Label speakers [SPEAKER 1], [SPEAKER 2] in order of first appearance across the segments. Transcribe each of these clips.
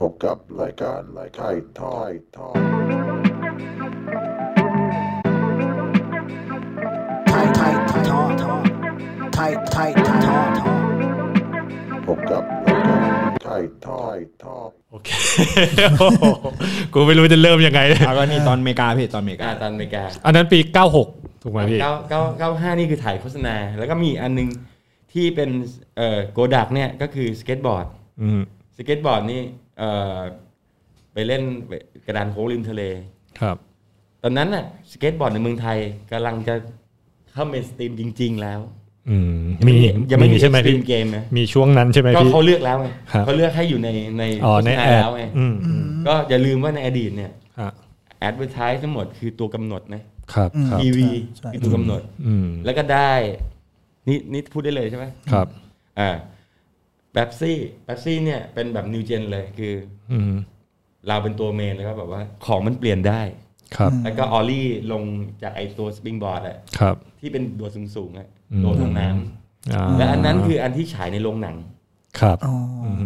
[SPEAKER 1] พบกับรายการรายการทอยทอย
[SPEAKER 2] tight tight talk talk tight tight talk talk
[SPEAKER 1] พบกับรายการไทยทอยทอย
[SPEAKER 3] โอเค โอ้โห กูไม่รู้จะเริ่มยังไง
[SPEAKER 4] แล้วก็นี่ตอนอเมริกาพี่ตอนอเมริกา
[SPEAKER 5] อ่าตอนอเมริกา
[SPEAKER 3] อันนั้นปี 96 ถูกไหมพี่
[SPEAKER 5] เก้าเก้าเก้าห้านี่คือถ่ายโฆษณา แล้วก็มีอีกอันนึงที่เป็นเอ่อโกดักเนี่ยก็คือสเก็ตบอร์ด
[SPEAKER 3] อืม
[SPEAKER 5] สเก็ตบอร์ดนี่เอ่อไปเล่นกระดานโค้งริมทะเล
[SPEAKER 3] ครับ
[SPEAKER 5] ตอนนั้นน่ะสเก็ตบอร์ดในเมืองไทยกำลังจะเข้าเมนสตรีมจริง ๆ แล้ว
[SPEAKER 3] อืม มี
[SPEAKER 5] ยังไม่มี
[SPEAKER 3] ใช่ไหม
[SPEAKER 5] สตรี
[SPEAKER 3] พี่
[SPEAKER 5] มเกมนะ
[SPEAKER 3] มีช่วงนั้นใช่ไหม
[SPEAKER 5] ก็
[SPEAKER 3] พี่
[SPEAKER 5] เขาเลือกแล้วไง
[SPEAKER 3] ครับ
[SPEAKER 5] เขาเลือกให้อยู่ในใน
[SPEAKER 3] อ๋อ
[SPEAKER 5] โฆษ
[SPEAKER 3] ใน
[SPEAKER 5] ณา
[SPEAKER 3] แอด
[SPEAKER 5] แล้วไง
[SPEAKER 3] อืมอืม
[SPEAKER 5] ก็อย่าลืมว่าในอดีตเนี่ย
[SPEAKER 3] ฮะ
[SPEAKER 5] แอดเวอร์ทายทั้งหมดคือตัวกำหนดนะครับ
[SPEAKER 3] ครับ
[SPEAKER 5] ทีวี
[SPEAKER 2] ใช่
[SPEAKER 5] คือตัวกำหนด
[SPEAKER 3] อืม
[SPEAKER 5] แล้วก็ได้นี่นี่พูดได้เลยใช่ไหม
[SPEAKER 3] ครับ
[SPEAKER 5] อ่าแบปซี่แบปซี่เนี่ยเป็นแบบนิวเจนเลยคือ
[SPEAKER 3] อืม
[SPEAKER 5] เราเป็นตัวเมนแล้วก็แบบว่าของมันเปลี่ยนได้
[SPEAKER 3] ครับ
[SPEAKER 5] แล้วก็ออลลี่ลงจากไอตัวสปริงบอร์ดอะ
[SPEAKER 3] ครับ
[SPEAKER 5] ที่เป็นตัวสูงสูงๆอะ
[SPEAKER 3] อืม
[SPEAKER 5] โดดลงน้
[SPEAKER 3] อ่า
[SPEAKER 5] ำและอันนั้นคืออันที่ฉายในโรงหนัง
[SPEAKER 3] ครับ
[SPEAKER 2] อ๋อ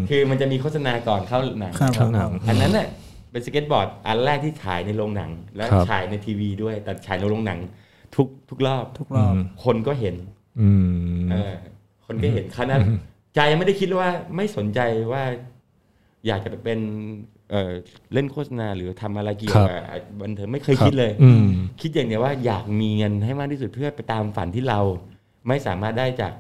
[SPEAKER 5] คือมันจะมีโฆษณาก่อนเข้าหนัง
[SPEAKER 2] ครับ
[SPEAKER 3] ข้างหลัง
[SPEAKER 5] อันนั้นน่ะเป็นสเก็ตบอร์ดอันแรกที่ฉายในโรงหนัง และ
[SPEAKER 3] ครับ
[SPEAKER 5] ฉายในทีวีด้วย แต่ฉายในโรงหนังทุกทุกรอบ
[SPEAKER 2] ทุกรอบ
[SPEAKER 5] คนก็เห็น
[SPEAKER 3] อืม
[SPEAKER 5] เออคนก็เห็นคณะใจไม่ได้คิดว่าไม่สนใจว่า อยากจะไปเป็นเอ่อเล่นโฆษณาหรือทำอะไรเกี่ยว
[SPEAKER 3] ครับ
[SPEAKER 5] กับบันเทิงไม่เคย
[SPEAKER 3] รับ
[SPEAKER 5] คิดเลย
[SPEAKER 3] อืม
[SPEAKER 5] คิดอย่างเดียวว่าอยากมีเงินให้มากที่สุดเพื่อไปตามฝันที่เรา ไม่สามารถได้จาก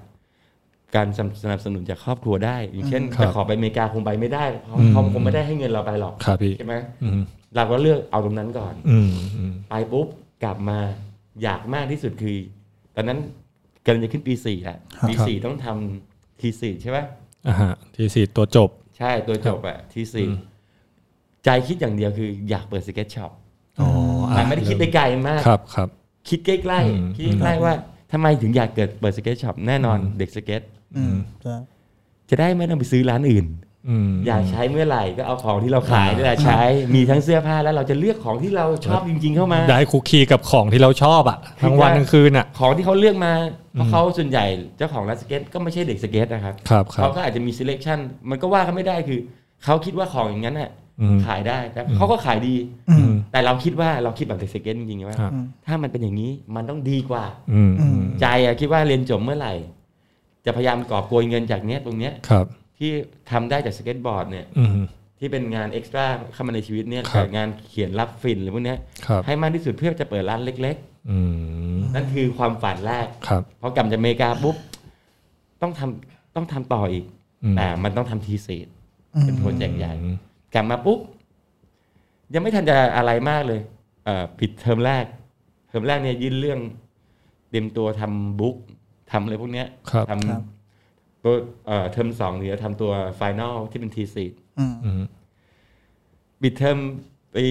[SPEAKER 5] การสนับสนับสนุนจากครอบครัวได้ อย่างเช่น
[SPEAKER 3] ครับ
[SPEAKER 5] จะขอไปอเมริกาคงไปไม่ได้เพราะ
[SPEAKER 3] อืม
[SPEAKER 5] เขาคงไม่ได้ให้เงินเราไปหรอก
[SPEAKER 3] ครับพี่
[SPEAKER 5] ใช่ไหม
[SPEAKER 3] อืม
[SPEAKER 5] เราก็เลือกเอาตรงนั้นก่อน
[SPEAKER 3] อืมอืม
[SPEAKER 5] ไปปุ๊บกลับมาอยากมากที่สุดคือ ตอนนั้นกำลังจะขึ้นปีสี่แหละปีสี่ต้องทำทีสี่ใช่ไหม
[SPEAKER 3] อ่าฮะ ทีสี่ตัวจบ
[SPEAKER 5] ใช่ตัวจบอะทีสี่ใจคิดอย่างเดียวคืออยากเปิดสเก็ตช็อป
[SPEAKER 3] อ๋ออ่ะ
[SPEAKER 5] แต่ไม่ได้คิดไปไกลมาก
[SPEAKER 3] ครับครับ
[SPEAKER 5] คิดใกล้
[SPEAKER 3] อืม
[SPEAKER 5] ๆคิดใกล้ๆว่าทำไมถึงอยากเกิดเปิดสเก็ตช็อปแน่นอนเด็กสเก็ต
[SPEAKER 2] อืมใช่
[SPEAKER 5] จะได้ไม่ต้องไปซื้อร้านอื่น
[SPEAKER 3] อืม
[SPEAKER 5] อยากใช้เมื่อไหร่ก็เอาของที่เราขายนี่แหละใช้ มีทั้งเสื้อผ้าแล้วเราจะเลือกของที่เราชอบจริง ๆ เข้ามา
[SPEAKER 3] ได้คุกคีกับของที่เราชอบอะทั้งวันทั้งคืนอะ
[SPEAKER 5] ของที่เขาเลือกมาเพราะเขาส่วนใหญ่เจ้าของร้านสเก็ตก็ไม่ใช่เด็กสเก็ตนะครับ
[SPEAKER 3] ครับครับ
[SPEAKER 5] เขาก็อาจจะมี selection มันก็ว่าเขาไม่ได้คือเขาคิดว่าของอย่างนั้นน่ะ
[SPEAKER 3] อืม
[SPEAKER 5] ขายได้แต่เขาก็ขายดี
[SPEAKER 2] อืม
[SPEAKER 5] แต่เราคิดว่าเราคิดแบบเด็กสเก็ตจริงๆว่า
[SPEAKER 3] ครับ
[SPEAKER 5] ถ้ามันเป็นอย่างนี้มันต้องดีกว่า
[SPEAKER 3] อืมอืม
[SPEAKER 5] ใจอะคิดว่าเรียนจบเมื่อไหร่ จะพยายามกอบโกยเงินจากเนี้ยตรงเนี้ย
[SPEAKER 3] ครับ
[SPEAKER 5] ที่ทำได้จากสเก็ตบอร์ดเนี่ย
[SPEAKER 3] อืม
[SPEAKER 5] ที่เป็นงานเอ็กซ์ตร้าเข้ามาในชีวิตเนี่ย
[SPEAKER 3] ครับ
[SPEAKER 5] จากงานเขียนรับฟินหรือพวกเนี้ย
[SPEAKER 3] ครับ
[SPEAKER 5] ให้มากที่สุดเพื่อจะเปิดร้านเล็ก
[SPEAKER 3] อืม
[SPEAKER 5] ๆ นั่นคือความฝันแรก
[SPEAKER 3] ครับ
[SPEAKER 5] พอกลับจากอเมริกาปุ๊บต้องทำต้องทำต่ออีก
[SPEAKER 3] อืม
[SPEAKER 5] แต่มันต้องทำทีเซตเป็นโปรเจกต์ใหญ่
[SPEAKER 3] อืม
[SPEAKER 5] กลับมาปุ๊บ ยังไม่ทันจะอะไรมากเลยเอ่อผิดเทอมแรก เทอมแรกเนี่ยยื่นเรื่องเตรียมตัวทำบุ๊กทำอะไรพวกเนี้ย
[SPEAKER 3] ครับ
[SPEAKER 5] ท
[SPEAKER 2] ครับ
[SPEAKER 5] ำตัวเอ่อเทอมสองเนี่ยทำตัวไฟนอลที่เป็นทีซี
[SPEAKER 2] อืม
[SPEAKER 3] อืม
[SPEAKER 5] บิดเทอมปี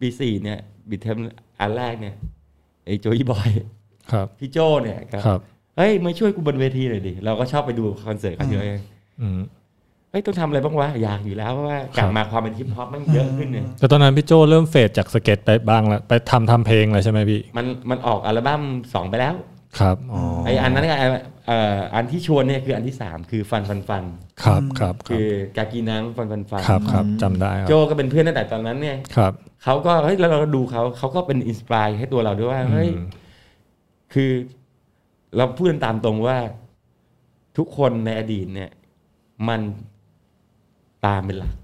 [SPEAKER 5] ปีสี่เนี่ยบิดเทอมอันแรกเนี่ยไอ้โจยบอย
[SPEAKER 3] ครับ
[SPEAKER 5] พี่โจเนี่ยครับ
[SPEAKER 3] ครับ
[SPEAKER 5] เฮ้ยมาช่วยกูบนเวทีหน่อยดิ เราก็ชอบไปดูคอนเสิร์ตเขาเยอะเอง
[SPEAKER 3] อืม
[SPEAKER 5] เฮ้ยต้องทำอะไรบ้างวะ อยากอยู่แล้วเพราะว่ากลับมาความเป็นฮิปฮอปมันเยอะขึ้นเนี่ย
[SPEAKER 3] แต่ตอนนั้นพี่โจเริ่มเฟดจากสเก็ตไปบ้างแล้วไปทำทำเพลงเลยใช่ไหมพี่
[SPEAKER 5] มันมันออกอัลบั้มสองไปแล้ว
[SPEAKER 3] ครับอ๋อ
[SPEAKER 5] ไออันนั้นก็เอ่ออันที่ชวนเนี่ยคืออันที่สามคือฟันฟันฟัน
[SPEAKER 3] ครับครับค
[SPEAKER 5] คือกากีนังฟันฟันฟัน
[SPEAKER 3] รับครับจำได้ค
[SPEAKER 5] โจ
[SPEAKER 3] รับ
[SPEAKER 5] ก็เป็นเพื่อนตั้งแต่ตอนนั้นเนี่ย
[SPEAKER 3] ครับ
[SPEAKER 5] เขาก็เฮ้ยแล้วเราก็ดูเขาเขาก็เป็นอินสปายให้ตัวเราด้วยว่าเฮ้ย
[SPEAKER 3] อืม
[SPEAKER 5] คือ เราพูดกันตามตรงว่า ทุกคนในอดีตเนี่ย มันตามเป็นหลัก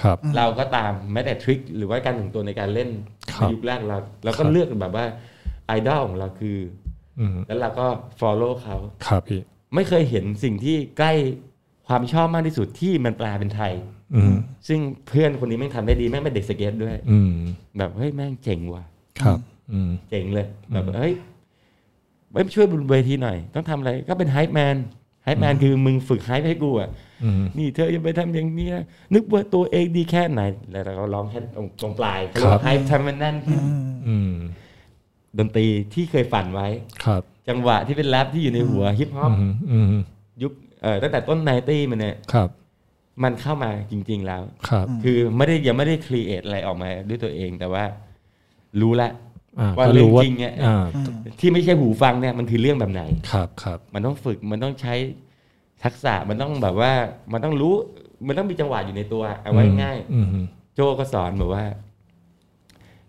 [SPEAKER 3] ครับ
[SPEAKER 5] เราก็ตามแม้แต่ทริคหรือว่าการแต่งตัวในการเล่น
[SPEAKER 3] ครั
[SPEAKER 5] ใน
[SPEAKER 3] บ
[SPEAKER 5] ยุคแรกเราเราก็
[SPEAKER 3] ครับ
[SPEAKER 5] เลือกแบบว่าไอดอลของเราคือ
[SPEAKER 3] อืม
[SPEAKER 5] แล้วเราก็ follow เขา
[SPEAKER 3] ครับพี่
[SPEAKER 5] ไม่เคยเห็นสิ่งที่ใกล้ความชอบมากที่สุดที่มันแปลเป็นไทย
[SPEAKER 3] อืม
[SPEAKER 5] ซึ่งเพื่อนคนนี้แม่งทำได้ดีแม่งเป็นเด็กสเก็ตด้วย
[SPEAKER 3] อืม
[SPEAKER 5] แบบเฮ้ยแม่งเจ๋งว่ะ
[SPEAKER 3] ครับอืม
[SPEAKER 5] เจ๋งเลยแบบเฮ้ยไปช่วยบนเวทีหน่อย ต้องทำอะไรก็เป็นไฮแมนไฮแมนคือมึงฝึกไฮให้กูอ่ะ
[SPEAKER 3] อืม
[SPEAKER 5] นี่เธออย่าไปทำอย่างนี้นะนึกว่าตัวเองดีแค่ไหน แล้วเราก็ร้องแค่ตรงตรงปลาย
[SPEAKER 3] ครับ
[SPEAKER 5] ให้ทำมันแน่นขึ้น
[SPEAKER 3] อืม
[SPEAKER 5] ดนตรีที่เคยฝันไว้
[SPEAKER 3] ครับ
[SPEAKER 5] จังหวะที่เป็นแรปที่อยู่ในหัวฮิปฮอป
[SPEAKER 3] อืมอืม
[SPEAKER 5] ยุคเอ่อตั้งแต่ต้นไนตี้มันเนี่ย
[SPEAKER 3] ครับ
[SPEAKER 5] มันเข้ามาจริง ๆ แล้ว
[SPEAKER 3] ครับ
[SPEAKER 5] คือไม่ได้ยังไม่ได้ครีเอทอะไรออกมาด้วยตัวเองแต่ว่า รู้ละ
[SPEAKER 3] อ่า
[SPEAKER 5] ว่า
[SPEAKER 3] ก็
[SPEAKER 5] เรื่อง
[SPEAKER 3] รู้ว่า
[SPEAKER 5] จริงเนี่ย
[SPEAKER 3] อ่า
[SPEAKER 5] ที่ไม่ใช่หูฟังเนี่ยมันคือเรื่องแบบไหน
[SPEAKER 3] ครับครับ
[SPEAKER 5] มันต้องฝึกมันต้องใช้ทักษะมันต้องแบบว่ามันต้องรู้ มันต้องมีจังหวะอยู่ในตัวเอาไว้ง่าย
[SPEAKER 3] อืม
[SPEAKER 5] โจก็สอนแบบว่า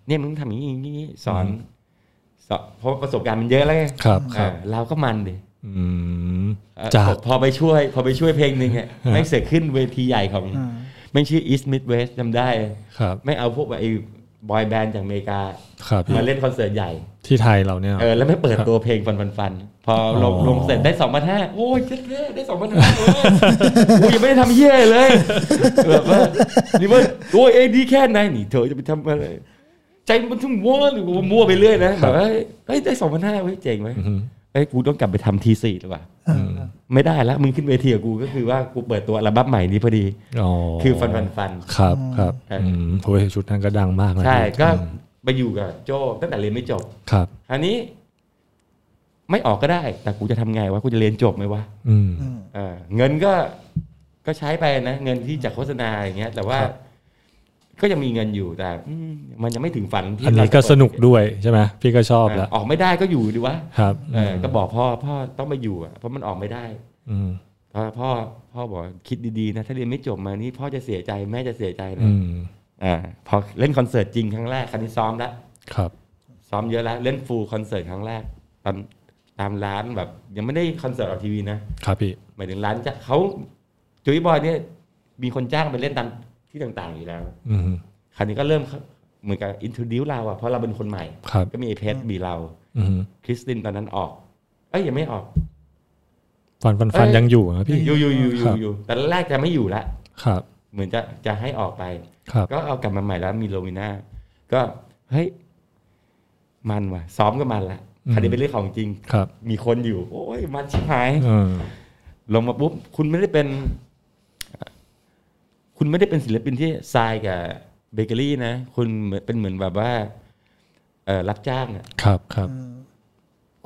[SPEAKER 5] เนี่ยมึงทำอย่างนี้อย่างนี้สอน
[SPEAKER 3] อืม
[SPEAKER 5] สอนเพราะประสบการณ์มันเยอะแล้วไง
[SPEAKER 3] ครับครับ
[SPEAKER 5] เออเราก็มันดิ
[SPEAKER 3] อืม
[SPEAKER 5] เอ่อ
[SPEAKER 3] จาก
[SPEAKER 5] พอพอไปช่วย พอไปช่วยเพลงหนึ่งอะไม่งเสอกขึ้นเวทีใหญ่ของ
[SPEAKER 2] อืม
[SPEAKER 5] ไม่งชื่อ East Midwest จำได้
[SPEAKER 3] ครับ
[SPEAKER 5] ไม่เอาพวกแบบไอ้บอยแบนด์จากอเมริกา
[SPEAKER 3] ครับพี่
[SPEAKER 5] มาเล่นคอนเสิร์ตใหญ่
[SPEAKER 3] ที่ไทยเราเนี่ย
[SPEAKER 5] เออแล้วไม่เปิดตัวเพลงฟันฟันฟัน พอลง
[SPEAKER 3] อ๋อ
[SPEAKER 5] ลงเสร็จได้สองพันห้าโอ้ยเจ๊ดเลยได้สองพันห้าเลยกูยังไม่ได้ทำเหี้ย เลยแบบว่านี่ว่าโอ้ยเอ้ยดีแค่ไหนนี่เธอจะไปทำอะไร ใจมันทุ่งมั่วหรือมั่วไปเรื่อยนะแบบว่าเฮ้ยได้สองพันห้าเว้ยเจ๋งไหม
[SPEAKER 3] อืม
[SPEAKER 5] เฮ้ยกูต้องกลับไปทำทีสี่หรือเปล่า
[SPEAKER 3] อืม
[SPEAKER 5] ไม่ได้ละมึงขึ้นเวทีกับกูก็คือว่ากูเปิดตัวอัลบั้มใหม่นี้พอดี
[SPEAKER 3] อ๋อ
[SPEAKER 5] คือฟันฟันฟัน
[SPEAKER 3] ครับครับ
[SPEAKER 5] เอออื
[SPEAKER 3] อืมโอ้ยชุดนั้นก็ดังมากนะ
[SPEAKER 5] ใช่
[SPEAKER 3] พี่
[SPEAKER 5] ก็
[SPEAKER 3] อืม
[SPEAKER 5] ไปอยู่กับโจตั้งแต่เรียนไม่จบ
[SPEAKER 3] ครับ
[SPEAKER 5] อันนี้ไม่ออกก็ได้ แต่กูจะทำไงวะกูจะเรียนจบไหมวะ
[SPEAKER 3] อืม
[SPEAKER 2] อืม
[SPEAKER 5] เออเงินก็ก็ใช้ไปนะเงินที่จากโฆษณาอย่างเงี้ย แต่ว่า
[SPEAKER 3] ครับ
[SPEAKER 5] ก็ยังมีเงินอยู่แต่อืมมันยังไม่ถึงฝันที่
[SPEAKER 3] อันนี้
[SPEAKER 5] เราจะ
[SPEAKER 3] ก็สนุกด้วยใช่ไหมพี่ก็ชอบ
[SPEAKER 5] เออ
[SPEAKER 3] ละ
[SPEAKER 5] ออกไม่ได้ก็อยู่ดีวะ
[SPEAKER 3] ครับ
[SPEAKER 5] เอออก็บอกพ่อพ่อต้องมาอยู่อะเพราะมันออกไม่ได้
[SPEAKER 3] อืม
[SPEAKER 5] พ่อพ่อพ่อบอกคิดดีๆนะถ้าเรียนไม่จบมานี่พ่อจะเสียใจแม่จะเสียใจนะ
[SPEAKER 3] อืม
[SPEAKER 5] อ่าพอเล่นคอนเสิร์ตจริงครั้งแรกครั้นี้ซ้อมแล้ว
[SPEAKER 3] ครับ
[SPEAKER 5] ซ้อมเยอะแล้วเล่นฟูลคอนเสิร์ตครั้งแรกตามตามร้านแบบ ยังไม่ได้คอนเสิร์ตออกทีวีนะครับ
[SPEAKER 3] พี่
[SPEAKER 5] หมายถึงร้านจะเขาจุ๊ยบอยเนี่ยมีคนจ้างไปเล่นตามที่ต่างๆอยู่แล้ว
[SPEAKER 3] อืม
[SPEAKER 5] คราวนี้ก็เริ่มเหมือนกับอินทรดิวเราอะเพราะเราเป็นคนใหม่
[SPEAKER 3] ครับ
[SPEAKER 5] ก็มีไอเพชรมีเรา
[SPEAKER 3] อืม
[SPEAKER 5] คริสตินตอนนั้นออก เอ้ยยังไม่ออก
[SPEAKER 3] ฟันฟันฟัน
[SPEAKER 5] เอ้ย
[SPEAKER 3] ยังอยู่นะพี่
[SPEAKER 5] อยู่อยู่อยู่อ
[SPEAKER 3] ครั
[SPEAKER 5] ยู่
[SPEAKER 3] บ
[SPEAKER 5] อยู่แต่แรกจะไม่อยู่ละ
[SPEAKER 3] ครับ
[SPEAKER 5] เหมือนจะจะให้ออกไป
[SPEAKER 3] ครับ
[SPEAKER 5] ก็เอากลับมาใหม่แล้วมีโลวิน่าก็เฮ้ยมันว่ะซ้อมก็มันละคราวนี้เป็นเรื่องของจริง
[SPEAKER 3] ครับ
[SPEAKER 5] มีคนอยู่ โอ้ยมันชิบหาย
[SPEAKER 3] เออ
[SPEAKER 5] ลงมาปุ๊บคุณไม่ได้เป็น คุณไม่ได้เป็นศิลปินที่ทรายกับเบเกอรี่นะ คุณเหมือนเป็นเหมือนแบบว่า เอ่อรับจ้างอะ
[SPEAKER 3] ครับครับ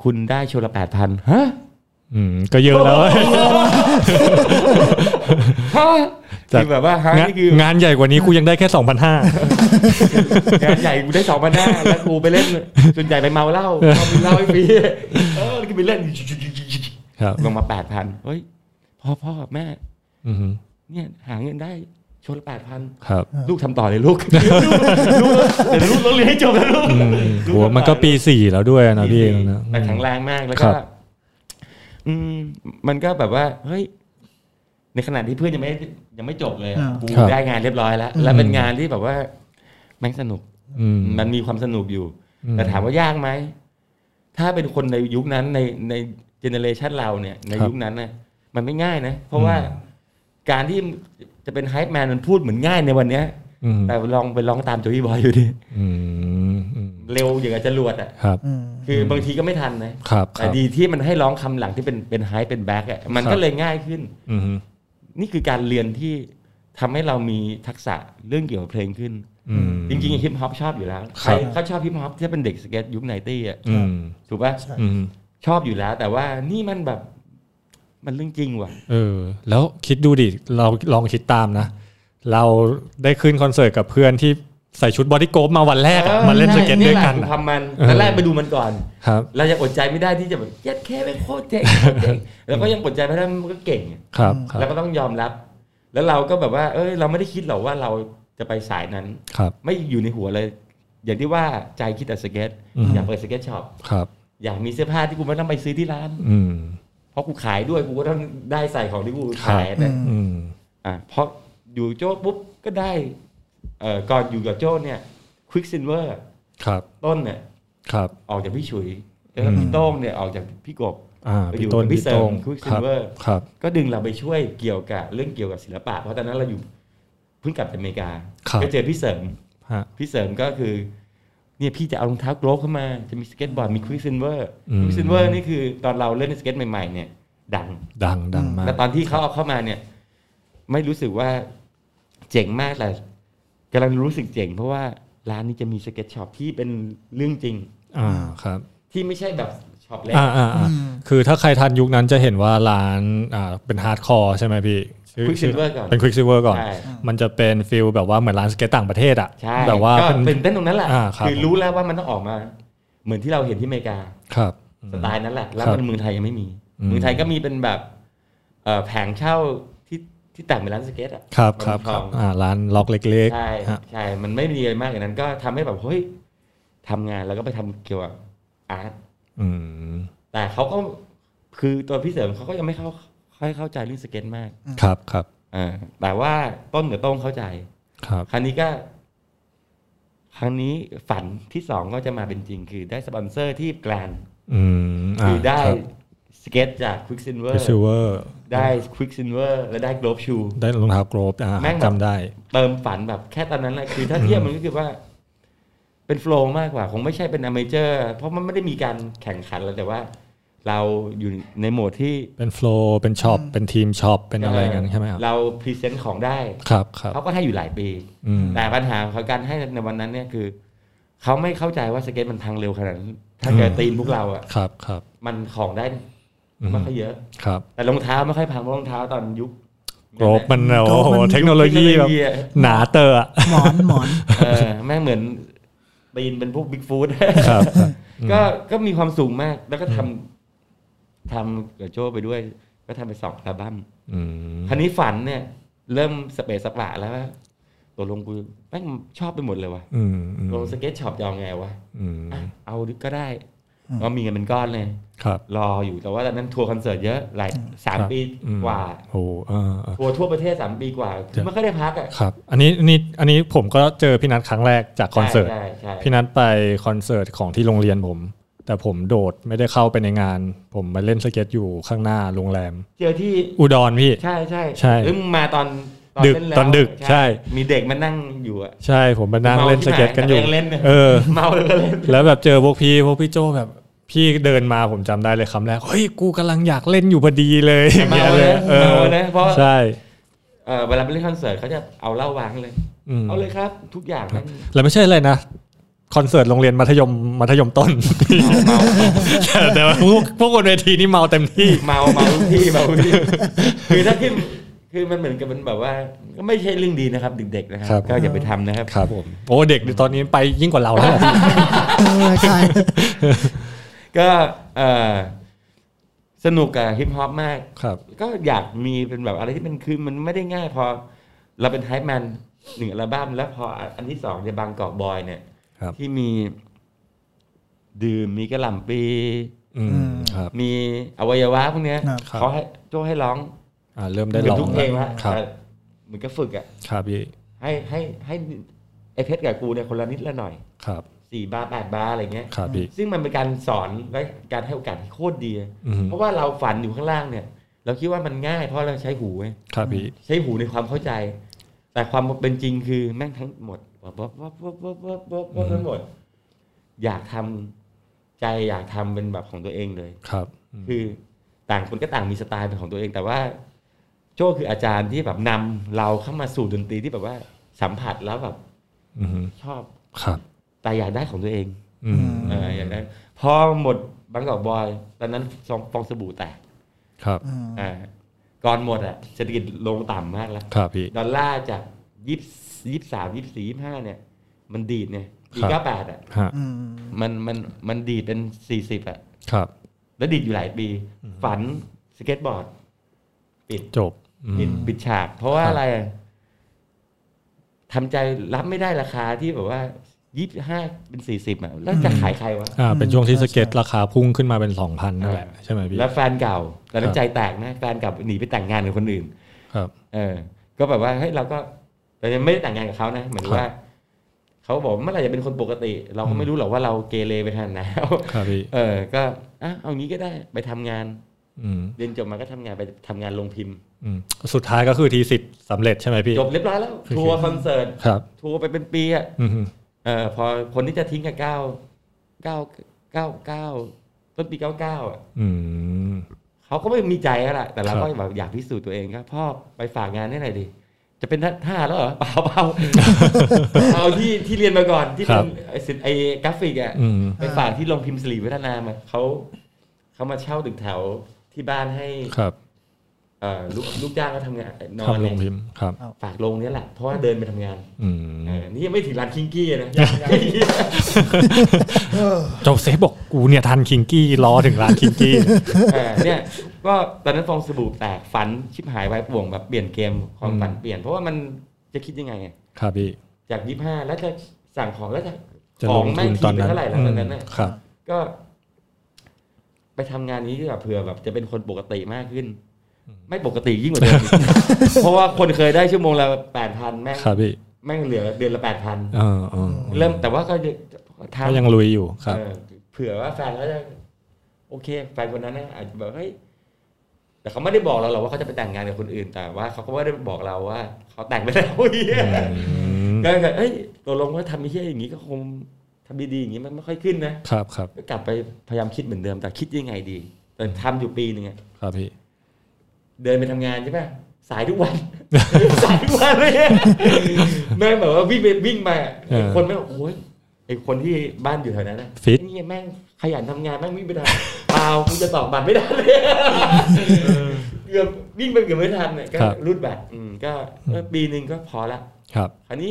[SPEAKER 5] คุณได้โชว์ละแปดพันฮะ
[SPEAKER 3] อืมก็เยอะแล้ว
[SPEAKER 5] ฮะ
[SPEAKER 3] จาก
[SPEAKER 5] คือแบบว่าฮะ
[SPEAKER 3] งาน
[SPEAKER 5] นี่คือง
[SPEAKER 3] านใหญ่กว่านี้กูยังได้แค่ 2,500
[SPEAKER 5] งานใหญ่กูได้สองพันห้าแล้วกูไปเล่นส่วนใหญ่ไปเมาเหล้าเขามีเหล้าให้ฟรีเออแล้วก็ไปเล่น
[SPEAKER 3] ครับ
[SPEAKER 5] ลงมาแปดพันเฮ้ยพ่อพ่อแม่
[SPEAKER 3] อืม
[SPEAKER 5] เนี่ย หาเงินได้โชว์ละแปดพัน
[SPEAKER 3] ครับ
[SPEAKER 5] ลูกทำต่อเลยลูก ลูกลูกเดี๋ยวลูกต้องเรียนให้จบนะลูก
[SPEAKER 3] อืม
[SPEAKER 5] ลู
[SPEAKER 3] โหมันก็ปีสี่แล้วด้วยนะพี่นะ
[SPEAKER 5] แต่แข็งแรงมากแล้ว
[SPEAKER 3] ครั
[SPEAKER 5] ก็
[SPEAKER 3] บ
[SPEAKER 5] อืมมันก็แบบว่า เฮ้ย ในขณะที่เพื่อนยังไม่ยังไม่จบเลยอะ
[SPEAKER 2] อ่า
[SPEAKER 5] กูได้งานเรียบร้อยแล้ว แล้วเป็นงานที่แบบว่า แม่งสนุก
[SPEAKER 3] อืม
[SPEAKER 5] มันมีความสนุกอยู่
[SPEAKER 3] อืม
[SPEAKER 5] แต่ถามว่ายากไหม ถ้าเป็นคนในยุคนั้นในในเจเนเรชันเราเนี่ย ใน
[SPEAKER 3] ครับ
[SPEAKER 5] ยุคนั้นนะมันไม่ง่ายนะ เพราะว่าการที่จะเป็นไฮป์แมนมันพูดเหมือนง่ายในวันเนี้ย
[SPEAKER 3] อืม
[SPEAKER 5] แต่ลองไปลองตามโจยบอยอยู่ดิ
[SPEAKER 3] อืมอืม
[SPEAKER 5] เร็วอย่างกับจรวดอ่ะ
[SPEAKER 3] ครับ
[SPEAKER 2] อืม
[SPEAKER 5] คือบางทีก็ไม่ทันนะครับ
[SPEAKER 3] ค
[SPEAKER 5] แต่
[SPEAKER 3] รับ
[SPEAKER 5] ดีที่มันให้ร้องคำหลังที่เป็นเป็นไฮเป็นแบ็กอ่ะมั
[SPEAKER 3] ค
[SPEAKER 5] น
[SPEAKER 3] รับ
[SPEAKER 5] ก็เลยง่ายขึ้น
[SPEAKER 3] อืม
[SPEAKER 5] นี่คือการเรียนที่ทำให้เรามีทักษะเรื่องเกี่ยวกับเพลงขึ้น
[SPEAKER 3] อืม
[SPEAKER 5] จริงๆฮิปฮอปชอบอยู่แล้ว
[SPEAKER 3] ค
[SPEAKER 5] ใค
[SPEAKER 3] รั
[SPEAKER 5] ร
[SPEAKER 3] บ
[SPEAKER 5] เขาชอบฮิปฮอปที่เป็นเด็กสเก็ตยุคไนตี้อ่ะ
[SPEAKER 3] อืม
[SPEAKER 5] ถูกป่ะ
[SPEAKER 2] ใช่
[SPEAKER 3] อืม
[SPEAKER 5] ชอบอยู่แล้ว แต่ว่านี่มันแบบมันเรื่องจริงว่ะ
[SPEAKER 3] เออ แล้วคิดดูดิ เราลองคิดตามนะ เราได้ขึ้นคอนเสิร์ตกับเพื่อนที่ใส่ชุดบอดี้โกฟมาวันแรกอะมาเล่นสเก็ตด้วยกัน
[SPEAKER 5] แหละ
[SPEAKER 3] อะ
[SPEAKER 5] ทำมัน
[SPEAKER 3] เออ
[SPEAKER 5] ตอนแรกไปดูมันก่อน
[SPEAKER 3] ครับ
[SPEAKER 5] เรายังอดใจไม่ได้ที่จะแบบเย็ดแค่เป็นโคตรเจ๋งโคตรเจ๋งแล้วก็ยังอดใจไม่ได้มันก็เก่ง
[SPEAKER 3] ครับครั
[SPEAKER 5] แล้ว
[SPEAKER 3] บ
[SPEAKER 5] ก็ต้องยอมรับ แล้วเราก็แบบว่า เอ้ย เราไม่ได้คิดหรอกว่าเราจะไปสายนั้น
[SPEAKER 3] ครับ
[SPEAKER 5] ไม่อยู่ในหัวเลย อย่างที่ว่าใจคิดแต่สเก็ต
[SPEAKER 3] อืม
[SPEAKER 5] อยากเปิดสเก็ตช็อป
[SPEAKER 3] ครับ
[SPEAKER 5] อยากมีเสื้อผ้าที่กูไม่ต้องไปซื้อที่ร้าน
[SPEAKER 3] อืม
[SPEAKER 5] เพราะกูขายด้วย กูก็ต้องได้ใส่ของที่กูขาย
[SPEAKER 2] อื
[SPEAKER 5] นะ
[SPEAKER 2] ม
[SPEAKER 3] อืม
[SPEAKER 5] อ่ะเพราะอยู่โจ้ปุ๊บก็ได้ เอ่อ ก่อนอยู่กับโจ้เนี่ย ควิกซินเวอร์
[SPEAKER 3] ครับ
[SPEAKER 5] ต้นเนี่ย
[SPEAKER 3] ครับ
[SPEAKER 5] ออกจากพี่ฉุย แล้วก็พี่โต้งเนี่ยออกจากพี่กบ
[SPEAKER 3] อ่า
[SPEAKER 5] อยู่
[SPEAKER 3] พี่ต้น
[SPEAKER 5] กับพี่
[SPEAKER 3] พี่
[SPEAKER 5] เสริม
[SPEAKER 3] โต้ง
[SPEAKER 5] Quicksilver
[SPEAKER 3] ครับ
[SPEAKER 5] ก็ดึงเราไปช่วยเกี่ยวกับเรื่องเกี่ยวกับศิลปะ เพราะตอนนั้นเราอยู่เพิ่งกลับจากอเมริกา
[SPEAKER 3] ครับ
[SPEAKER 5] ก็เจอพี่เสริม
[SPEAKER 3] ฮะ
[SPEAKER 5] พี่เสริมก็คือ เนี่ยพี่จะเอารองเท้าโกลฟเข้ามา จะมีสเก็ตบอร์ดมีควิกซินเวอร์
[SPEAKER 3] อืม
[SPEAKER 5] ควิกซินเวอร์นี่คือตอนเราเล่นสเก็ตใหม่ๆเนี่ย ดัง
[SPEAKER 3] ดังดังมาก
[SPEAKER 5] แต่ตอนที่เขาเอาเข้ามาเนี่ย ไม่รู้สึกว่าเจ๋งมากแต่กำลังรู้สึกเจ๋ง เพราะว่าร้านนี้จะมีสเก็ตช็อปที่เป็นเรื่องจริง
[SPEAKER 3] อ่าครับ
[SPEAKER 5] ที่ไม่ใช่แบบช็อปเล็ก
[SPEAKER 3] อ่าอ่าอ่า
[SPEAKER 2] อืม
[SPEAKER 3] คือถ้าใครทันยุคนั้นจะเห็นว่าร้านอ่าเป็นฮาร์ดคอร์ใช่ไหมพี่ชื่อ
[SPEAKER 5] Quicksilver ก่อน
[SPEAKER 3] เป็นควิกซิเวอร์ก่อน
[SPEAKER 5] ใช่
[SPEAKER 3] มันจะเป็นฟิลแบบว่าเหมือนร้านสเก็ตต่างประเทศอ่ะ
[SPEAKER 5] ใช่
[SPEAKER 3] แบบว่า
[SPEAKER 5] ก็
[SPEAKER 3] เป็
[SPEAKER 5] ตื่
[SPEAKER 3] น
[SPEAKER 5] นเต้นตรงนั้นแหละ
[SPEAKER 3] อ่าครับ
[SPEAKER 5] คือรู้แล้วว่ามันต้องออกมา เหมือนที่เราเห็นที่อเมริกา
[SPEAKER 3] ครับ
[SPEAKER 5] สไตล์นั้นแหละ แล้ว
[SPEAKER 3] ครับ
[SPEAKER 5] มันเมืองไทยยังไม่มี
[SPEAKER 3] อืม
[SPEAKER 5] เมืองไทยก็มีเป็นแบบเอ่อแผงเช่าที่ ที่แต่งเป็นร้านสเก็ตอ่ะ
[SPEAKER 3] ครับครับครับอ่าร้านล็อกเล็ก
[SPEAKER 5] ใช่
[SPEAKER 3] ๆฮะ
[SPEAKER 5] ใช่มันไม่มีอะไรมากอย่างนั้น ก็ทำให้แบบเฮ้ยทำงานแล้วก็ไปทำเกี่ยวกับอาร์ต
[SPEAKER 3] อืม
[SPEAKER 5] แต่เขาก็คือตัวพี่เสริมเขาก็ยังไม่เข้าค่อยเข้าใจเรื่องสเก็ตมาก
[SPEAKER 3] ครับครับ
[SPEAKER 5] อ่าแต่ว่าต้นกับต้งเข้าใจ
[SPEAKER 3] ครับ
[SPEAKER 5] ครั้งนี้ก็ ครั้งนี้ฝันที่สองก็จะมาเป็นจริง คือได้สปอนเซอร์ที่แกลน
[SPEAKER 3] อืมอ่า
[SPEAKER 5] คือได้
[SPEAKER 3] ครับ
[SPEAKER 5] สเก็ตจาก Quick Silver
[SPEAKER 3] พิซซิเวอร์
[SPEAKER 5] ได้ Quick Silver และได้ Globe Shoe
[SPEAKER 3] ได้รองเท้าโกรบอ่า
[SPEAKER 5] แม่งแบบ
[SPEAKER 3] จำได้
[SPEAKER 5] เติมฝันแบบแค่ตอนนั้นแหละคือถ้าเทียบมันก็คือว่า เป็นโฟลว์มากกว่า คงไม่ใช่เป็นอเมเจอร์ เพราะมันไม่ได้มีการแข่งขันแล้วแต่ว่า เราอยู่ในโหมดที่
[SPEAKER 3] เป็นโฟลว์เป็นช็อปเป็นทีมช็อปเป็นอะไรกันใช่ไหมครับ
[SPEAKER 5] เราพรีเซนต์ของได้
[SPEAKER 3] ครับครับ
[SPEAKER 5] เขาก็ให้อยู่หลายปี
[SPEAKER 3] อืม
[SPEAKER 5] แต่ปัญหาของการให้ในวันนั้นเนี่ยคือ เขาไม่เข้าใจว่าสเก็ตมันพังเร็วขนาดนั้นถ้าเกิดตีนพวกเราอ่ะ
[SPEAKER 3] ครับครับ
[SPEAKER 5] มันของได้
[SPEAKER 3] อืม
[SPEAKER 5] ไม่ค่อยเยอะ
[SPEAKER 3] ครับ
[SPEAKER 5] แต่รองเท้าไม่ค่อยพังเพราะรองเท้าตอนยุค
[SPEAKER 3] โกรบมันโอ้โห
[SPEAKER 2] มัน
[SPEAKER 3] เทคโนโลยีแบบ
[SPEAKER 5] เอ
[SPEAKER 3] หนาเตอะอะ
[SPEAKER 2] หมอนหมอน
[SPEAKER 5] อแม่งเหมือนตีนเป็นพวกบิ๊กฟู ด
[SPEAKER 3] ครับ
[SPEAKER 5] ก็ก็มีความสูงมาก แล้วก็ทำทำกับโจไปด้วย ก็ทำไปสองอัลบั้ม
[SPEAKER 3] อืม
[SPEAKER 5] คราวนี้ฝันเนี่ย เริ่มสเปซสปะแล้วว่าตัวลงกูแม่งชอบไปหมดเลยว่ะ
[SPEAKER 3] อืมอืม
[SPEAKER 5] ลงสเก็ตช็อปจะเอาไงวะ
[SPEAKER 3] อืม
[SPEAKER 5] อ่ะเอาดิก็ได้ก็มีเงินเป็นก้อนเลย
[SPEAKER 3] ครับ
[SPEAKER 5] รออยู่แต่ว่าตอนนั้นทัวร์คอนเสิร์ตเยอะหลายสาม
[SPEAKER 3] ครับ
[SPEAKER 5] ปี
[SPEAKER 3] อืม
[SPEAKER 5] กว่า
[SPEAKER 3] โอ้เออเออ
[SPEAKER 5] ทัวร์ทั่วประเทศสามปีกว่า
[SPEAKER 3] เดี๋ยว
[SPEAKER 5] ไม่ค่อยได้พักอ่ะ
[SPEAKER 3] ครับ อันนี้อันนี่อันนี้ผมก็เจอพี่นัทครั้งแรกจากคอนเสิร์ต
[SPEAKER 5] ใช่ใช่ใช่
[SPEAKER 3] พี่นัทไปคอนเสิร์ตของที่โรงเรียนผม แต่ผมโดดไม่ได้เข้าไปในงาน ผมมาเล่นสเก็ตอยู่ข้างหน้าโรงแรม
[SPEAKER 5] เจอที่
[SPEAKER 3] อุดรพี่
[SPEAKER 5] ใช่ใช่
[SPEAKER 3] ใช่
[SPEAKER 5] หรือมึงมาตอน
[SPEAKER 3] ดึก
[SPEAKER 5] เล่แล้ว
[SPEAKER 3] ตอนดึกใช่
[SPEAKER 5] มีเด็กมานั่งอยู่อ่ะ
[SPEAKER 3] ใช่ผมมานั่งเล่นสเก็ตกันอยู่
[SPEAKER 5] เมาที่ไหนแต่ก็ยังเล่นเนี่ย
[SPEAKER 3] เออ
[SPEAKER 5] เมาแล้วก็เล่น
[SPEAKER 3] แล้วแบบเจอพวกพี่พวกพี่โจแบบพี่เดินมาผมจำได้เลยคำแรกเฮ้ยกูกำลังอยากเล่นอยู่พอดีเลยอย่างเงี้ยเลย
[SPEAKER 5] เมาเลยนะเพราะ
[SPEAKER 3] ใช่
[SPEAKER 5] เออเวลาไปเล่นคอนเสิร์ตเขาจะเอาเหล้าวางเลย
[SPEAKER 3] อืม
[SPEAKER 5] เอาเลยครับ ทุกอย่างแม่ง
[SPEAKER 3] แล้วไม่ใช่อะไรนะคอนเสิร์ตโรงเรียนมัธยมมัธยมต้น
[SPEAKER 5] เมา
[SPEAKER 3] แต่ว่าพวกพวกคนเวทีนี่เมาเต็มที่
[SPEAKER 5] เมาเมาทุกที่เมาทุกที่คือถ้าขึ้นคือมันเหมือนกับมันแบบว่า ก็ไม่ใช่เรื่องดีนะครับเด็กๆนะครับ ก็อย่าไปทำนะครับ
[SPEAKER 3] ครับผมโอ้เด็กตอนนี้ไปยิ่งกว่าเราแล้ว
[SPEAKER 2] เออใช่
[SPEAKER 5] ก็เออสนุกกับฮิปฮอปมาก
[SPEAKER 3] ครับ
[SPEAKER 5] ก็อยากมีเป็นแบบอะไรที่มันคือมันไม่ได้ง่ายพอ เราเป็นไทป์แมนหนึ่งอัลบั้มแล้วพออันที่สองในยบางกอกบอยเนี่ย
[SPEAKER 3] ครับ
[SPEAKER 5] ที่มีดื่มมีกระหล่ำปี
[SPEAKER 3] อืมครับ
[SPEAKER 5] มีอวัยวะพวกเนี้ย
[SPEAKER 3] ครับ
[SPEAKER 5] เขาให้โจ้ให้ร้อง
[SPEAKER 3] อ่าเริ่ม
[SPEAKER 5] เห
[SPEAKER 3] ได้
[SPEAKER 5] มื
[SPEAKER 3] ล
[SPEAKER 5] อ
[SPEAKER 3] อน ง
[SPEAKER 5] ทุกเพลง
[SPEAKER 3] แล้
[SPEAKER 5] ละ
[SPEAKER 3] วครับ
[SPEAKER 5] แต่เหมือนก็ฝึกอ่ะ
[SPEAKER 3] ครับพี่
[SPEAKER 5] ให้ให้ให้ไอเพชรกับกูเนี่ยคนละนิดละหน่อย
[SPEAKER 3] ครับ
[SPEAKER 5] สี่บาร์แปดบาร์อะไรเงี้ย
[SPEAKER 3] ครับพี่
[SPEAKER 5] ซึ่งมันเป็นการสอนและการให้โอกาสที่โคตรดีอะ
[SPEAKER 3] อือฮึ
[SPEAKER 5] เพราะว่าเราฝันอยู่ข้างล่างเนี่ย เราคิดว่ามันง่ายเพราะเราใช้หูไง
[SPEAKER 3] ครับพี่
[SPEAKER 5] ใช้หูในความเข้าใจ แต่ความเป็นจริงคือแม่งทั้งหมดวับวับวับวับวับวับวับวับทั้งหมด อยากทำใจอยากทำเป็นแบบของตัวเองเลย
[SPEAKER 3] ครับอืม
[SPEAKER 5] คือต่างคนก็ต่างมีสไตล์เป็นของตัวเอง แต่ว่า โจ้คืออาจารย์ที่แบบนำเราเข้ามาสู่ดนตรีที่แบบว่าสัมผัสแล้วแบบ
[SPEAKER 3] อืม
[SPEAKER 5] ชอบ
[SPEAKER 3] ครับ
[SPEAKER 5] แต่อยากได้ของตัวเอง
[SPEAKER 3] อืม
[SPEAKER 5] เอออย่างนั้นพอหมดบางกอกบอย ตอนนั้นฟองฟองสบู่แตก
[SPEAKER 3] ครับ
[SPEAKER 5] อ่าก่อนหมดอ่ะเศรษฐกิจลงต่ำมากแล้ว
[SPEAKER 3] ครับพี่
[SPEAKER 5] ดอลลาร์จากยี่ยี่สามยี่สี่ยี่ห้าเนี่ย มันดีดเนี่ยดี
[SPEAKER 3] ครับ
[SPEAKER 5] เก้าแปดอ่ะ
[SPEAKER 3] ฮะ
[SPEAKER 2] อืม
[SPEAKER 5] มันมันมันดีดเป็นสี่สิบอ่ะ
[SPEAKER 3] ครับ
[SPEAKER 5] แล้วดีดอยู่หลายปี ฝันสเก็ตบอร์ด ปิด
[SPEAKER 3] จบอืม
[SPEAKER 5] ปิดปิดฉาก เพราะว่า
[SPEAKER 3] ครับ
[SPEAKER 5] อะไรอะทำใจรับไม่ได้ราคาที่แบบว่ายี่ห้าเป็นสี่สิบอ่ะ แล้วจะขายใครวะ
[SPEAKER 3] อ่าเป็นช่วงที่สเก็ตราคาพุ่งขึ้นมาเป็นสองพันนั่นแหละใช่ไหมพี่
[SPEAKER 5] แล้วแฟนเก่าตอน
[SPEAKER 3] ค
[SPEAKER 5] นั้
[SPEAKER 3] รั
[SPEAKER 5] น
[SPEAKER 3] บ
[SPEAKER 5] ใจแตกนะแฟนเก่าหนีไปแต่งงานกับคนอื่น
[SPEAKER 3] ครับ
[SPEAKER 5] เออ ก็แบบว่าเฮ้ยเราก็แต่ยังไม่ได้แต่งงานกับเขานะเหมือน
[SPEAKER 3] ครับ
[SPEAKER 5] ว่าเขาบอกเมื่อไหร่จะเป็นคนปกติ เราก็
[SPEAKER 3] อืม
[SPEAKER 5] ไม่รู้หรอกว่าเราเกเรไปทางไหนแล้ว
[SPEAKER 3] ครับพี่
[SPEAKER 5] เออ ก็อ่ะเอางี้ก็ได้ไปทำงาน
[SPEAKER 3] อืม
[SPEAKER 5] เรียนจบมาก็ทำงานไปทำงานลงพิมพ์
[SPEAKER 3] อืมสุดท้ายก็คือทีสิทธิ์สำเร็จใช่ไหมพี่
[SPEAKER 5] จบเรียบร้อยแล้ว
[SPEAKER 3] โอเค
[SPEAKER 5] ทัวร์คอนเสิร์ต
[SPEAKER 3] ครับ
[SPEAKER 5] ทัวร์ไปเป็นปีอ่ะ
[SPEAKER 3] อืมฮึ
[SPEAKER 5] เออพอคนที่จะทิ้งกับเก้าเก้าเก้าเก้าต้นปีเก้าเก้าอ่ะ
[SPEAKER 3] อืม
[SPEAKER 5] เขาก็ไม่มีใจแล้วล่ะแต่เรา
[SPEAKER 3] ครับ
[SPEAKER 5] ก็แบบอยากพิสูจน์ตัวเองครับพ่อไปฝากงานได้หน่อยดิ จะเป็นท่าแล้วเหรอ เปล่าเปล่า เอาที่ที่เรียนมาก่อนที่เป็นไอ้สิไอ้กราฟิกอ่ะ
[SPEAKER 3] อืม
[SPEAKER 5] ไปฝากที่โรงพิมพ์สิริวัฒนามาเขาเขามาเช่าตึกแถวที่บ้านให้
[SPEAKER 3] ครับ
[SPEAKER 5] เอ่อลูกลูกจ้างก็ทำงานนอ
[SPEAKER 3] ทำ
[SPEAKER 5] น
[SPEAKER 3] ลงพิมพ์ครับ
[SPEAKER 5] ฝากลงเนี้ยแหละเพราะว่าเดินไปทำงาน
[SPEAKER 3] อืม
[SPEAKER 5] เออนี่ยังไม่ถึงร้านคิงกี้ นะ
[SPEAKER 3] โจเซฟบอกกูเนี่ยทันคิงกี้ล้อถึงร้านคิงกี้
[SPEAKER 5] เออเนี่ย ก็ตอนนั้นฟองสบู่แตกฝันชิบหายไว้ป่วงแบบเปลี่ยนเกมความฝันเปลี่ยน เพราะว่ามันจะคิดยังไงอะ
[SPEAKER 3] ครับพี่
[SPEAKER 5] จากยี่ห้าแล้วจะสั่งของแล้วจะ
[SPEAKER 3] จะ
[SPEAKER 5] ข
[SPEAKER 3] ล
[SPEAKER 5] อง
[SPEAKER 3] ง
[SPEAKER 5] แม่
[SPEAKER 3] ทุ
[SPEAKER 5] ง
[SPEAKER 3] น
[SPEAKER 5] ที
[SPEAKER 3] ตอน
[SPEAKER 5] เป็น
[SPEAKER 3] นั้น
[SPEAKER 5] เท่าไหร่แล้วตอนนั้นน่ะ
[SPEAKER 3] ครับ
[SPEAKER 5] ก็ ไปทำงานนี้ดีกว่าเผื่อแบบจะเป็นคนปกติมากขึ้น ไม่ปกติยิ่งกว่าเดิ มอีก เพราะว่าคนเคยได้ชั่วโมงละแปดพันแม่ง
[SPEAKER 3] ครับพี่
[SPEAKER 5] แม่งเหลือเดือนละแปดพัน
[SPEAKER 3] เออเออ
[SPEAKER 5] เริ่มแต่ว่าก็จะทำ
[SPEAKER 3] ก็ยังลุยอยู่ครับ
[SPEAKER 5] เออเผื่อว่าแฟนเขาจะ โอเค แฟนคนนั้นนะอาจจะแบบเฮ้ยแต่เขาไม่ได้บอกเราหรอกว่าเขาจะไปแต่งงานกับคนอื่น แต่ว่าเขาก็ไม่ได้บอกเราว่าเขาแต่งไปแล้วเฮียก็เลยเฮ้ยตกลงว่าทำไอ้เฮียอย่างนี้ก็คงทำดีๆอย่างนี้มันไม่ค่อยขึ้นนะ
[SPEAKER 3] ครับครับ
[SPEAKER 5] ก็กลับไปพยายามคิดเหมือนเดิมแต่คิดยังไงดี แต่ทำอยู่ปีหนึ่งอะ
[SPEAKER 3] ครับพี่
[SPEAKER 5] เดินไปทำงานใช่ปะสายทุกวัน สายทุกวันเลยแม่งแบบว่าวิ่งไปวิ่งมา
[SPEAKER 3] เออ
[SPEAKER 5] คนแม่งโอ้ยไอคนที่บ้านอยู่แถวนั้นนะ
[SPEAKER 3] ฟิต
[SPEAKER 5] ไอ้เนี่ยแม่งขยันทำงานแม่งวิ่งไปได้ เปล่ากูจะตอบบัตรไม่ได้เลย เกือบวิ่งไปเกือบไม่ทันเนี่ยก็รูดบัตรอืมก็เออปีหนึ่งก็พอละ
[SPEAKER 3] ครับ
[SPEAKER 5] อันนี้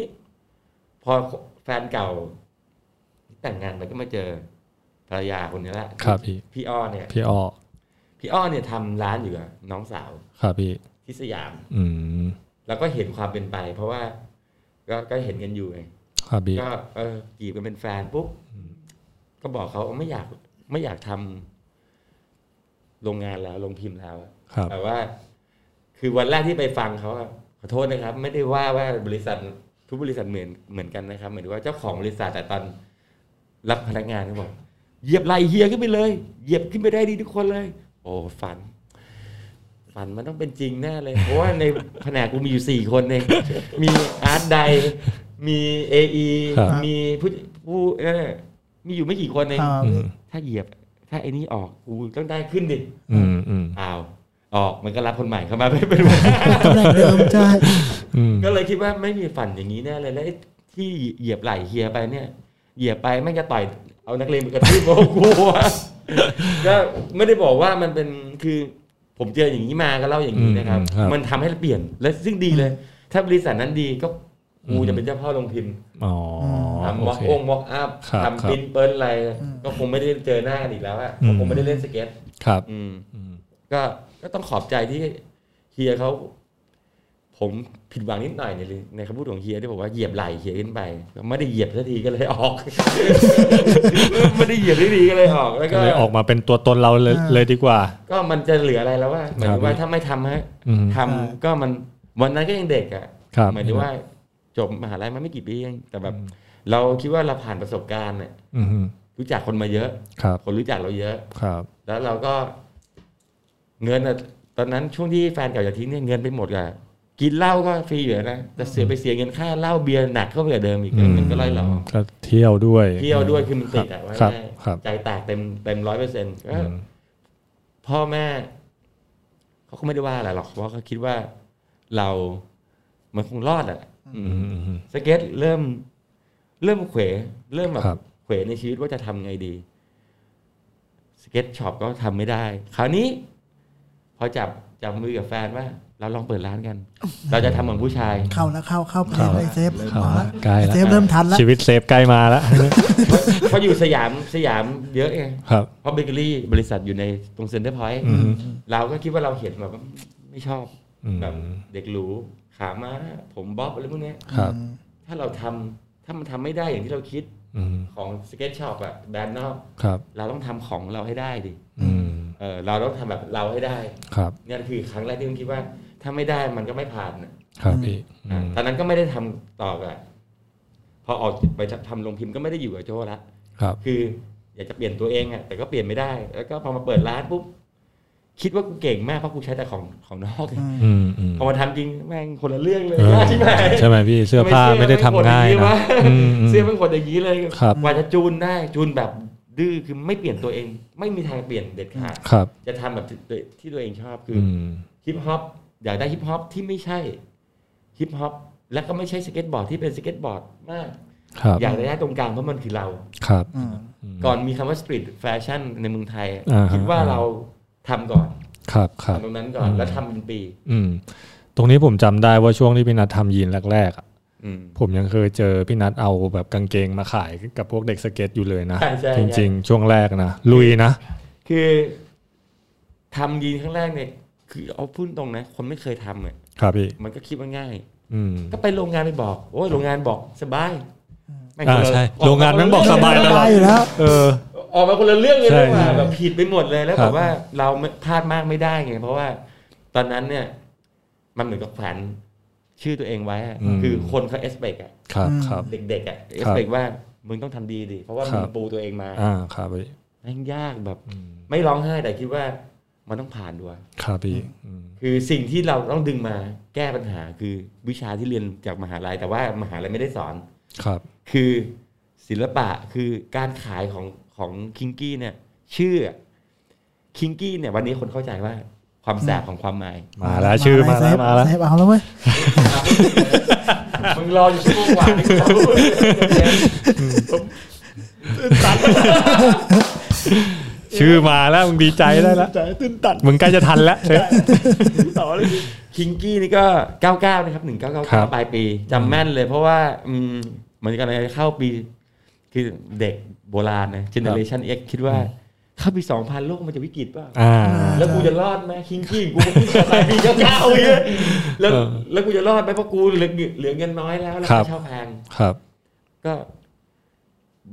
[SPEAKER 5] พอแฟนเก่า แต่งงานไปก็มาเจอภรรยาคนนี้ละ
[SPEAKER 3] ครับพี่
[SPEAKER 5] พี่อ้อเนี่ย
[SPEAKER 3] พี่อ้อ
[SPEAKER 5] พี่อ้อเนี่ยทำร้านอยู่กับน้องสาว
[SPEAKER 3] ครับพี่
[SPEAKER 5] ที่สยาม
[SPEAKER 3] อืม
[SPEAKER 5] แล้วก็เห็นความเป็นไป เพราะว่า ก็ก็เห็นกันอยู่ไง
[SPEAKER 3] ครับพี่
[SPEAKER 5] ก็เออจีบกันเป็นแฟนปุ๊บก็บอกเขาไม่อยาก ไม่อยากทำโรงงานแล้วโรงพิมพ์แล้ว
[SPEAKER 3] ครับ
[SPEAKER 5] แต่ว่า คือวันแรกที่ไปฟังเขาอะขอโทษนะครับ ไม่ได้ว่าว่าบริษัททุกบริษัทเหมือนเหมือนกันนะครับเหมือนว่าเจ้าของบริษัทแต่ตอนรับพนักงานเขาบอกเหยียบไหลเฮียขึ้นไปเลย เหยียบขึ้นไปได้ดีทุกคนเลย โอ้ฝัน ฝันมันต้องเป็นจริงแน่เลย เพราะว่าในแผนกกูมีอยู่สี่คนเองมีอาร์ตไดมีเออ
[SPEAKER 3] ครับ
[SPEAKER 5] มีผู้ผู้เอ่อมีอยู่ไม่กี่คนเอง
[SPEAKER 2] อ่า
[SPEAKER 3] อืม
[SPEAKER 5] ถ้าเหยียบ ถ้าไอ้นี่ออกกูต้องได้ขึ้นดิ
[SPEAKER 3] อืมอืม
[SPEAKER 5] อ้าวออกมันก็รับคนใหม่เข้า มาไม่เป็นไร
[SPEAKER 2] ตำแหน่งเดิมใช่
[SPEAKER 3] อืม
[SPEAKER 5] ก็เลยคิดว่าไม่มีฝันอย่างนี้แน่เลยแล้วไอ้ที่เหยียบไหล่เฮียไปเนี่ย เหยียบไปไม่งจะต่อยเอานักเลงมากระทื บโอ้กลัวก็ไม่ได้บอกว่ามันเป็นคือผมเจออย่างนี้มาก็เล่าอย่างนี้นะครับ มันทำให้เปลี่ยนและซึ่งดีเลย ถ้าบริษัทนั้นดีก็กูจะเป็นเจ้าพ่อลงพิมพ์
[SPEAKER 3] อ๋อ
[SPEAKER 5] ทำ
[SPEAKER 3] โอ
[SPEAKER 5] วอล์ก
[SPEAKER 3] เค
[SPEAKER 5] องวอล์กอัพ
[SPEAKER 3] ครับครั
[SPEAKER 5] ทำ
[SPEAKER 3] บ
[SPEAKER 5] ปิ้นเปิ้ลอะไร
[SPEAKER 2] อืม
[SPEAKER 5] ก็คงไม่ได้เจอหน้ากันอีกแล้วอะ
[SPEAKER 3] อืม
[SPEAKER 5] คงไม่ได้เล่นสเก็ต
[SPEAKER 3] ครับ
[SPEAKER 5] อืม
[SPEAKER 3] อืม
[SPEAKER 5] ก็ก็ต้องขอบใจที่เฮียเขา ผมผิดหวังนิดหน่อยในในคำพูดของเฮียที่บอกว่าเหยียบไหล่เฮียขึ้นไปไม่ได้เหยียบสักทีก็เลยออก ไม่ได้เหยียบสักทีก็เลยออกแล้ว
[SPEAKER 3] ก็
[SPEAKER 5] ก็
[SPEAKER 3] เลยออกมาเป็นตัวตนเราเลย
[SPEAKER 2] อ่า
[SPEAKER 3] เลยดีกว่า
[SPEAKER 5] ก็มันจะเหลืออะไรแล้วว่าหมายถึงว่าถ้าไม่ทำฮะ
[SPEAKER 3] อืม
[SPEAKER 5] ทำก็มันวันนั้นก็ยังเด็กอ่ะ
[SPEAKER 3] ครับ
[SPEAKER 5] หมายถึงว่าจบมหาลัยมาไม่กี่ปีเองแต่แบบ เราคิดว่าเราผ่านประสบการณ์เนี่ย
[SPEAKER 3] อืม
[SPEAKER 5] รู้จักคนมาเยอะ
[SPEAKER 3] ครับ
[SPEAKER 5] คนรู้จักเราเยอะ
[SPEAKER 3] ครับ
[SPEAKER 5] แล้วเราก็เงินอะตอนนั้นช่วงที่แฟนเก่าจะทิ้งเนี่ยเงินไปหมดอะกินเหล้าก็ฟรีอยู่แล้วนะแต่เสียไปเสียเงินค่าเหล้าเบียร์หนักเข้าไปกว่าเดิมอีก
[SPEAKER 3] อืม
[SPEAKER 5] เงินก็ร้อยหลอ
[SPEAKER 3] ก็เที่ยวด้วย
[SPEAKER 5] เที่ยวด้วยคือมันติดอะว่า
[SPEAKER 3] ครับ
[SPEAKER 5] ง่าย
[SPEAKER 3] ครับ
[SPEAKER 5] ใจแตกเต็มเต็มร้อยเปอร์เซ็นต์ก็
[SPEAKER 3] อืม
[SPEAKER 5] พ่อแม่เขาก็ไม่ได้ว่าอะไรหรอกเพราะเขาคิดว่าเรามันคงรอดอะอื
[SPEAKER 3] อื
[SPEAKER 5] ม
[SPEAKER 3] มอืม
[SPEAKER 5] สเก็ตเริ่ม เริ่มเขวเริ่มแบบ
[SPEAKER 3] ครับ
[SPEAKER 5] เขวในชีวิตว่าจะทำไงดี สเก็ตช็อปก็ทำไม่ได้ คราวนี้ พอจับจับมือกับแฟนว่า เราลองเปิดร้านกัน เราจะทำเหมือนผู้ชาย
[SPEAKER 2] เข้าแล้วเข้าเข้าไปเลยเซฟ
[SPEAKER 3] เข้า
[SPEAKER 2] มา
[SPEAKER 3] ละ
[SPEAKER 2] ละ
[SPEAKER 3] ใกล้ละ
[SPEAKER 2] เซฟเริ่มทันแล้ว
[SPEAKER 3] ชีวิตเซฟใกล้มาแล้ว
[SPEAKER 5] เพราะอยู่สยามสยามเยอะไง
[SPEAKER 3] ครับ
[SPEAKER 5] เพราะเบเกอรี่บริษัทอยู่ในตรงเซ็นเตอร์พอยต์
[SPEAKER 3] อืม
[SPEAKER 5] เราก็คิดว่าเราเห็นแบบว่าไม่ชอบ
[SPEAKER 3] อืม
[SPEAKER 5] แบบเด็กหรูขามาผมบ๊อบอะไรพวกเนี้ย
[SPEAKER 3] ครับ
[SPEAKER 5] ถ้าเราทำถ้ามันทำไม่ได้อย่างที่เราคิด
[SPEAKER 3] อืม
[SPEAKER 5] ของสเก็ตช็อปอะแบรนด์นอก
[SPEAKER 3] ครับ
[SPEAKER 5] เราต้องทำของเราให้ได้ดิ
[SPEAKER 3] อืม
[SPEAKER 5] เออเราต้องทำแบบเราให้ได้
[SPEAKER 3] ครับ
[SPEAKER 5] เนี่ยคือครั้งแรกที่ผมคิดว่า ถ้าไม่ได้มันก็ไม่ผ่านน่ะ
[SPEAKER 3] ครับพี่อื
[SPEAKER 5] อ่ะ
[SPEAKER 3] ม
[SPEAKER 5] ตอนนั้นก็ไม่ได้ทำต่อกับพอออกไปทำลงพิมพ์ก็ไม่ได้อยู่กับโจละ
[SPEAKER 3] ครับ
[SPEAKER 5] คืออยากจะเปลี่ยนตัวเองอ่ะแต่ก็เปลี่ยนไม่ได้ แล้วก็พอมาเปิดร้านปุ๊บคิดว่ากูเก่งมากเพราะกูใช้แต่ของของนอก
[SPEAKER 2] อืม
[SPEAKER 3] อืมอืม
[SPEAKER 5] พอมาทำจริงแม่งคนละเรื่องเลย
[SPEAKER 3] เออ
[SPEAKER 5] ใช่ไหม
[SPEAKER 3] ใช่ไหมพี่เสื้อผ้าไม่ได้ทำง่ายนะอืมอืม
[SPEAKER 5] เสื้อเป็นคนอย่างนี้เลย
[SPEAKER 3] ครับ
[SPEAKER 5] กว่าจะจูนได้จูนแบบดื้อคือไม่เปลี่ยนตัวเอง ไม่มีทางเปลี่ยนเด็ดขาด
[SPEAKER 3] ครับ
[SPEAKER 5] จะทำแบบที่ตัวที่ตัวเองชอบคือ
[SPEAKER 3] อื
[SPEAKER 5] อ
[SPEAKER 3] ม
[SPEAKER 5] ฮิปฮอปอยากได้ฮิปฮอปที่ไม่ใช่ฮิปฮอปและก็ไม่ใช่สเก็ตบอร์ดที่เป็นสเก็ตบอร์ดมาก
[SPEAKER 3] ครับ
[SPEAKER 5] อยากได้ตรงกลางเพราะมันคือเรา
[SPEAKER 3] ครับ
[SPEAKER 2] อืม
[SPEAKER 3] ม
[SPEAKER 5] ก่อนมีคำว่าสตรีทแฟชั่นในเมืองไทย
[SPEAKER 3] อ่าฮะ
[SPEAKER 5] คิดว่าเราทำก่อน
[SPEAKER 3] ครับครับ
[SPEAKER 5] ทำตรงนั้นก่อน
[SPEAKER 3] อืม
[SPEAKER 5] แล้วทำเป็นปี
[SPEAKER 3] อืม ตรงนี้ผมจำได้ว่าช่วงที่พี่นัททำยีนแรกๆอะ
[SPEAKER 5] อืม
[SPEAKER 3] ผมยังเคยเจอพี่นัทเอาแบบกางเกงมาขายกับพวกเด็กสเก็ตอยู่เลยนะ
[SPEAKER 5] ใช่ใช่ใช่
[SPEAKER 3] จริง ๆ ช่วงแรกนะ ลุยนะ
[SPEAKER 5] คือ ทำยีนข้างแรกเนี่ยคือเอาพูดตรงนะ คนไม่เคยทำอ่ะ
[SPEAKER 3] ครับพี่
[SPEAKER 5] มันก็คิดว่าง่าย
[SPEAKER 3] อืม
[SPEAKER 5] ก็ไปโรงงานไปบอก โอ้ยโรงงานบอกสบายแม่ง
[SPEAKER 3] อ่า
[SPEAKER 5] คนละ
[SPEAKER 3] ใช่
[SPEAKER 5] อม
[SPEAKER 3] โรงงานแม่งบอกสบายต
[SPEAKER 5] ค
[SPEAKER 3] ล
[SPEAKER 5] น
[SPEAKER 3] อ
[SPEAKER 5] ละ
[SPEAKER 3] ด
[SPEAKER 2] อยู่แล้ว
[SPEAKER 3] เออ
[SPEAKER 5] ออกมาคนละเรื่องเลย
[SPEAKER 3] ใช่
[SPEAKER 5] ด้วยว่า
[SPEAKER 3] ใช่
[SPEAKER 5] แบบผิดไปหมดเลยแล้ว
[SPEAKER 3] ครับ
[SPEAKER 5] แบบว่าเราไม่พลาดมากไม่ได้ไงเพราะว่า ตอนนั้นเนี่ย มันเหมือนกับแขวนชื่อตัวเองไว้อะคือคนเขาเอสเปกอะ
[SPEAKER 3] ครับ
[SPEAKER 2] อืม
[SPEAKER 3] ครับ
[SPEAKER 5] เด็กๆอะเอสเปกว่ามึงต้องทำดีดิเพราะว่า
[SPEAKER 3] ครั
[SPEAKER 5] มึง
[SPEAKER 3] บ
[SPEAKER 5] ปูตัวเองมา
[SPEAKER 3] อ่าครับพี่
[SPEAKER 5] แม่งยากแบบ
[SPEAKER 3] อืม
[SPEAKER 5] ไม่ร้องไห้แต่คิดว่ามันต้องผ่านด้วย
[SPEAKER 3] ครับพี่อืม
[SPEAKER 5] คือสิ่งที่เราต้องดึงมาแก้ปัญหาคือวิชาที่เรียนจากมหาลัย แต่ว่ามหาลัยไม่ได้สอน
[SPEAKER 3] ครับ
[SPEAKER 5] คือศิลปะคือการขายของของคิงกี้เนี่ย ชื่อคิงกี้เนี่ย วันนี้คนเข้าใจว่าความแสบของความหมาย
[SPEAKER 3] มาแล้วชื่อมาแล้วมาแล้ว
[SPEAKER 2] เซฟเอาแล้วเว้ย
[SPEAKER 5] มึงรออยู่ชั่วโมงกว่านี่กูรู้
[SPEAKER 3] ชื่อมาแล้วมึงดีใจได้แล้ว
[SPEAKER 4] ใจตื่นตัน
[SPEAKER 3] มึงใกล้จะทันแล้วเชฟ
[SPEAKER 4] ต่อเลย
[SPEAKER 5] คิงกี้นี่ก็ 99 นะครับ
[SPEAKER 3] ครั
[SPEAKER 5] 1999
[SPEAKER 3] บ
[SPEAKER 5] ปลายปีจำแม่นเลยเพราะว่าอืมมันกำลังจะเข้าปี คือเด็กโบราณนะเจเนอเรชัน X คิดว่า เข้าปี 2000 โลกมันจะวิกฤตเปล่า
[SPEAKER 3] อ่า
[SPEAKER 5] แล้วกูจะรอดไหมคิงคิงกูกูจะตายปีเก้าเก้าอย่างเงี้ยแล้ว
[SPEAKER 3] เออ
[SPEAKER 5] แล้วกูจะรอดไหมเพราะกูเหลือเหลือเงินน้อยแล้วแล้ว
[SPEAKER 3] ครับ
[SPEAKER 5] เช่าแพง
[SPEAKER 3] ครับ
[SPEAKER 5] ก็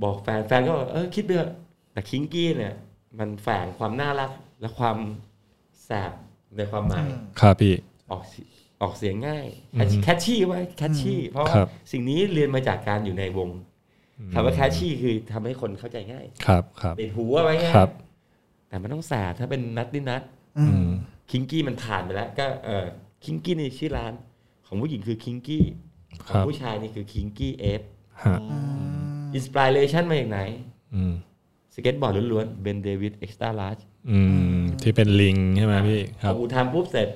[SPEAKER 5] บอกแฟนแฟนก็บอกเออคิดไปเถอะแต่คิงกี้เนี่ย มันแฝงความน่ารักและความแสบในความหมาย
[SPEAKER 3] ครับพี่
[SPEAKER 5] ออกเสียออกเสียงง่าย
[SPEAKER 3] อืม
[SPEAKER 5] แคชชี่ไว้แคชชี่เพราะว่า
[SPEAKER 3] ครับ
[SPEAKER 5] สิ่งนี้เรียนมาจากการอยู่ในวงคำว่าแคชชี่คือทำให้คนเข้าใจง่าย
[SPEAKER 3] ครับครับ
[SPEAKER 5] ติดหูเอาไว้ง่าย
[SPEAKER 3] ครับ
[SPEAKER 5] แต่มันต้องแสบถ้าเป็นนัดนี่นัด
[SPEAKER 2] อื
[SPEAKER 3] อื
[SPEAKER 2] ม
[SPEAKER 3] ม
[SPEAKER 5] คิงกี้มันผ่านไปแล้ว ก็เออคิงกี้นี่ชื่อร้าน ของผู้หญิงคือคิงกี้ข
[SPEAKER 3] ค
[SPEAKER 5] อง
[SPEAKER 3] รับ
[SPEAKER 5] ผู้ชายนี่คือคิงกี้เอฟ
[SPEAKER 3] ฮะ
[SPEAKER 5] อินสปิเรชันมาจากไหน
[SPEAKER 3] อืม
[SPEAKER 5] สเก็ตบอร์ดล้วนๆเบนเดวิดเอ็กซ์ตาร์ลาร์จ
[SPEAKER 3] อืมที่เป็นลิงใช่ไหมพี่ค
[SPEAKER 5] พ
[SPEAKER 3] รั
[SPEAKER 5] อบ กูทำปุ๊บเสร็จ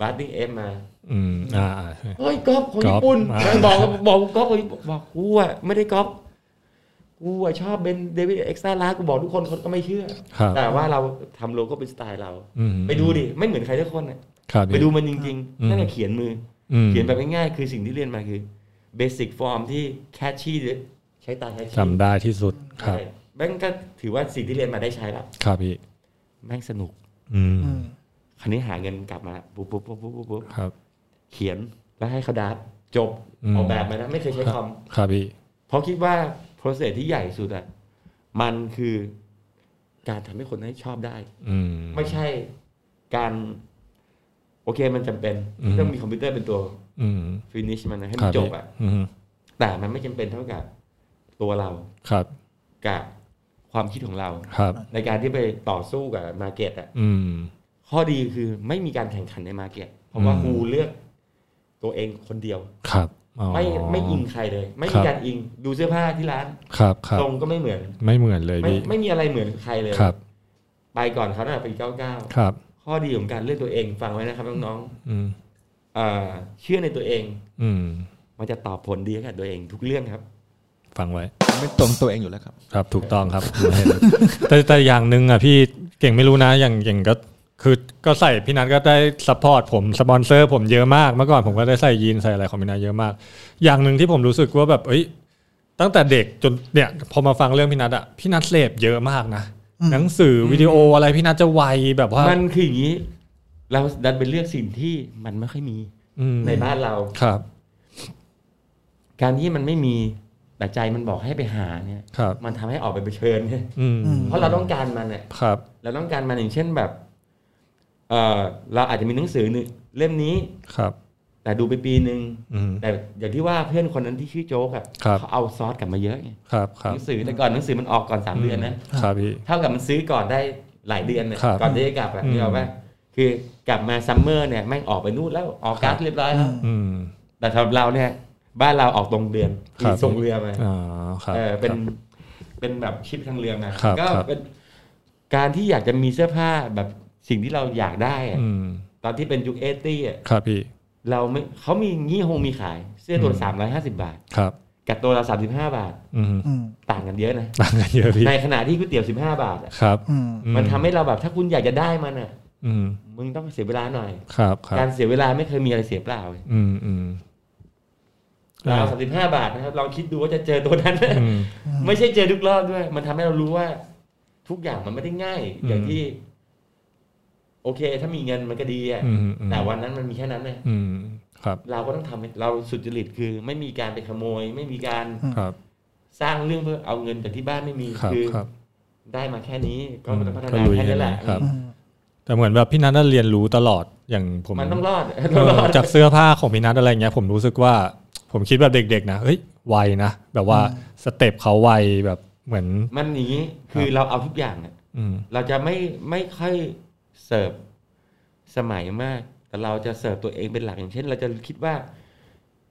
[SPEAKER 5] บาร์ติ้งเอฟมา
[SPEAKER 3] อืมอ่าอ่าใช่
[SPEAKER 5] เฮ้ยก๊อฟของญี่ปุ่น
[SPEAKER 3] ก๊อฟอ่า
[SPEAKER 5] แม่งบอกบอกกูก๊อฟของญี่ปุ่นบอกกูอ่ะไม่ได้ก๊อฟกูอ่ะชอบเบนเดวิดเอ็กซ์ตาร์ลาร์จกูบอกทุกคนคนก็ไม่เชื่อ
[SPEAKER 3] ครับ
[SPEAKER 5] แต่ว่าเราทำโลโก้เป็นสไตล์เรา
[SPEAKER 3] อืม
[SPEAKER 5] ไปดูดิ ไม่เหมือนใครทุกคนอ่ะ
[SPEAKER 3] ครับพี่
[SPEAKER 5] ไปดูมันจริง
[SPEAKER 3] อืม
[SPEAKER 5] ๆนั่นแหละเขียนมือ
[SPEAKER 3] อืม
[SPEAKER 5] เขียนแบบง่ายๆ คือสิ่งที่เรียนมาคือเบสิกฟอร์มที่แคชชี่หรือใช้ตาแคชชี่
[SPEAKER 3] จำได้ที่สุดครับ
[SPEAKER 5] ใช่แม่งก็ถือว่าสิ่งที่เรียนมาได้ใช้แล้ว
[SPEAKER 3] ครับพี่
[SPEAKER 5] แม่งสนุก
[SPEAKER 3] อืม
[SPEAKER 2] อืม
[SPEAKER 5] คราวนี้หาเงินกลับมาปุ๊บปุ๊บปุ๊บปุ๊บปุ๊บปุ๊บ
[SPEAKER 3] ครับ
[SPEAKER 5] เขียนแล้วให้เขาดัดจบ
[SPEAKER 3] อืม
[SPEAKER 5] ออกแบบมานะไม่เคยใช้คอม
[SPEAKER 3] ครับพี่
[SPEAKER 5] เพราะคิดว่าโปรเซสที่ใหญ่สุดอ่ะมันคือการทำให้คนให้ชอบได้
[SPEAKER 3] อืม
[SPEAKER 5] ไม่ใช่การ โอเคมันจำเป็น
[SPEAKER 3] อืม
[SPEAKER 5] ต้องมีคอมพิวเตอร์เป็นตัว
[SPEAKER 3] อืม
[SPEAKER 5] ฟินิชมันนะให้
[SPEAKER 3] ค
[SPEAKER 5] มั
[SPEAKER 3] รั
[SPEAKER 5] น
[SPEAKER 3] บ
[SPEAKER 5] จ
[SPEAKER 3] พี่
[SPEAKER 5] บอ่ะ
[SPEAKER 3] อืม
[SPEAKER 5] แต่มันไม่จำเป็นเท่ากับตัวเรา
[SPEAKER 3] ครับ
[SPEAKER 5] กับความคิดของเรา
[SPEAKER 3] ครับ
[SPEAKER 5] ในการที่ไปต่อสู้กับมาเก็ตอ่ะ
[SPEAKER 3] อืม
[SPEAKER 5] ข้อดีคือไม่มีการแข่งขันในมาเก็ตเพราะว่า
[SPEAKER 3] อืม
[SPEAKER 5] ครูเลือกตัวเองคนเดียว
[SPEAKER 3] ครับอ๋อ
[SPEAKER 5] ไม่ไม่อิงใครเลย ไม่
[SPEAKER 3] ครั
[SPEAKER 5] มี
[SPEAKER 3] บ
[SPEAKER 5] การอิงดูเสื้อผ้าที่ร้าน
[SPEAKER 3] ครับครับ
[SPEAKER 5] ทรงก็ไม่เหมือน
[SPEAKER 3] ไม่เหมือนเลย
[SPEAKER 5] ไม่
[SPEAKER 3] พี่
[SPEAKER 5] ไม่มีอะไรเหมือนใครเลย
[SPEAKER 3] ครับ
[SPEAKER 5] ไปก่อนเขาน่ะปีเก้าเก้า
[SPEAKER 3] ครับ
[SPEAKER 5] ข้อดีของการเลือกตัวเองฟังไว้นะครับน้อง
[SPEAKER 3] อืม
[SPEAKER 5] ๆเอ่อเชื่อในตัวเอง
[SPEAKER 3] อืม
[SPEAKER 5] มันจะตอบผลดีกับตัวเองทุกเรื่องครับ
[SPEAKER 3] ฟังไว้
[SPEAKER 4] ไม่ตรงตัวเองอยู่แล้วครับ
[SPEAKER 3] ครับถูกต้องครับ แต่แต่อย่างหนึ่งอ่ะพี่เก่งไม่รู้นะอย่างอย่างก็คือก็ใส่พี่นัทก็ได้ซัพพอร์ตผมสปอนเซอร์ผมเยอะมากเมื่อก่อนผมก็ได้ใส่ยีนใส่อะไรของพี่นัทเยอะมาก อย่างหนึ่งที่ผมรู้สึกว่าแบบเอ้ยตั้งแต่เด็กจนเนี่ยพอมาฟังเรื่องพี่นัทอ่ะพี่นัทเสพเยอะมากนะหนังสือวิดีโออะไรพี่นัทจะไวแบบว่า
[SPEAKER 5] มันคืออย่างนี้ เราดันไปเลือกสิ่งที่มันไม่ค่อยมี
[SPEAKER 3] อืม
[SPEAKER 5] ในบ้านเรา
[SPEAKER 3] ครับ
[SPEAKER 5] การที่มันไม่มีแต่ใจมันบอกให้ไปหาเนี่ย
[SPEAKER 3] ครับ
[SPEAKER 5] มันทำให้ออกไปเผชิญเนี่ย
[SPEAKER 3] อืม
[SPEAKER 5] เพราะเราต้องการมันเนี่ย
[SPEAKER 3] ครับ
[SPEAKER 5] เราต้องการมันอย่างเช่นแบบเออเราอาจจะมีหนังสือหนึ่งเล่มนี้
[SPEAKER 3] ครับ
[SPEAKER 5] แต่ดูไปปีหนึ่ง
[SPEAKER 3] อืม
[SPEAKER 5] แต่อย่างที่ว่าเพื่อนคนนั้นที่ชื่อโจ๊กอะ
[SPEAKER 3] ครับ
[SPEAKER 5] เขาเอาซอสกลับมาเยอะไง
[SPEAKER 3] ครับครั
[SPEAKER 5] ห
[SPEAKER 3] บ
[SPEAKER 5] นังสือแต่ก่อนหนังสือมันออกก่อนสามเดือนนะครับ
[SPEAKER 3] พี่
[SPEAKER 5] เท่ากับมันซื้อก่อนได้หลายเดือนเนี่ย
[SPEAKER 3] ครับ
[SPEAKER 5] ก่อนที่จะกลับอะ
[SPEAKER 3] อืม
[SPEAKER 5] นึกออกปะคือกลับมาซัมเมอร์เนี่ยแม่งออกไปนู่นแล้วออกการ์ดเรียบร้อยแล้ว
[SPEAKER 3] อืม
[SPEAKER 5] แต่สำหรับเราเนี่ย บ้านเราออกตรงเดือน
[SPEAKER 3] ครับ
[SPEAKER 5] ส่งเรือมา
[SPEAKER 3] อ๋อครับ
[SPEAKER 5] เออเป็น
[SPEAKER 3] ครับ
[SPEAKER 5] เป็นแบบชิปทางเรือมา
[SPEAKER 3] ครับ
[SPEAKER 5] ก็
[SPEAKER 3] ครับ
[SPEAKER 5] เป็นการที่อยากจะมีเสื้อผ้าแบบสิ่งที่เราอยากได้อะ
[SPEAKER 3] อืม
[SPEAKER 5] ตอนที่เป็นยุคเอตี้อ่ะ
[SPEAKER 3] ครับพี่
[SPEAKER 5] เราไม่เขามีงี้คงมีขาย เสื้อตัว
[SPEAKER 3] อืม
[SPEAKER 5] สามร้อยห้าสิบาท
[SPEAKER 3] ครับ
[SPEAKER 5] กับตัวละสามสิบห้าบาท
[SPEAKER 3] อืม
[SPEAKER 2] อืม
[SPEAKER 5] ต่างกันเยอะนะ
[SPEAKER 3] ต่างกันเยอะพี่
[SPEAKER 5] ในขณะที่ก๋วยเตี๋ยวสิบห้าบาทอะ
[SPEAKER 3] ครับ
[SPEAKER 2] อืม
[SPEAKER 3] อื
[SPEAKER 5] มันทำให้เราแบบถ้าคุณอยากจะได้มันอ่ะ
[SPEAKER 3] อืม
[SPEAKER 5] มึงต้องเสียเวลาหน่อย
[SPEAKER 3] ครับครั
[SPEAKER 5] การ
[SPEAKER 3] บ
[SPEAKER 5] เสียเวลาไม่เคยมีอะไรเสียเปล่าเลย
[SPEAKER 3] อืมอืม
[SPEAKER 5] เราสามสิบห้าบาทนะครับลองคิดดูว่าจะเจอตัวนั้น
[SPEAKER 3] อืม
[SPEAKER 5] ไม่ใช่เจอทุกรอบด้วย มันทำให้เรารู้ว่า ทุกอย่างมันไม่ได้ง่าย
[SPEAKER 3] อืม
[SPEAKER 5] อย่างที่ โอเค ถ้ามีเงินมันก็ดีอะ
[SPEAKER 3] อืมอืม
[SPEAKER 5] แต่วันนั้นมันมีแค่นั้นเลย
[SPEAKER 3] อืมครับ
[SPEAKER 5] เราก็ต้องทำให้เราสุจริตคือ ไม่มีการไปขโมย ไม่มีการ
[SPEAKER 3] ครับ
[SPEAKER 5] สร้างเรื่องเพื่อเอาเงินจากที่บ้านไม่มี
[SPEAKER 3] ครับ
[SPEAKER 5] อ
[SPEAKER 3] ครับ
[SPEAKER 5] ได้มาแค่นี้ก็
[SPEAKER 3] อืม
[SPEAKER 5] ต้องพัฒ
[SPEAKER 3] ก็
[SPEAKER 5] นา
[SPEAKER 3] ลุย
[SPEAKER 5] แค่
[SPEAKER 3] กั
[SPEAKER 5] นี้
[SPEAKER 3] น
[SPEAKER 5] แหละ
[SPEAKER 3] ครับ แต่เหมือนแบบพี่นัทน่ะเรียนรู้ตลอดอย่างผม
[SPEAKER 5] มันต้องรอด
[SPEAKER 3] เอ
[SPEAKER 5] ต้อง
[SPEAKER 3] อ
[SPEAKER 5] รอด
[SPEAKER 3] จากเสื้อผ้าของพี่นัทอะไรเงี้ยผมรู้สึกว่าผมคิดแบบเด็กๆนะเฮ้ยไวนะแบบว่าสเต็ปเขาไวแบบเหมือน
[SPEAKER 5] มันอย่างนี้คือเราเอาทุกอย่างอะ
[SPEAKER 3] อืม
[SPEAKER 5] เราจะไม่ไม่ค่อยเสิร์ฟสมัยมาก แต่เราจะเสิร์ฟตัวเองเป็นหลักอย่างเช่น เราจะคิดว่า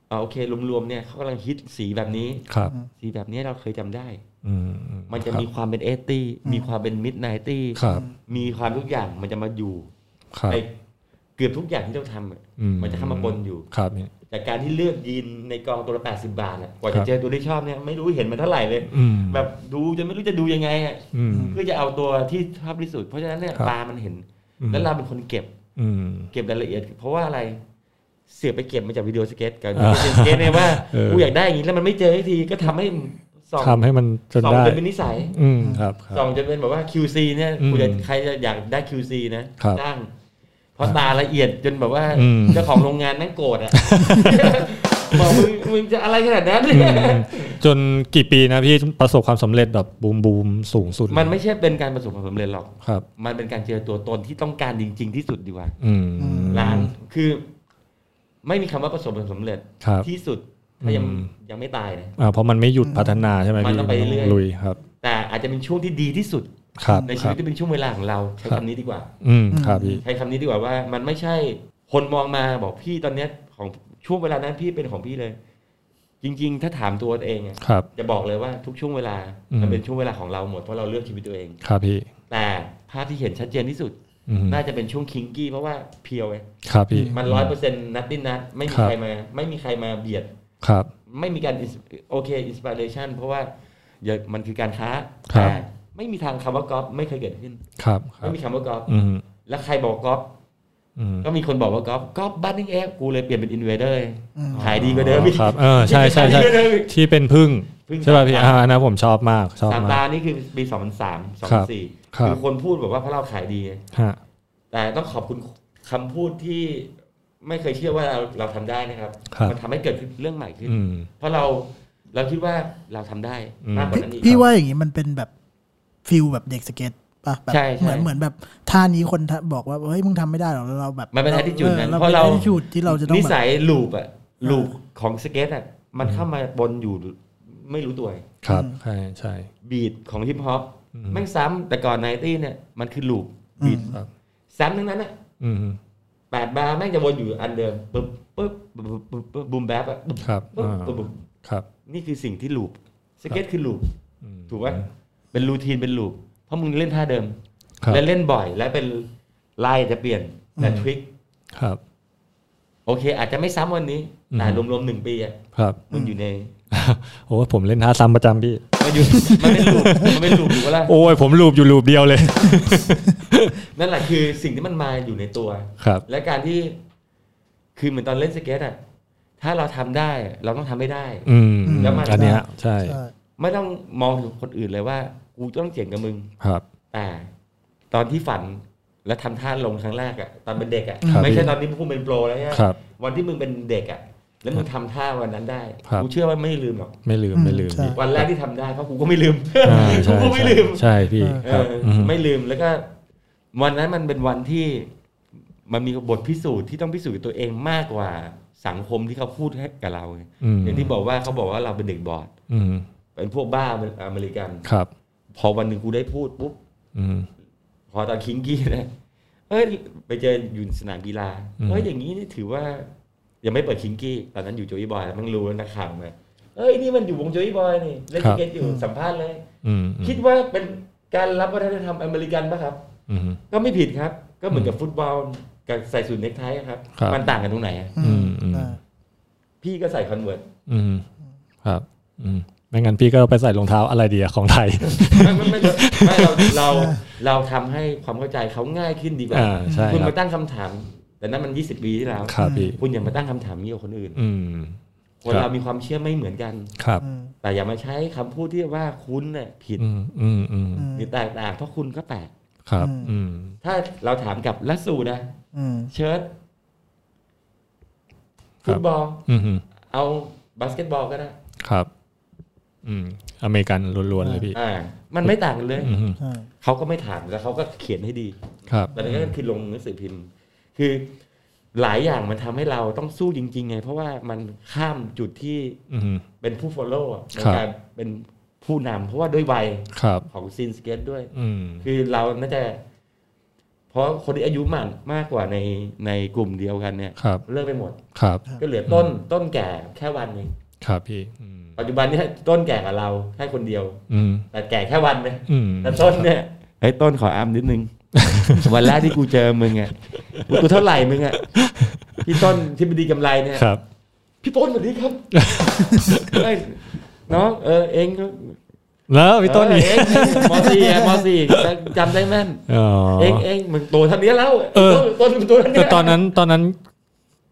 [SPEAKER 5] อ่าโอเครวมๆเนี่ยเขากำลังฮิตสีแบบนี้
[SPEAKER 3] ครับ
[SPEAKER 5] สีแบบนี้เราเคยจำได้
[SPEAKER 3] อืม
[SPEAKER 5] มันจะมีความเป็นเอตี้มีความเป็นมิดไนตี้
[SPEAKER 3] ครับ
[SPEAKER 5] มีความทุกอย่างมันจะมาอยู่
[SPEAKER 3] ครับ
[SPEAKER 5] ในเกือบทุกอย่างที่เราทำอะ
[SPEAKER 3] อืม
[SPEAKER 5] มันจะเข้ามาปนอยู่
[SPEAKER 3] ครับเนี่ย
[SPEAKER 5] จากการที่เลือกยีนในกองตัวละ80 บาทอะกว่า
[SPEAKER 3] ครั
[SPEAKER 5] จะ
[SPEAKER 3] บ
[SPEAKER 5] เจอตัวที่ชอบเนี่ยไม่รู้เห็นมันเท่าไหร่เลย
[SPEAKER 3] อืม
[SPEAKER 5] แบบดูจะไม่รู้จะดูยังไงอะ
[SPEAKER 3] อืม
[SPEAKER 5] เพื่อจะเอาตัวที่ชอบที่สุด เพราะฉะนั้นเนี่ย
[SPEAKER 3] ครับ
[SPEAKER 5] ตามันเห็น
[SPEAKER 3] อืม
[SPEAKER 5] แล้วเราเป็นคนเก็บ
[SPEAKER 3] อืม
[SPEAKER 5] เก็บรายละเอียด เพราะว่าอะไรเสียไปเก็บมาจากวิดีโอสเก็ตกับวิ
[SPEAKER 3] อ่า
[SPEAKER 5] ดีโอสเก็ตเนี่ยว่า
[SPEAKER 3] เออ
[SPEAKER 5] กูอยากได้อย่างนี้แล้วมันไม่เจอทีก็ทำให้ส่อง
[SPEAKER 3] ทำให้มันจน
[SPEAKER 5] ส่อง
[SPEAKER 3] ได้
[SPEAKER 5] จนเป็นนิสัย
[SPEAKER 3] อืมครับค
[SPEAKER 5] ส่
[SPEAKER 3] รั
[SPEAKER 5] อบ งจนเป็นแบบว่า QC เนี่ย
[SPEAKER 3] อืม
[SPEAKER 5] กูจะใครจะอยากได้ QC นะครับ จ้างเพราะตาละเอียดจนแบบว่า
[SPEAKER 3] อืม
[SPEAKER 5] เจ้าของโรงงานแม่งโกรธ อ่ะ บอกมึงมึงจะอะไรขนาดนั้น
[SPEAKER 3] อืมจนกี่ปีนะพี่ประสบความสำเร็จแบบบูมบูมสูงสุด
[SPEAKER 5] มันไม่ใช่เป็นการประสบความสำเร็จหรอก
[SPEAKER 3] ครับ
[SPEAKER 5] มันเป็นการเจอตัวตนที่ต้องการจริง ๆ ที่สุดดีกว่า
[SPEAKER 3] อืม
[SPEAKER 5] ร้านคือ ไม่มีคำว่าประสบความสำเร็จ
[SPEAKER 3] ครับ
[SPEAKER 5] ที่สุดถ้ายัง
[SPEAKER 3] อืม
[SPEAKER 5] ยังไม่ตายนะ
[SPEAKER 3] อ่าเพราะมันไม่หยุดพัฒนาใช่ไหม
[SPEAKER 5] มัน
[SPEAKER 3] พี่
[SPEAKER 5] ต้องไปเรื่อย
[SPEAKER 3] ลุยครับ
[SPEAKER 5] แต่อาจจะเป็นช่วงที่ดีที่สุด
[SPEAKER 3] ครับ
[SPEAKER 5] ในชี
[SPEAKER 3] ครับ
[SPEAKER 5] วิตที่เป็นช่วงเวลาของเราใช้
[SPEAKER 3] ครับ
[SPEAKER 5] คำนี้ดีกว่า
[SPEAKER 3] อืมครับพี่
[SPEAKER 5] ใช้คำนี้ดีกว่าว่า มันไม่ใช่คนมองมาบอกพี่ตอนเนี้ยของช่วงเวลานั้นพี่เป็นของพี่เลย จริง ๆ ถ้าถามตัวเองอะ
[SPEAKER 3] ครับ
[SPEAKER 5] จะบอกเลยว่าทุกช่วงเวลา
[SPEAKER 3] อืม
[SPEAKER 5] มันเป็นช่วงเวลาของเราหมดเพราะเราเลือกชีวิตตัวเอง
[SPEAKER 3] ครับพี่
[SPEAKER 5] แต่ภาพที่เห็นชัดเจนที่สุด
[SPEAKER 3] อืม
[SPEAKER 5] น่าจะเป็นช่วงคิงกี้เพราะว่าเพียวไง
[SPEAKER 3] ครับพี่
[SPEAKER 5] มันร้อยเปอร์เซ็นต์นัดดิ้นนัดไม่มี
[SPEAKER 3] ครับ
[SPEAKER 5] ใครมา ไม่มีใครมาเบียด
[SPEAKER 3] ครับ
[SPEAKER 5] ไม่มีการ ins- โอเคอินสปิเรชันเพราะว่าอย่ามันคือการค้า
[SPEAKER 3] ครับ
[SPEAKER 5] แต่ไม่มีทางคำว่ากอล์ฟไม่เคยเกิดขึ้น
[SPEAKER 3] ครับครั
[SPEAKER 5] ไม่
[SPEAKER 3] บ
[SPEAKER 5] มีคำว่ากอล์ฟ
[SPEAKER 3] อืม
[SPEAKER 5] แล้วใครบอกกอล์ฟ
[SPEAKER 3] อืม
[SPEAKER 5] ก็มีคนบอกว่ากอล์ฟกอล์ฟบ้านนิ่งเอฟกูเลยเปลี่ยนเป็นอินเวเดอร์ขายดีกว่าเดิมอีก
[SPEAKER 3] ครับเออใช่ใช่ใช่
[SPEAKER 5] ขายดีกว่าเดิมอีก
[SPEAKER 3] ที่เป็นพึ่ง
[SPEAKER 5] พึ่ง
[SPEAKER 3] ใช่ป่ะพี่
[SPEAKER 5] สามตา
[SPEAKER 3] อ่าอันนะผมชอบมากชอบ
[SPEAKER 5] สาม
[SPEAKER 3] มา
[SPEAKER 5] ตาก นี่คือปีสองพันสามสอง
[SPEAKER 3] ครั
[SPEAKER 5] พั
[SPEAKER 3] บ
[SPEAKER 5] นสี่
[SPEAKER 3] ครับ
[SPEAKER 5] คือคนพูดบอกว่าเพราะเราขายดี
[SPEAKER 3] ฮะ
[SPEAKER 5] แต่ต้องขอบคุณคำพูดที่ไม่เคยเชื่อว่าเราเราทำได้นะครับ
[SPEAKER 3] ครับ
[SPEAKER 5] มันทำให้เกิดขึ้นเรื่องใหม่ขึ้น
[SPEAKER 3] อืม
[SPEAKER 5] เพราะเราเราคิดว่าเราทำได้
[SPEAKER 3] อืม
[SPEAKER 5] มากกว่านั้นอีก
[SPEAKER 2] พี่ว่าอย่างนี้มันเป็นแบบฟิลแบบเด็กสเก็ตป่ะแบบ
[SPEAKER 5] ใช่ใช่
[SPEAKER 2] เหมือนเหมือนแบบท่านี้คนบอกว่าเฮ้ยมึงทำไม่ได้หรอกแล้วเราแบบ
[SPEAKER 5] มันเป็น attitude นั้น
[SPEAKER 2] เรา
[SPEAKER 5] เพราะ
[SPEAKER 2] เป็น
[SPEAKER 5] เรา
[SPEAKER 2] แอทิจูดที่เราจะต้อง
[SPEAKER 5] นิ
[SPEAKER 2] แบบ
[SPEAKER 5] สัยลูปอะลูปของสเก็ตอะมันเข้ามาบนอยู่ไม่รู้ตัว
[SPEAKER 3] ครับใช่ใช่
[SPEAKER 5] บีดของฮิปฮอป
[SPEAKER 3] อืม
[SPEAKER 5] แม่งซ้ำแต่ก่อนไนตี้เนี่ยมันคือลูป
[SPEAKER 2] อืม
[SPEAKER 5] บีด
[SPEAKER 3] ครับ
[SPEAKER 5] ซ้ำทั้งนั้นอะ
[SPEAKER 3] อืม
[SPEAKER 5] แปดบาร์แม่งจะวนอยู่อันเดิมปึ๊บปึ๊บปึ๊บปึ๊บปึ๊บบูมแบ๊บอะปึ๊บ
[SPEAKER 3] ครับ
[SPEAKER 5] ปึ๊บ
[SPEAKER 3] อ่า
[SPEAKER 5] ปึ๊บปึ๊บ
[SPEAKER 3] ครับ
[SPEAKER 5] นี่คือสิ่งที่ลูปสเก็ตคือลูป
[SPEAKER 3] อืม
[SPEAKER 5] ถูกปะเป็นรูทีนเป็นลูปเพราะมึงเล่นท่าเดิม
[SPEAKER 3] ครับ
[SPEAKER 5] และเล่นบ่อย และเป็นลายจะเปลี่ยนแต่ทริค
[SPEAKER 3] ครับ
[SPEAKER 5] โอเค อาจจะไม่ซ้ำวันนี้
[SPEAKER 3] อืม
[SPEAKER 5] แต่รวมๆหนึ่งปีอะ
[SPEAKER 3] ครับ
[SPEAKER 5] มันอยู่ใน
[SPEAKER 3] โอ้ยผมเล่นท่าซ้ำประจำพี่
[SPEAKER 5] มันอยู่ มันเป็นลูปมันเป็นลูปอยู่ว่าล่ะ
[SPEAKER 3] โอ้ยผมลูปอยู่ลูปเดียวเลย
[SPEAKER 5] นั่นแหละคือสิ่งที่มันมาอยู่ในตัว
[SPEAKER 3] ครับ
[SPEAKER 5] และการที่คือเหมือนตอนเล่นสเก็ตอะถ้าเราทำได้เราต้องทำไม่ได้
[SPEAKER 3] อืม
[SPEAKER 5] แล้วมัน
[SPEAKER 3] อันเนี้ยใช่
[SPEAKER 2] ใช่
[SPEAKER 5] ไม่ต้องมองถึงคนอื่นเลยว่ากูต้องเจ๋งกับมึง
[SPEAKER 3] ครับ
[SPEAKER 5] แต่ตอนที่ฝันและทำท่าลงครั้งแรกอะตอนเป็นเด็กอะ
[SPEAKER 3] ครับ
[SPEAKER 5] ไม่ใช่ตอนนี้พวกมึงเป็นโปรแล้วใช่ไหม
[SPEAKER 3] ครับ
[SPEAKER 5] วันที่มึงเป็นเด็กอะแล้วมึงทำท่าวันนั้นได้
[SPEAKER 3] ครับ
[SPEAKER 5] กูเชื่อว่าไม่ลืมหรอก
[SPEAKER 3] ไม่ลืมไม่ลืมพี่
[SPEAKER 5] วันแรกที่ทำได้เพราะกูก็ไม่ลืม
[SPEAKER 3] อ่าใช่
[SPEAKER 5] กูก็ไม่
[SPEAKER 3] ใช่
[SPEAKER 5] ลืม
[SPEAKER 3] ใช่พี่ครับ
[SPEAKER 5] เออ
[SPEAKER 3] ม
[SPEAKER 5] ไม่ลืมแล้วก็ วันนั้นมันเป็นวันที่มันมีบทพิสูจน์ที่ต้องพิสูจน์กับตัวเองมากกว่าสังคมที่เขาพูดให้กับเราไง
[SPEAKER 3] อืม
[SPEAKER 5] อย่างที่บอกว่าเขาบอกว่าเราเป็นเด็กบอด
[SPEAKER 3] อืม
[SPEAKER 5] เป็นพวกบ้าอเมริกัน
[SPEAKER 3] ครับ
[SPEAKER 5] พอวันหนึ่งกูได้พูดปุ๊บ
[SPEAKER 3] อืม
[SPEAKER 5] พอตอนคิงกี้นะเอ้ยไปเจออยู่สนามกีฬา
[SPEAKER 3] อืม
[SPEAKER 5] เอ้ยอย่างนี้นี่ถือว่า ยังไม่เปิดคิงกี้ตอนนั้นอยู่โจยบอยมันรู้นักข่าวมาเอ้ยนี่มันอยู่วงโจยบอยนี่เล่นสเก็ตอยู่สัมภาษณ์เลย
[SPEAKER 3] อืมอืม
[SPEAKER 5] คิดว่าเป็นการรับวัฒนธรรมอเมริกันปะครับ
[SPEAKER 3] อืม
[SPEAKER 5] ก็ไม่ผิดครับ ก็เหมือนกับฟุตบอลกับใส่สูทเน็กไทอะครับ
[SPEAKER 3] ครับ
[SPEAKER 5] มันต่างกันตรงไหนอะ
[SPEAKER 3] อืมอืม
[SPEAKER 2] ใช่
[SPEAKER 5] พี่ก็ใส่คอนเวิร์ต
[SPEAKER 3] อืมครับ อืมไม่งั้นพี่ก็ไปใส่รองเท้าอะไรดีอะของไทย
[SPEAKER 5] ไม่ไม่ไม่ไม่เราเราเราทำให้ความเข้าใจเขาง่ายขึ้นดีกว่า
[SPEAKER 3] อ่าใช่
[SPEAKER 5] คุณ
[SPEAKER 3] ครั
[SPEAKER 5] มา
[SPEAKER 3] บ
[SPEAKER 5] ตั้งคำถาม แต่นั่นมัน 20 ปีที่แล้ว
[SPEAKER 3] ครับพี่
[SPEAKER 5] คุณอย่ามาตั้งคำถามนี้กับคนอื่น
[SPEAKER 3] อืม
[SPEAKER 5] คนเรามีความเชื่อไม่เหมือนกัน
[SPEAKER 3] ครับ
[SPEAKER 2] อืม
[SPEAKER 5] แต่อย่ามาใช้คำพูดที่ว่าคุณน่ะผิด
[SPEAKER 3] อืมอืมอืม
[SPEAKER 2] อืม
[SPEAKER 5] หรือแตกต่างเพราะคุณก็แตก
[SPEAKER 3] ครับ อืม
[SPEAKER 5] ถ้าเราถามกับลัสซูนะ
[SPEAKER 6] อืม
[SPEAKER 5] เชิ้ต
[SPEAKER 3] ครับ
[SPEAKER 5] ฟุตบอล
[SPEAKER 3] อืมฮึ
[SPEAKER 5] เอาบาสเกตบอลก็ได้
[SPEAKER 3] ครับ อืม อเมริกันล้วนๆเลยพี่
[SPEAKER 5] อ่า มันไม่ต่างกันเลย
[SPEAKER 3] อืมฮึ
[SPEAKER 6] ใช่
[SPEAKER 5] เขาก็ไม่ถามแล้วเขาก็เขียนให้ดี
[SPEAKER 3] ครับ
[SPEAKER 5] แต่นั่นก็คือลงหนังสือพิมพ์ คือหลายอย่างมันทำให้เราต้องสู้จริง ๆ ไง เพราะว่ามันข้ามจุดที่
[SPEAKER 3] อืมฮึ
[SPEAKER 5] เป็นผู้ follow อะใน
[SPEAKER 3] ครับ
[SPEAKER 5] การเป็นผู้นำเพราะว่าด้วยวัย
[SPEAKER 3] ครับ
[SPEAKER 5] ของซีนสเก็ตด้วย
[SPEAKER 3] อืม
[SPEAKER 5] คือเราน่าจะ เพราะคนที่อายุมากมากกว่าในในกลุ่มเดียวกันเนี่ย
[SPEAKER 3] ครับ
[SPEAKER 5] เลิกไปหมด
[SPEAKER 3] ครับ
[SPEAKER 5] ก็เหลือต้นต้นแก่แค่วันเอง
[SPEAKER 3] ครับพี่ อืม
[SPEAKER 5] ปัจจุบันเนี่ยต้นแก่กับเราแค่คนเดียว
[SPEAKER 3] อืม
[SPEAKER 5] แต่แก่แค่วันนะ
[SPEAKER 3] อืม
[SPEAKER 5] แต่ต้นเนี่ยไอ้ยต้นขออ้ามนิดนึง วันแรกที่กูเจอมึงอ่ะกูเท่าไหร่มึงอ่ะพี่ต้นที่บดีกำไรเนี่ย
[SPEAKER 3] ครับ
[SPEAKER 5] พี่ต้นสวัสดีครับเอ้ยน้องเออเองก็
[SPEAKER 3] แล้วพี่ต้นนี่
[SPEAKER 5] เออเองมสี่อะมสี่จำได้แม่น
[SPEAKER 3] อ๋อ
[SPEAKER 5] เองเองมึงโตเท่านี้แล้ว
[SPEAKER 3] เออ
[SPEAKER 5] ต้นตัวเท่านี้
[SPEAKER 3] แต่ตอนนั้นตอนนั้น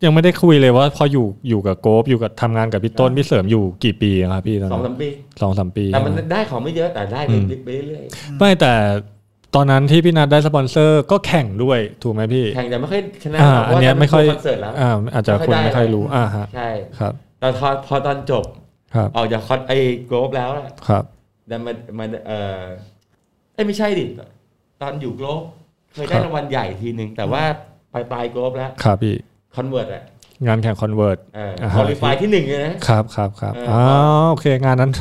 [SPEAKER 3] ยังไม่ได้คุยเลยว่า พออยู่อยู่กับโกฟอยู่กับทำงานกับพี่ต้นพี่เสริมอยู่กี่ปีครับพี่ตอน
[SPEAKER 5] สอง
[SPEAKER 3] นั้
[SPEAKER 5] สาน มปี
[SPEAKER 3] สองสามปี
[SPEAKER 5] แต่มันได้ของไม่เยอะแต่ได้
[SPEAKER 3] อืม
[SPEAKER 5] ไปเรื่อย
[SPEAKER 3] ไม่แต่ตอนนั้นที่พี่นัทได้สปอนเซอร์ก็แข่งด้วยถูกไหมพี่
[SPEAKER 5] ๆแข่งแต่ไม่ค่อยชนะ
[SPEAKER 3] อ่า
[SPEAKER 5] หรก
[SPEAKER 3] อันเนี้ย
[SPEAKER 5] พราะว่า
[SPEAKER 3] ไม่ค่อย
[SPEAKER 5] ตนนั้นคอนเสิร์ตแล้ว
[SPEAKER 3] อ่าอาจจะคนไม่ค่อยรู้อ่าฮะ
[SPEAKER 5] ใช่
[SPEAKER 3] ครับ
[SPEAKER 5] ตอนพอพอตอนจบ
[SPEAKER 3] ครับ
[SPEAKER 5] ออกจากคอนไอ้โกลบแล้วอะ
[SPEAKER 3] ครับ
[SPEAKER 5] แต่มันมันเออเอ้ยไม่ใช่ดิ ตอนอยู่โกลบเคยได้
[SPEAKER 3] ครับ
[SPEAKER 5] รางวัลใหญ่ทีหนึ่งแต่ว่าปลายปลายโกลบแล้ว
[SPEAKER 3] ครับพี่
[SPEAKER 5] คอนเวิร์ตอะ
[SPEAKER 3] งานแข่งคอนเวิร์ต
[SPEAKER 5] เออ
[SPEAKER 3] อ่า
[SPEAKER 5] ค
[SPEAKER 3] ฮะ
[SPEAKER 5] อลิฟายที่หนึ่งเลยนะ
[SPEAKER 3] ครับครับครับ
[SPEAKER 5] เอออ๋
[SPEAKER 3] อ๋อโอเคงานนั้น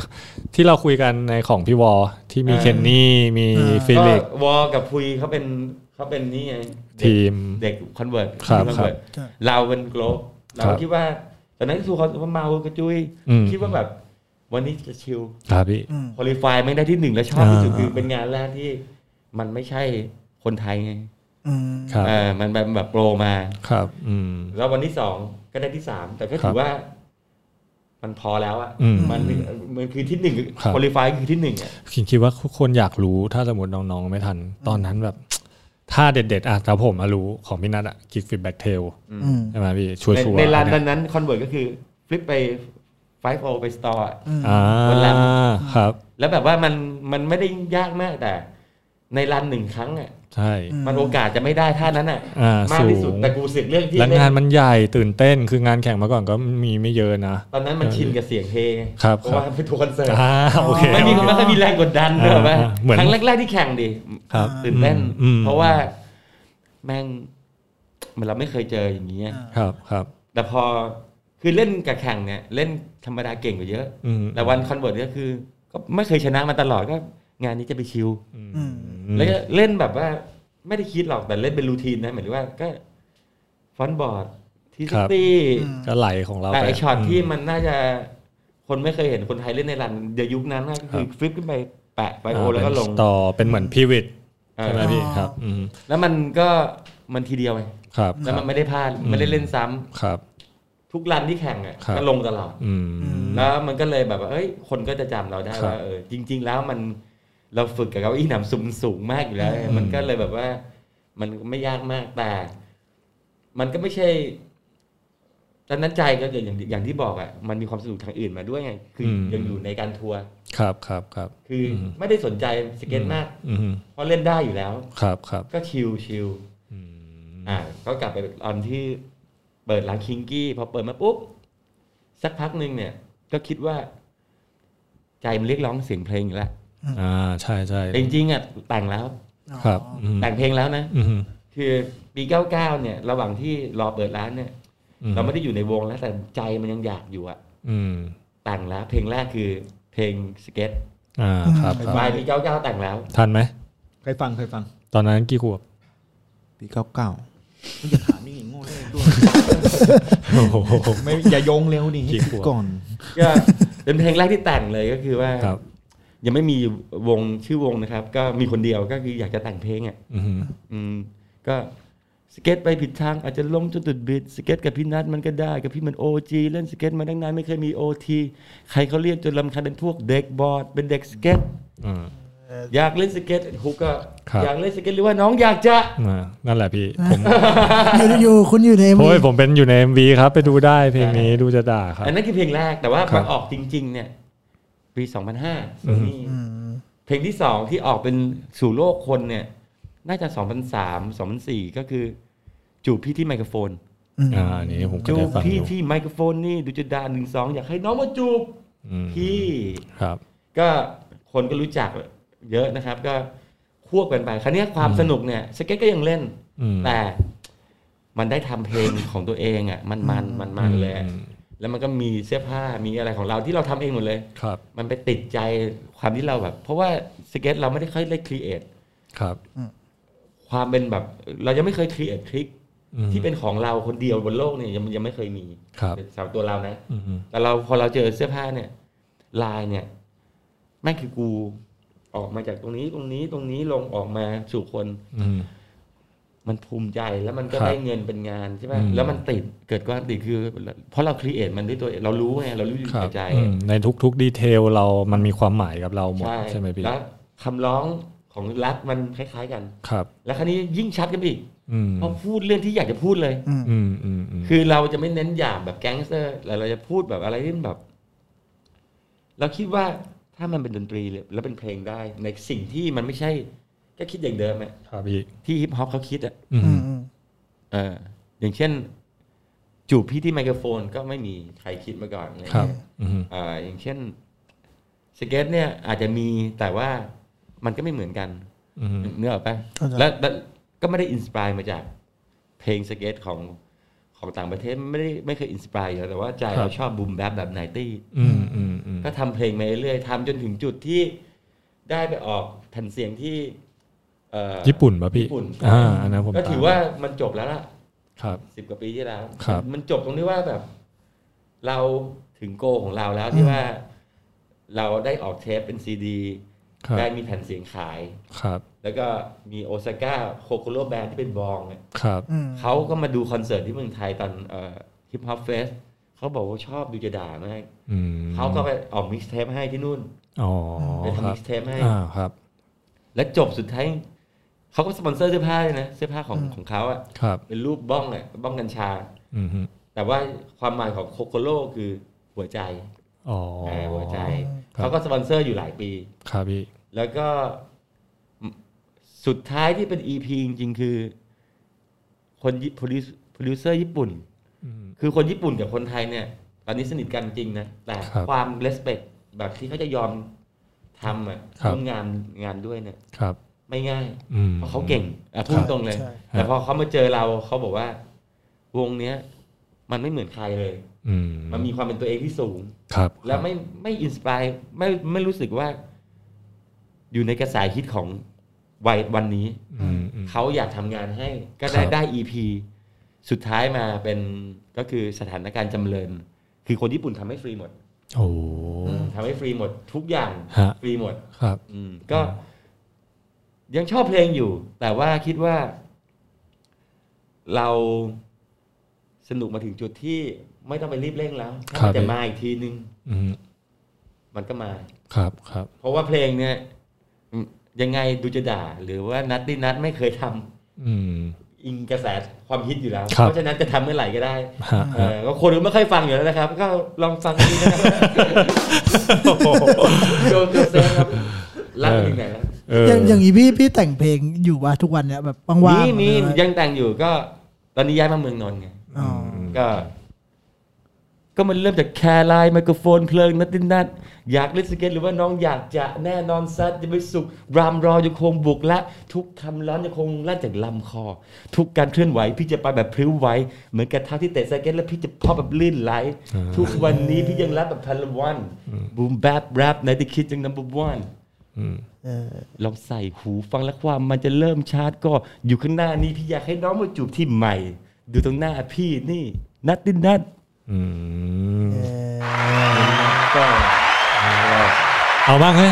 [SPEAKER 3] ที่เราคุยกันในของพี่วอที่มี
[SPEAKER 5] เออ
[SPEAKER 3] เคนนี่มี
[SPEAKER 6] เออ
[SPEAKER 3] ฟิ
[SPEAKER 5] ก็
[SPEAKER 3] ลิก
[SPEAKER 5] วอกับพุยเขาเป็นเขาเป็นนี่ไงเด็ก
[SPEAKER 3] ทีม
[SPEAKER 5] เด็กคอนเวิร์ต
[SPEAKER 3] ครับ
[SPEAKER 5] คอนเวิร์ต
[SPEAKER 6] ครับ
[SPEAKER 5] เราเป็นโกลบเรา
[SPEAKER 3] ครับ
[SPEAKER 5] คิดว่าตอนนั้นคือเขาเมากระจุย
[SPEAKER 3] อืม
[SPEAKER 5] คิดว่าแบบ วันนี้จะชิล
[SPEAKER 3] ครับพี่
[SPEAKER 6] อืม
[SPEAKER 5] คอลิฟายไม่งได้ที่หนึ่งแล้วชอบที่สุด
[SPEAKER 3] อ่า
[SPEAKER 5] คือเป็นงานแรกที่มันไม่ใช่คนไทยไง
[SPEAKER 6] อืม
[SPEAKER 3] ครับ
[SPEAKER 5] เออมันแบบแบบโปรมา
[SPEAKER 3] ครับ อืม
[SPEAKER 5] แล้ววันที่สองก็ได้ที่สามแต่
[SPEAKER 3] ค
[SPEAKER 5] ก็
[SPEAKER 3] รั
[SPEAKER 5] ถื
[SPEAKER 3] บ
[SPEAKER 5] อว่า มันพอแล้วอะ
[SPEAKER 3] อืม
[SPEAKER 5] มันมันคือที่หนึ่ง
[SPEAKER 3] ครับ
[SPEAKER 5] คอลิฟายคือที่หนึ่งอะ
[SPEAKER 3] คิดคิดว่าคนอยากรู้ถ้าสมมติน้องๆไม่ทัน ตอนนั้นแบบ ถ้าเด็ดๆอ่ะแต่ผมอะรู้ของพี่นัทอะกิกฟิดแบ็กเทล
[SPEAKER 6] อืม
[SPEAKER 3] ใช่ไหมพี่ชัว
[SPEAKER 5] ใน
[SPEAKER 3] ร์ๆ
[SPEAKER 5] ในร้าน
[SPEAKER 3] อั
[SPEAKER 5] นั้
[SPEAKER 3] เย
[SPEAKER 5] นนั้นคอนเวิร์ตก็คือฟลิปไปไฟโอไปสตอร์
[SPEAKER 3] อ่า
[SPEAKER 5] คนละ
[SPEAKER 3] ครับ
[SPEAKER 5] แล้วแบบว่ามันมันไม่ได้ยากมากแต่ ในรันหนึ่งครั้งอะ
[SPEAKER 3] ใช่
[SPEAKER 6] อืม
[SPEAKER 5] มันโอกาสจะไม่ได้ท่านั้นอะ
[SPEAKER 3] อ่าม
[SPEAKER 5] าก
[SPEAKER 3] สู
[SPEAKER 5] ที่สุด
[SPEAKER 3] ง
[SPEAKER 5] แต่กูรู้สึกเรื่องที่
[SPEAKER 3] และ
[SPEAKER 5] เล่น
[SPEAKER 3] งานมันใหญ่ตื่นเต้นคืองานแข่งมาก่อนก็มีไม่เยอะนะ
[SPEAKER 5] ตอนนั้นมันชินกับเสียงเพลงไง
[SPEAKER 3] ครับ
[SPEAKER 5] เพราะ
[SPEAKER 3] ครับ
[SPEAKER 5] ว่าเป็นทัวร์คอนเสิร์ต
[SPEAKER 3] อ่าโอเค
[SPEAKER 5] ไม่มีมันไม่ค่อยมีแรงกดดัน
[SPEAKER 3] อ่า
[SPEAKER 5] เนอะไหม
[SPEAKER 3] เหมือน
[SPEAKER 5] ครั้งแรกๆที่แข่งดิ
[SPEAKER 3] ครับ
[SPEAKER 5] ตื่นเต้น
[SPEAKER 3] อืม
[SPEAKER 5] เพราะว่าแม่งมันเราไม่เคยเจออย่างนี้ย
[SPEAKER 3] ครับครับ
[SPEAKER 5] แต่พอคือเล่นกับแข่งเนี่ย เล่นธรรมดาเก่งกว่าเยอะ
[SPEAKER 3] อืม
[SPEAKER 5] แต่วันคอนเวิร์ตก็คือ ก็ไม่เคยชนะมาตลอดก็ งานนี้จะไปชิว
[SPEAKER 6] อืม
[SPEAKER 5] แล้วก็เล่นแบบว่า ไม่ได้คิดหรอกแต่เล่นเป็นรูทีนนะหมายถึงว่าก็ฟอนต์บอร์ดทีซิตี้
[SPEAKER 3] ก็ไหลของเรา
[SPEAKER 5] แต่
[SPEAKER 3] ป
[SPEAKER 5] ไอช็อตที่
[SPEAKER 3] ม
[SPEAKER 5] มันน่าจะคนไม่เคยเห็นคนไทยเล่นในรันเดี๋ยวยุคนั้นนะก็คือ
[SPEAKER 3] ครับ
[SPEAKER 5] ฟลิปขึ้นไปแปะไปโอแล้วก็ลง
[SPEAKER 3] เป็นต่อเป็นเหมือนพีวิต
[SPEAKER 5] เอ
[SPEAKER 3] ใช่ไหม
[SPEAKER 5] อ
[SPEAKER 3] พี่ครับอืม
[SPEAKER 5] แล้วมันก็มันทีเดียวไง
[SPEAKER 3] ครับ
[SPEAKER 5] แล้ว
[SPEAKER 3] ค
[SPEAKER 5] มัน
[SPEAKER 3] รับ
[SPEAKER 5] ไม่ได้พลาด
[SPEAKER 3] อืม
[SPEAKER 5] ไม่ได้เล่นซ้ำ
[SPEAKER 3] ครับ
[SPEAKER 5] ทุกรันที่แข่งอ่ะ
[SPEAKER 3] ครับ
[SPEAKER 5] ก็ลงตลอด
[SPEAKER 3] อืม
[SPEAKER 5] แล้วมันก็เลยแบบว่าเอ้ย คนก็จะจำเราได้
[SPEAKER 3] ครับ
[SPEAKER 5] ว่าเออจริง ๆ แล้วมันเราฝึกกับเก้าอี้หนำสูงสูงมากอยู่แล้ว
[SPEAKER 3] อืม
[SPEAKER 5] มันก็เลยแบบว่า มันไม่ยากมากแต่ มันก็ไม่ใช่ตอนนั้นใจก็อย่างอย่างอย่างที่บอกอ่ะมันมีความสนุกทางอื่นมาด้วยไงคืออ
[SPEAKER 3] ม
[SPEAKER 5] ยังอยู่ในการทัวร์
[SPEAKER 3] ครับครับครับ
[SPEAKER 5] คืออไม่ได้สนใจสเก็ตมาก
[SPEAKER 3] อืม
[SPEAKER 5] เพราะเล่นได้อยู่แล้ว
[SPEAKER 3] ครับครับ
[SPEAKER 5] ก็ชิลชิล
[SPEAKER 3] อืม
[SPEAKER 5] อ่าก็กลับไปตอนที่เปิดร้านคิงกี้พอเปิดมาปุ๊บ สักพักหนึ่งเนี่ย ก็คิดว่า ใจมันเรียกร้องเสียงเพลงอยู่แล้ว
[SPEAKER 3] อ่าใช่ใช่
[SPEAKER 5] แต่จริงๆอ่ะแต่งแล้ว
[SPEAKER 3] ครับอืม
[SPEAKER 5] แต่งเพลงแล้วนะ
[SPEAKER 3] อืม
[SPEAKER 5] คือปี99เนี่ย ระหว่างที่รอเปิดร้านเนี่ย
[SPEAKER 3] อืม
[SPEAKER 5] เราไม่ได้อยู่ในวงแล้วแต่ใจมันยังอยากอยู่อ่ะ
[SPEAKER 3] อืม
[SPEAKER 5] แต่งแล้ว เพลงแรกคือเพลงสเก็ต
[SPEAKER 3] อ่าครับ
[SPEAKER 4] อื
[SPEAKER 3] ค
[SPEAKER 4] ม
[SPEAKER 3] รับ
[SPEAKER 5] ปลายปี99แต่งแล้ว
[SPEAKER 3] ทันไหม
[SPEAKER 4] เคยฟังเคยฟัง
[SPEAKER 3] ตอนนั้นกี่ขวบ
[SPEAKER 4] ปีเก้าเก้ามันจะถามนี่โง่เลยด้วย
[SPEAKER 3] โอ้โห
[SPEAKER 4] ไม่อย่าโยงเร็วดิ
[SPEAKER 3] กี่ขวบ
[SPEAKER 4] ก่อน
[SPEAKER 5] ก็เป็นเพลงแรกที่แต่งเลยก็คือว่า
[SPEAKER 3] ครับ
[SPEAKER 5] ยังไม่มีวงชื่อวงนะครับ ก็มีคนเดียวก็คืออยากจะแต่งเพลงอ่ะ
[SPEAKER 3] อืม
[SPEAKER 5] อืมก็สเก็ตไปผิดทางอาจจะล้มจนตุดบิดสเก็ตกับพี่นัทมันก็ได้กับพี่มันโอจีเล่นสเก็ตมาตั้งนานไม่เคยมีโอทีใครเขาเรียกจนลำคาญเป็นพวกเด็กบอร์ดเป็นเด็กสเก็ต
[SPEAKER 3] อืม
[SPEAKER 5] อยากเล่นสเก็ตฮุกก็
[SPEAKER 3] ครับ
[SPEAKER 5] อยากเล่นสเก็ตหรือว่าน้องอยากจะ
[SPEAKER 3] อ่านั่นแหละพี่ผม
[SPEAKER 6] อยู่อยู่คุณอยู่ใน
[SPEAKER 3] โอ้
[SPEAKER 6] มี
[SPEAKER 3] ยผมเป็นอยู่ใน MV ครับ ไปดูได้เพลงนี้ดูจะด่าครับ
[SPEAKER 5] อันนั้นคือเพลงแรกแต่ว่า
[SPEAKER 3] ครั
[SPEAKER 5] มั
[SPEAKER 3] บ
[SPEAKER 5] นออกจริง ๆ เนี่ย ปี 2005โซนี่
[SPEAKER 6] อืม
[SPEAKER 5] เพลงที่สองที่ออกเป็นสู่โลกคนเนี่ย น่าจะสองพันสามสองพันสี่ก็คือ จูบพี่ที่ไมโครโฟน
[SPEAKER 6] อืม
[SPEAKER 3] อ่าอันนี้ผมก็
[SPEAKER 5] จู
[SPEAKER 3] ได้
[SPEAKER 5] บ
[SPEAKER 3] ฟังอ
[SPEAKER 5] พี่
[SPEAKER 3] ยู่
[SPEAKER 5] ที่ไมโครโฟนนี่ดูจะดาหนึ่งสองอยากให้น้องมาจูบ
[SPEAKER 3] อืม
[SPEAKER 5] พี่
[SPEAKER 3] ครับ
[SPEAKER 5] ก็คนก็รู้จักเยอะนะครับ ก็ควบกันไปครั้นี้ยความ
[SPEAKER 3] อืม
[SPEAKER 5] สนุกเนี่ยสเก็ตก็ยังเล่น
[SPEAKER 3] อืม
[SPEAKER 5] แต่มันได้ทำเพลงของตัวเองอ่ะมันมันมันมันเลยอะ
[SPEAKER 3] อืม
[SPEAKER 5] แล้วมันก็มีเสื้อผ้ามีอะไรของเราที่เราทำเองหมดเลย
[SPEAKER 3] ครับ
[SPEAKER 5] มันไปติดใจความที่เราแบบ เพราะว่าสเก็ตเราไม่ได้ค่อยได้ครีเอท
[SPEAKER 3] ครับ
[SPEAKER 5] ความเป็นแบบ เรายังไม่เคยครีเอททริค
[SPEAKER 3] อืม
[SPEAKER 5] ที่เป็นของเราคนเดียวบนโลกเนี่ยยังยังไม่เคยมี
[SPEAKER 3] ครับ
[SPEAKER 5] สำหรับตัวเรานะ
[SPEAKER 3] อืม
[SPEAKER 5] แต่เราพอเราเจอเสื้อผ้าเนี่ยลายเนี่ยแม่งคือกูออกมาจากตรงนี้ตรงนี้ตรงนี้ลงออกมาสู่คน
[SPEAKER 3] อืม
[SPEAKER 5] มันภูมิใจแล้วมันก็
[SPEAKER 3] ครับ
[SPEAKER 5] ได้เงินเป็นงานใช่ไหม
[SPEAKER 3] อืม
[SPEAKER 5] แล้วมันติดเกิดความติดคือ เพราะเราครีเอทมันด้วยตัวเองเรารู้ไงเรารู้อยู่
[SPEAKER 3] ครั
[SPEAKER 5] กั
[SPEAKER 3] บบ
[SPEAKER 5] ใจ
[SPEAKER 3] อืมในทุกๆดีเทลเรามันมีความหมายกับเราหมด
[SPEAKER 5] ใช่
[SPEAKER 3] ใช่ไหมพี่
[SPEAKER 5] แล้วคำร้องของแรักมันคล้ายๆกัน
[SPEAKER 3] ครับ
[SPEAKER 5] แล้วครั้นี้ยิ่งชัดกันไปอีก
[SPEAKER 3] อืม
[SPEAKER 5] เพราะพูดเรื่องที่อยากจะพูดเลย
[SPEAKER 6] อืม
[SPEAKER 3] อืมอืมอืม
[SPEAKER 5] คือเราจะไม่เน้นหยาบแบบแก๊งสเตอร์แต่เราจะพูดแบบอะไรที่แบบ เราคิดว่าถ้ามันเป็นดนตรีแล้วเป็นเพลงได้ ในสิ่งที่มันไม่ใช่ ก็คิดอย่างเดิมอะ
[SPEAKER 3] ครับพี่
[SPEAKER 5] ที่ฮิปฮอปเขาคิดอะ
[SPEAKER 3] อืม
[SPEAKER 6] อืมอืม
[SPEAKER 5] เออ อย่างเช่น จูบพี่ที่ไมโครโฟนก็ไม่มีใครคิดมาก่อนอะไร
[SPEAKER 3] ครับ
[SPEAKER 5] เงี้ย
[SPEAKER 3] อืม
[SPEAKER 5] เอ่ออย่างเช่นสเก็ตเนี่ยอาจจะมีแต่ว่ามันก็ไม่เหมือนกัน
[SPEAKER 3] อืม
[SPEAKER 5] เนื้อออกปะ
[SPEAKER 6] เข้าใจ
[SPEAKER 5] แล้วแล้วก็ไม่ได้อินสปายมาจาก เพลงสเก็ตของของต่างประเทศไม่ได้ไม่เคยอินสปายอยู่แล้วแต่ว่าใจเราชอบบูมแบ p แบบไนตี้
[SPEAKER 3] อืมอืมอืม
[SPEAKER 5] ก็ทำเพลงมาเรื่อยๆทำจนถึงจุดที่ได้ไปออกแผ่นเสียงที่เอ่อ
[SPEAKER 3] ญี่ปุ่นป่ะพี่
[SPEAKER 5] ญี่ปุ่น
[SPEAKER 3] อ่าอันนั้นผม
[SPEAKER 5] ก็ถือ
[SPEAKER 3] ตม
[SPEAKER 5] ว่ามันจบแล้วล่ะ
[SPEAKER 3] ครับ
[SPEAKER 5] สิบกว่าปีที่แล้ว
[SPEAKER 3] ครับ
[SPEAKER 5] มันจบตรงที่ว่าแบบ เราถึงโกของเราแล้วที่ว่า เราได้ออกเทปเป็นซีดี
[SPEAKER 3] ครับ
[SPEAKER 5] ได้มีแผ่นเสียงขาย
[SPEAKER 3] ครับ
[SPEAKER 5] แล้วก็มีโอซาก้าโคโคโรแบนที่เป็นบองเนี่ย
[SPEAKER 3] ครับ
[SPEAKER 6] อืม
[SPEAKER 5] เขาก็มาดูคอนเสิร์ตที่เมืองไทยตอนฮิปฮอปเฟสเขาบอกว่าชอบดูจะด่ามาก
[SPEAKER 3] อืม
[SPEAKER 5] เขาก็ไปออกมิกซ์เทปให้ที่นู่น
[SPEAKER 3] อ๋อ
[SPEAKER 5] ไป
[SPEAKER 3] ค
[SPEAKER 5] ทำ
[SPEAKER 3] รับ
[SPEAKER 5] มิกซ์เทปให้
[SPEAKER 3] อ่าครับ
[SPEAKER 5] และจบสุดท้ายเขาก็สปอนเซอร์เสื้อผ้าเลยนะเสื้อผ้าของของเขาอะ
[SPEAKER 3] ครับ
[SPEAKER 5] เป็นรูปบ้องอะบ้องกัญชา
[SPEAKER 3] อืมฮึ
[SPEAKER 5] แต่ว่าความหมายของโคโคโลคือหัวใจ
[SPEAKER 3] อ๋อ
[SPEAKER 5] าหัวใจ
[SPEAKER 3] ครับ
[SPEAKER 5] เขาก็สปอนเซอร์อยู่หลายปี
[SPEAKER 3] ครับพี่
[SPEAKER 5] แล้วก็สุดท้ายที่เป็น EP จริงๆ คือ คนโปรดิวเซอร์ญี่ปุ่น
[SPEAKER 3] อืม
[SPEAKER 5] คือคนญี่ปุ่นกับคนไทยเนี่ย ตอนนี้สนิทกันจริงนะ แต่
[SPEAKER 3] ครับ
[SPEAKER 5] ความ respect แบบที่เขาจะยอมทำอะ
[SPEAKER 3] ครับ
[SPEAKER 5] ร่วมงานงานด้วยเนี่ย
[SPEAKER 3] ครับ
[SPEAKER 5] ไม่ง่าย
[SPEAKER 3] อืม
[SPEAKER 5] เพราะเขาเก่งอ่ะพู
[SPEAKER 3] ค
[SPEAKER 5] ด
[SPEAKER 3] รับ
[SPEAKER 5] ตรงเลย
[SPEAKER 6] ใช่
[SPEAKER 3] ครับ
[SPEAKER 5] แต่พอเขามาเจอเราเขาบอกว่า วงเนี้ย มันไม่เหมือนใครเลย
[SPEAKER 3] อืม
[SPEAKER 5] มันมีความเป็นตัวเองที่สูง
[SPEAKER 3] ครับ
[SPEAKER 5] แล้วไม่ไม่อินสปายไม่ไม่รู้สึกว่า อยู่ในกระแสฮิตของวัยวันนี้
[SPEAKER 3] อืมอืม
[SPEAKER 5] เขาอยากทำงานให้ ก็
[SPEAKER 3] ค
[SPEAKER 5] ได้
[SPEAKER 3] รับ
[SPEAKER 5] ได้ EP สุดท้ายมาเป็นก็คือสถานการณ์จำเริญ คือคนญี่ปุ่นทำให้ฟรีหมด
[SPEAKER 3] โอ้โห
[SPEAKER 5] ทำให้ฟรีหมด ทุกอย่าง
[SPEAKER 3] ฮะ
[SPEAKER 5] ฟรีหมด
[SPEAKER 3] ครับ
[SPEAKER 5] อืมก็ยังชอบเพลงอยู่ แต่ว่าคิดว่า เราสนุกมาถึงจุดที่ไม่ต้องไปรีบเร่งแล้ว
[SPEAKER 3] ครับ
[SPEAKER 5] ถ้ามันจะมาอีกทีนึง
[SPEAKER 3] อืม
[SPEAKER 5] มันก็มา
[SPEAKER 3] ครับครับ
[SPEAKER 5] เพราะว่าเพลงเนี่ยอืมยังไงดูจะด่า หรือว่านัดดินัดไม่เคยทำ
[SPEAKER 3] อืม
[SPEAKER 5] อิงกระแสความฮิตอยู่แล้ว
[SPEAKER 3] ครับ
[SPEAKER 5] เพราะฉะนั้นจะทำเมื่อไหร่ก็ได้
[SPEAKER 3] ฮะ
[SPEAKER 5] เอ
[SPEAKER 3] ฮะ
[SPEAKER 5] อก็คนก็ไม่ค่อยฟังอยู่แล้วนะครับ ก็ลองฟังดีนะครับโยนโยนเซฟครับรักถึงไหนแล้ว
[SPEAKER 3] เออ
[SPEAKER 6] อย่างอย่างนี้พี่พี่แต่งเพลงอยู่วะทุกวันเนี่ยแบบว่าง
[SPEAKER 5] มี
[SPEAKER 6] ๆ
[SPEAKER 5] มี
[SPEAKER 6] อะไร
[SPEAKER 5] ยังแต่งอยู่ก็ ตอนนี้ย้ายมาเมืองนนท์ไง
[SPEAKER 6] อ๋อ
[SPEAKER 5] ก็ ก็มันเริ่มจากแคร์ไลน์ไมโครโฟนเพลิงนัดดินนัดอยากเล่นสเก็ตหรือว่าน้องอยากจะแน่นอนซัดจะไม่สุขรามรอจะคงบุกและ ทุกคำร้อนจะคงลั่นจากลำคอ ทุกการเคลื่อนไหวพี่จะไปแบบพริ้วไหวเหมือนกระทะที่เตะสเก็ตแล้วพี่จะพอแบบลื่นไหล ทุกวันนี้พี่ยังรับแบบพันละวันบูมแบปแรปในที่คิดยังนัมเบอร์วัน
[SPEAKER 6] เออ
[SPEAKER 5] ลองใส่หูฟังแล้วความมันจะเริ่มชาร์จก็อยู่ข้างหน้านี้พี่อยากให้น้องมาจูบที่ใหม่ ดูตรงหน้าพี่นี่ นัดดินนัด
[SPEAKER 3] อืม
[SPEAKER 6] เออ
[SPEAKER 5] ก็
[SPEAKER 3] เอาบ้างไหม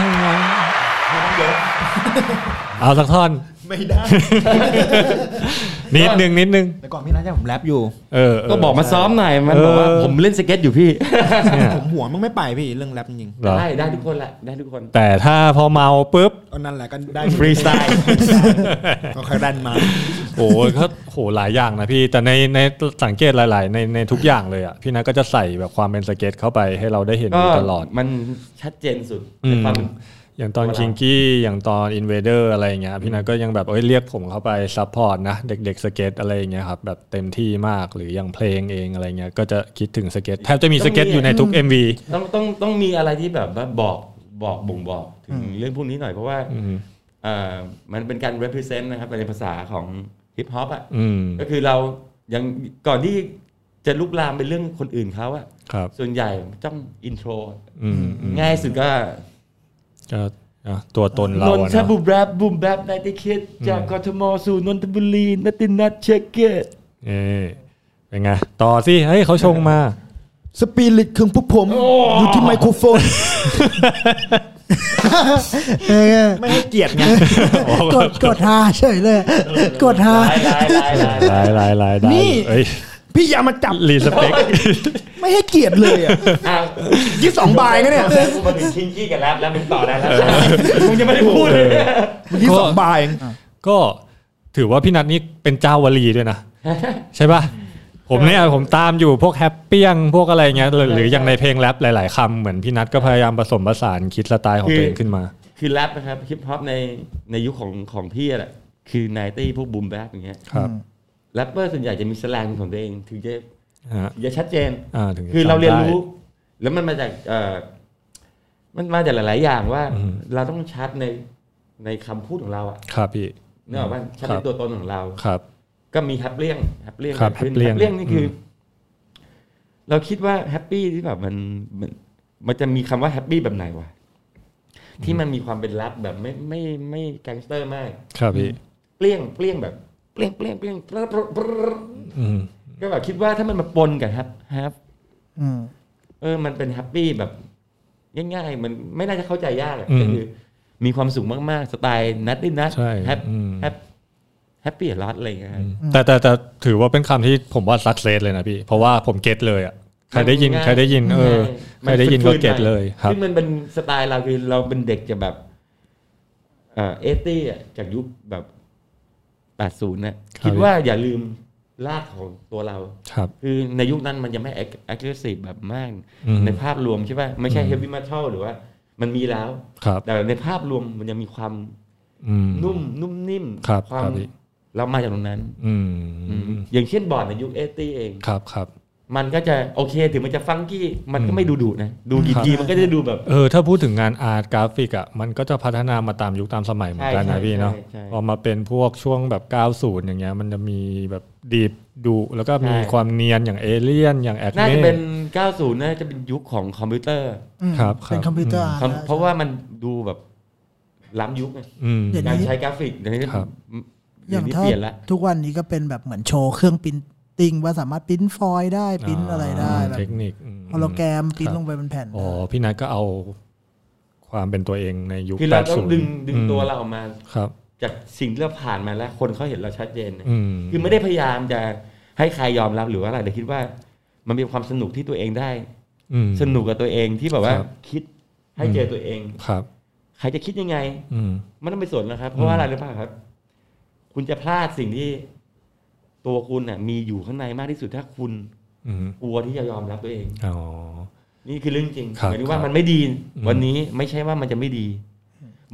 [SPEAKER 3] เอาสักท่อน
[SPEAKER 4] ไม่ได้
[SPEAKER 3] นิดนึงนิดนึง
[SPEAKER 4] แต่ก่อนพี่นัทจะผมแรปอยู่
[SPEAKER 3] เออเ
[SPEAKER 5] ก็บอกมาซ้อมหน่อยมัน
[SPEAKER 3] เออ
[SPEAKER 5] บอกว่าผมเล่นสเก็ตอยู่พี่
[SPEAKER 3] เนี่ย
[SPEAKER 4] ผมหัวมึงไม่ไปพี่เรื่องแรปจริง
[SPEAKER 3] เหรอ
[SPEAKER 5] ได้ได้ทุกคนแหละได้ทุกคน
[SPEAKER 3] แต่ถ้าพอเมาปุ๊บ
[SPEAKER 4] ๆเอานั่นแหละก็ได้
[SPEAKER 5] ฟรีสไตล์
[SPEAKER 4] ก็ใครดันมา
[SPEAKER 3] โอ้ยเขาโหหลายอย่างนะพี่ แต่ในในสังเกตหลาย ๆ ในในทุกอย่างเลยอ่ะ พี่นัทก็จะใส่แบบความเป็นสเก็ตเข้าไปให้เราได้เห็น
[SPEAKER 5] ก็
[SPEAKER 3] อยู่ตลอด
[SPEAKER 5] มันชัดเจนสุด
[SPEAKER 3] อืม
[SPEAKER 5] ในความ
[SPEAKER 3] อย่างตอนคิงกี้อย่างตอนอินเวเดอร์อะไรอย่างเงี้ยพี่นัทก็ยังแบบเอ้ยเรียกผมเข้าไปซัพพอร์ตนะ เด็ก ๆ สเก็ตอะไรอย่างเงี้ยครับแบบเต็มที่มากหรืออย่างเพลงเองอะไรเงี้ยก็จะคิดถึงสเก็ตแทบจะมีสเก็ตอยู่ในทุก MV
[SPEAKER 5] ต้องต้องต้องมีอะไรที่แบบว่าบอกบอกบ่งบอกถึงเรื่องพวกนี้หน่อยเพราะว่า
[SPEAKER 3] อืม
[SPEAKER 5] เอ่อมันเป็นการ represent นะครับในภาษาของฮิปฮอปอ่ะ
[SPEAKER 3] อืม
[SPEAKER 5] ก็คือเรายังก่อนที่จะลุกลามเป็นเรื่องคนอื่นเขาอ่ะ
[SPEAKER 3] ครับ
[SPEAKER 5] ส่วนใหญ่ต้องอินโทร
[SPEAKER 3] อืมอืม
[SPEAKER 5] ง่ายสุดก็
[SPEAKER 3] ก็อ่ะตัวตนเรา
[SPEAKER 5] น
[SPEAKER 3] อะ
[SPEAKER 5] น
[SPEAKER 3] เนอะ
[SPEAKER 5] ทบุรีแรบบูมแรบไนติคิดจากกทมสู่นนทบุรีนัตินัทเชเกต
[SPEAKER 3] เอ้ยเป็นไง ต่อสิ เฮ้ยเขาชงมา
[SPEAKER 4] สปิริตของพวกผม อยู่ที่ไมโครโฟน
[SPEAKER 6] เออ
[SPEAKER 4] ไม่ให้เกียรติไง
[SPEAKER 6] กดกดฮาเฉยเลย กดฮา
[SPEAKER 5] ลายลายลายลาย
[SPEAKER 3] ลายลายลายได้
[SPEAKER 6] นี่
[SPEAKER 3] เอ้ย
[SPEAKER 4] พี่อย่ามาจับ
[SPEAKER 3] รีสเปค
[SPEAKER 4] ไม่ให้เกียรติเลยอ่ะ
[SPEAKER 5] อ่ะ
[SPEAKER 4] ยี่สองบายก็เนี่ย
[SPEAKER 5] กูมาถึงคิงกี้กันแล้วแล้วมึงต่อได้แล้วมึงยังไม่ได้พูดเลย
[SPEAKER 4] ยี่สองบายเอง
[SPEAKER 3] ก็ถือว่าพี่นัทนี่เป็นเจ้าวลี ด้วยนะ ใช่ป่ะ ผมเนี่ยผมตามอยู่พวกแฮปเปี้ยงพวกอะไรเงี้ยหรือหรืออย่างในเพลงแรปหลาย ๆคำเหมือนพี่นัทก็พยายามผสมผสานคิดสไตล์ของตัวเองขึ้นมา
[SPEAKER 5] คือแรปนะครับฮิปฮอปในในยุคของของพี่อะแหละคือไนตี้พวกบูมแรบอย่างเงี้ย
[SPEAKER 3] ครับ
[SPEAKER 5] แรปเปอร์ส่วนใหญ่จะมีสแลงของตัวเองถึงจะ
[SPEAKER 3] ฮะ
[SPEAKER 5] ถึงจะชัดเจน
[SPEAKER 3] อ่าถึงจะ
[SPEAKER 5] คือเรา
[SPEAKER 3] จำได้
[SPEAKER 5] เรียนรู้ แล้วมันมาจากเอ่อมันมาจากหลาย ๆ อย่างว่า
[SPEAKER 3] อืม
[SPEAKER 5] เราต้องชัดในในคำพูดของเราอะ
[SPEAKER 3] ครับพี่
[SPEAKER 5] นึกออกป่ะชัด
[SPEAKER 3] ครั
[SPEAKER 5] ใน
[SPEAKER 3] บ
[SPEAKER 5] ตัวตนของเรา
[SPEAKER 3] ครับ
[SPEAKER 5] ก็มีแฮปเลี่ยงแฮปเลี่ยง
[SPEAKER 3] ครับ
[SPEAKER 5] กิดขึ้น
[SPEAKER 3] Happy
[SPEAKER 5] แฮปเลี่ยงนี่คืออ
[SPEAKER 3] ม
[SPEAKER 5] เราคิดว่าแฮปปี้ที่แบบมันมัน มันจะมีคำว่าแฮปปี้แบบไหนวะที่มันมีความเป็นรักแบบไม่ไม่ไม่แก๊งสเตอร์มาก
[SPEAKER 3] ครับพี่
[SPEAKER 5] เปลี่ยงเปลี่ยงแบบเปลี่ยงเปลี่ยงเปลี่ยงปรึ๊ดปรึ๊ดปรึ๊ด
[SPEAKER 3] อืม
[SPEAKER 5] ก็แบบคิดว่าถ้ามันมาปนกับแฮปแฮป
[SPEAKER 6] อืม
[SPEAKER 5] เออ มันเป็นแฮปปี้แบบง่ายๆ มันไม่น่าจะเข้าใจยากอะก็คือ มีความสุขมากๆ สไตล์นัดดินัท
[SPEAKER 3] ใช่
[SPEAKER 5] แฮป
[SPEAKER 3] อืม
[SPEAKER 5] แฮปแฮปปี้ลอตอะไรอย่างเงี้ยครับ
[SPEAKER 3] แต่แต่แต่ถือว่าเป็นคำที่ผมว่าสักเซสเลยนะพี่ เพราะว่าผมเก็ตเลยอ่ะใครได้ยิน
[SPEAKER 5] มันง่าย
[SPEAKER 3] ใครได้ยินเออใครได้ยินก็เก็ตเลยครับ
[SPEAKER 5] ซึ่งมันเป็นสไตล์เราคือเราเป็นเด็กจะแบบ เออเอตี้อะจากยุคแบบแปดศูนย์นะ
[SPEAKER 3] ครั
[SPEAKER 5] คิ
[SPEAKER 3] บ
[SPEAKER 5] ดว่าอย่าลืมรากของตัวเรา
[SPEAKER 3] ครับ
[SPEAKER 5] คือในยุคนั้นมันยังไม่ aggressive แบบมาก
[SPEAKER 3] อืม
[SPEAKER 5] ในภาพรวมใช่ป่ะไม่ใช่ heavy metal หรือว่า มันมีแล้ว
[SPEAKER 3] ครับ
[SPEAKER 5] แต่ในภาพรวมมันยังมีความ
[SPEAKER 3] อืม
[SPEAKER 5] นุ่มนุ่มนิ่ม
[SPEAKER 3] ครับ
[SPEAKER 5] ความ
[SPEAKER 3] ครับพี่
[SPEAKER 5] เรามาจากตรงนั้น
[SPEAKER 3] อื
[SPEAKER 5] อืม
[SPEAKER 3] ม
[SPEAKER 5] อย่างเช่นบอร์ดในยุคเอตี้เอง
[SPEAKER 3] ครับครับ
[SPEAKER 5] มันก็จะโอเคถึงมันจะฟังกี้ มันก็ไม่ดูดุนะ ดูกี่
[SPEAKER 3] ครับ
[SPEAKER 5] ทีมันก็จะดูแบบ
[SPEAKER 3] เออถ้าพูดถึงงานอาร์ตกราฟิกอ่ะมันก็จะพัฒนามาตามยุคตามสมัยเหมือนกัน
[SPEAKER 5] ใช่
[SPEAKER 3] นะพี่เนาะ
[SPEAKER 5] ใช่ใช่
[SPEAKER 3] พอมาเป็นพวกช่วงแบบ 90 อย่างเงี้ย มันจะมีแบบดีบดุแล้วก็มี
[SPEAKER 5] ใช่
[SPEAKER 3] ความเนียนอย่างเอเลี่ยนอย่างแอค
[SPEAKER 5] น่า
[SPEAKER 3] เน่
[SPEAKER 5] จะเป็น 90น่าจะเป็นยุคของคอมพิวเตอร์
[SPEAKER 3] ครับค
[SPEAKER 6] เป็
[SPEAKER 3] รั
[SPEAKER 6] น
[SPEAKER 3] บ
[SPEAKER 6] คอมพิวเตอร์อาร์ต
[SPEAKER 5] คอม
[SPEAKER 6] นะ
[SPEAKER 5] เพราะว่ามันดูแบบล้ำยุคไง
[SPEAKER 3] อืม
[SPEAKER 6] เดี๋ยว
[SPEAKER 5] การใช้กราฟิกเดี๋ยวนี้
[SPEAKER 3] ครับ
[SPEAKER 5] เดี๋ยวนี้เปลี่ยนละ
[SPEAKER 6] ทุกวันนี้ก็เป็นแบบเหมือนโชว์เครื่องปริ้นติ้งว่าสามารถปริ้นฟอยล์ได้ปริ้นอะไรได้แบบ
[SPEAKER 3] เทคนิคอืม
[SPEAKER 6] โฮโลแกรมปริ้น
[SPEAKER 3] ครับ
[SPEAKER 6] ลงไปเป็นแผ่น
[SPEAKER 3] อ๋อพี่นัทก็เอาความเป็นตัวเองในยุค
[SPEAKER 5] คือเราต้อง
[SPEAKER 3] 80
[SPEAKER 5] ดึงดึง
[SPEAKER 3] อืม
[SPEAKER 5] ตัวเราออกมา
[SPEAKER 3] ครับ
[SPEAKER 5] จากสิ่งที่เราผ่านมาแล้ว คนเขาเห็นเราชัดเจนนะ
[SPEAKER 3] อืม
[SPEAKER 5] คือไม่ได้พยายามจะให้ใครยอมรับหรือว่าอะไรแต่คิดว่า มันมีความสนุกที่ตัวเองได้
[SPEAKER 3] อืม
[SPEAKER 5] สนุกกับตัวเองที่แบบว่า
[SPEAKER 3] ครับ
[SPEAKER 5] คิดให้เจอตัวเอง
[SPEAKER 3] ครับ
[SPEAKER 5] ใครจะคิดยังไง
[SPEAKER 3] อืม
[SPEAKER 5] ไม่ต้องไปสนนะครับ เพราะว่าอะไรหรือเปล่าครับ คุณจะพลาดสิ่งที่ตัวคุณน่ะ มีอยู่ข้างในมากที่สุดถ้าคุณ
[SPEAKER 3] อืม
[SPEAKER 5] กลัวที่จะยอมรับตัวเอง
[SPEAKER 3] อ๋อ
[SPEAKER 5] นี่คือเรื่องจริง
[SPEAKER 3] ครับ
[SPEAKER 5] หมายถึง
[SPEAKER 3] ค
[SPEAKER 5] ว่า
[SPEAKER 3] รับ
[SPEAKER 5] มันไม่ดี
[SPEAKER 3] อืม
[SPEAKER 5] วันนี้ไม่ใช่ว่ามันจะไม่ดี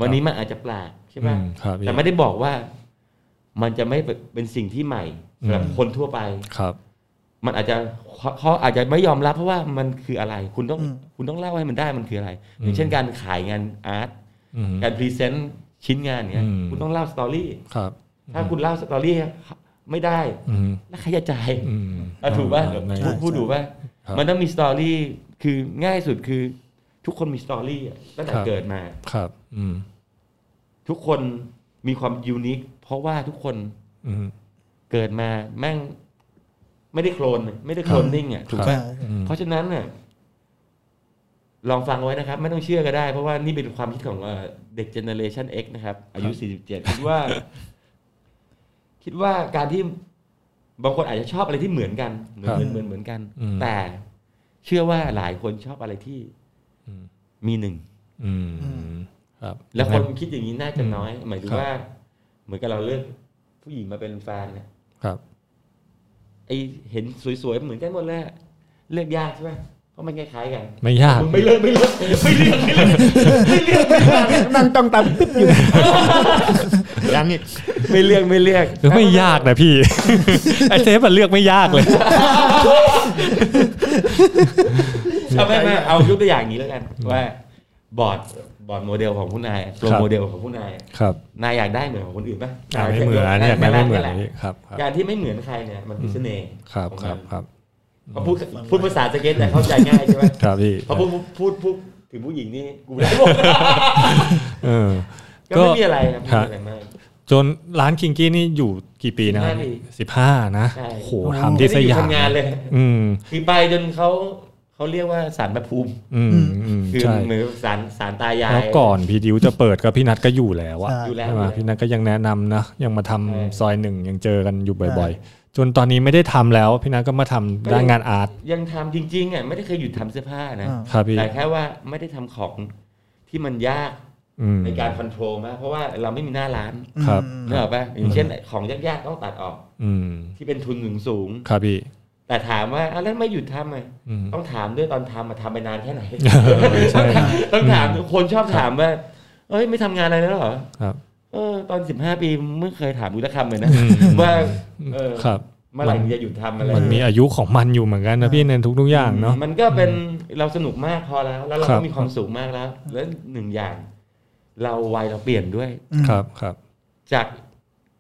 [SPEAKER 5] วันนี้มันอาจจะแปลกใช่ไหม
[SPEAKER 3] อืมครับพี่
[SPEAKER 5] แต่ไม่ได้บอกว่า มันจะไม่เป็นสิ่งที่ใหม่สำหรับ
[SPEAKER 3] อืม
[SPEAKER 5] คนทั่วไป
[SPEAKER 3] ครับ
[SPEAKER 5] มันอาจจะเขาเขาอาจจะไม่ยอมรับเพราะว่ามันคืออะไร คุณต้องคุณต้องเล่าให้มันได้มันคืออะไร
[SPEAKER 3] อืม
[SPEAKER 5] อย่างเช่นการขายงานอาร์ต
[SPEAKER 3] อืม
[SPEAKER 5] การพรีเซนต์ชิ้นงานเนี้ย
[SPEAKER 3] อืม
[SPEAKER 5] คุณต้องเล่าสตอรี่
[SPEAKER 3] ครับ
[SPEAKER 5] ถ้าคุณเล่าสตอรี่ไม่ได้
[SPEAKER 3] อืม
[SPEAKER 5] แล้วใครจะจ่าย
[SPEAKER 3] อืม
[SPEAKER 5] อ่ะถูกป่ะ
[SPEAKER 3] อ่ใน
[SPEAKER 5] พูดพูดถูกป่ะ
[SPEAKER 3] ครับ
[SPEAKER 5] มันต้องมีสตอรี่คือง่ายสุดคือทุกคนมีสตอรี่อะตั้งแต่
[SPEAKER 3] ครับ
[SPEAKER 5] เกิดมา
[SPEAKER 3] ครับ อืม
[SPEAKER 5] ทุกคนมีความยูนิคเพราะว่าทุกคน
[SPEAKER 3] อืม
[SPEAKER 5] เกิดมาแม่งไม่ได้โคลนไม่ได้โคลนนิ่งอ่ะถูก
[SPEAKER 3] ครั
[SPEAKER 5] ป่ะ
[SPEAKER 3] บ
[SPEAKER 6] ใช่
[SPEAKER 3] อืม
[SPEAKER 5] เพราะฉะนั้นน่ะลองฟังไว้นะครับ ไม่ต้องเชื่อก็ได้ เพราะว่านี่เป็นความคิดของเอ่อเด็กเจเนเรชัน X นะครับ อายุ 47 คิดว่า คิดว่าการที่บางคนอาจจะชอบอะไรที่เหมือนกันเหมือ
[SPEAKER 3] ครับ
[SPEAKER 5] นเหมือนเหมือนกัน
[SPEAKER 3] อืม
[SPEAKER 5] แต่เชื่อว่าหลายคนชอบอะไรที่มีหนึ่ง
[SPEAKER 3] อืม ครับ
[SPEAKER 5] แล้วคนคิดอย่างนี้น่าจะน้อย หมายถึง
[SPEAKER 3] ครับ
[SPEAKER 5] ว่า เหมือนกับเราเลือกผู้หญิงมาเป็นแฟนเนี่ย
[SPEAKER 3] ครับ
[SPEAKER 5] ไอเห็นสวยๆเหมือนกันหมดเลยเลือกยากใช่ไหม เพราะมันคล้ายๆกัน
[SPEAKER 3] ไม่ยาก
[SPEAKER 5] มึงไม่เลือกไม่เลือกไม่เลือกไม่เลือกไม่เลือกไม่เลือก
[SPEAKER 4] นั่งต้องตามปิ๊บอยู่ ยังอีก
[SPEAKER 5] ไม่เลือกไม่เลือก
[SPEAKER 3] หรือไม่ยากนะพี่ ไอเซฟมันเลือกไม่ยากเลย
[SPEAKER 5] เอาไม่ไม่เอายกตัวอย่างนี้แล้วกันว่าบอร์ดบอร์ดโมเดลของผู้นายตัว
[SPEAKER 3] ครับ
[SPEAKER 5] โมเดลของผู้นาย
[SPEAKER 3] ครับ
[SPEAKER 5] นายอยากได้เหมือนของคนอื่นปะ
[SPEAKER 3] อ่าไม่เหมือนเนี่ยไม่เหมือนนี่ครับครับ
[SPEAKER 5] การที่ไม่เหมือนใครเนี่ยมันคือเสน่ห์
[SPEAKER 3] ครับ
[SPEAKER 5] ของ
[SPEAKER 3] ค
[SPEAKER 5] มั
[SPEAKER 3] รั
[SPEAKER 5] น
[SPEAKER 3] บครับ
[SPEAKER 5] พอพูดพูดภาษาสเก็ตเนี่ยเข้าใจง่ายใช่ไหม
[SPEAKER 3] ครับพี่
[SPEAKER 5] พอพูดพูดพูดถึงผู้หญิงนี่กูไม่ได้บอก
[SPEAKER 3] เออ
[SPEAKER 5] ก็ไม่มีอะไรครับไม่มีอะไรมาก
[SPEAKER 3] จนร้านคิงกี้นี่อยู่กี่ปีนะครับ
[SPEAKER 5] 15ปี
[SPEAKER 3] สิบห้านะ
[SPEAKER 5] ใช่
[SPEAKER 3] โอ้โหทำที่สยาม
[SPEAKER 5] ไได้อทำงานเลย
[SPEAKER 3] อืม
[SPEAKER 5] คือไปจนเขาเขาเรียกว่าสารพระภูมิ
[SPEAKER 3] อืมอืม
[SPEAKER 5] คือ
[SPEAKER 3] ใช่
[SPEAKER 5] เหมือนสารสารตายาย
[SPEAKER 3] แล้วก่อนพี่ดิวจะเปิดก็พี่นัทก็อยู่แล้วอะ
[SPEAKER 6] ใช่
[SPEAKER 5] อยู่แล้ว
[SPEAKER 3] ใช่ไหมพี่นัทก็ยังแนะนำนะยังมาทำ
[SPEAKER 5] ใช่
[SPEAKER 3] ซอยหนึ่งยังเจอกันอยู่บ่อยๆ จนตอนนี้ไม่ได้ทำแล้ว พี่นัทก็มาทำด้านงานอาร์ต
[SPEAKER 5] ยังทำจริงๆอ่ะไม่ได้เคยหยุดทำเสื้อผ้านะ
[SPEAKER 6] อ่า
[SPEAKER 3] ครับพี่
[SPEAKER 5] แต่แค่ว่าไม่ได้ทำของที่มันยาก
[SPEAKER 3] อืม
[SPEAKER 5] ในการคอนโทรลมากเพราะว่าเราไม่มีหน้าร้าน
[SPEAKER 3] ครับ
[SPEAKER 5] นึกออกปะอย่างเช่นของยากๆต้องตัดออก
[SPEAKER 3] อืม
[SPEAKER 5] ที่เป็นทุนสูงสูง
[SPEAKER 3] ครับพี่
[SPEAKER 5] ๆแต่ถามว่าอ้าวแล้วไม่หยุดทำไง
[SPEAKER 3] อืม
[SPEAKER 5] ต้องถามด้วยตอนทำมาทำไปนานแค่ไห น
[SPEAKER 3] ใช่
[SPEAKER 5] ต้องถามคนชอบถามว่า เอ้ยไม่ทำงานอะไรแล้วเหรอ
[SPEAKER 3] ครับ
[SPEAKER 5] เออ ตอนสิบห้าปีไม่เคยถามกูสักคำเลยนะ
[SPEAKER 3] อืม
[SPEAKER 5] ว่าเออ
[SPEAKER 3] ครับ
[SPEAKER 5] เมื่อไหร่มึงจะหยุดทำอะไร
[SPEAKER 3] มันมีอายุของมันอยู่เหมือนกันนะพี่ในทุกๆอย่างเนาะ
[SPEAKER 5] มันก็เป็นเราสนุกมากพอแล้ว แล้วเรา
[SPEAKER 3] ครั
[SPEAKER 5] ก็
[SPEAKER 3] บ
[SPEAKER 5] มีความสุขมากแล้ว แล้วหนึ่งอย่าง เราวัยเราเปลี่ยนด้วย
[SPEAKER 3] ครับครับ
[SPEAKER 5] จาก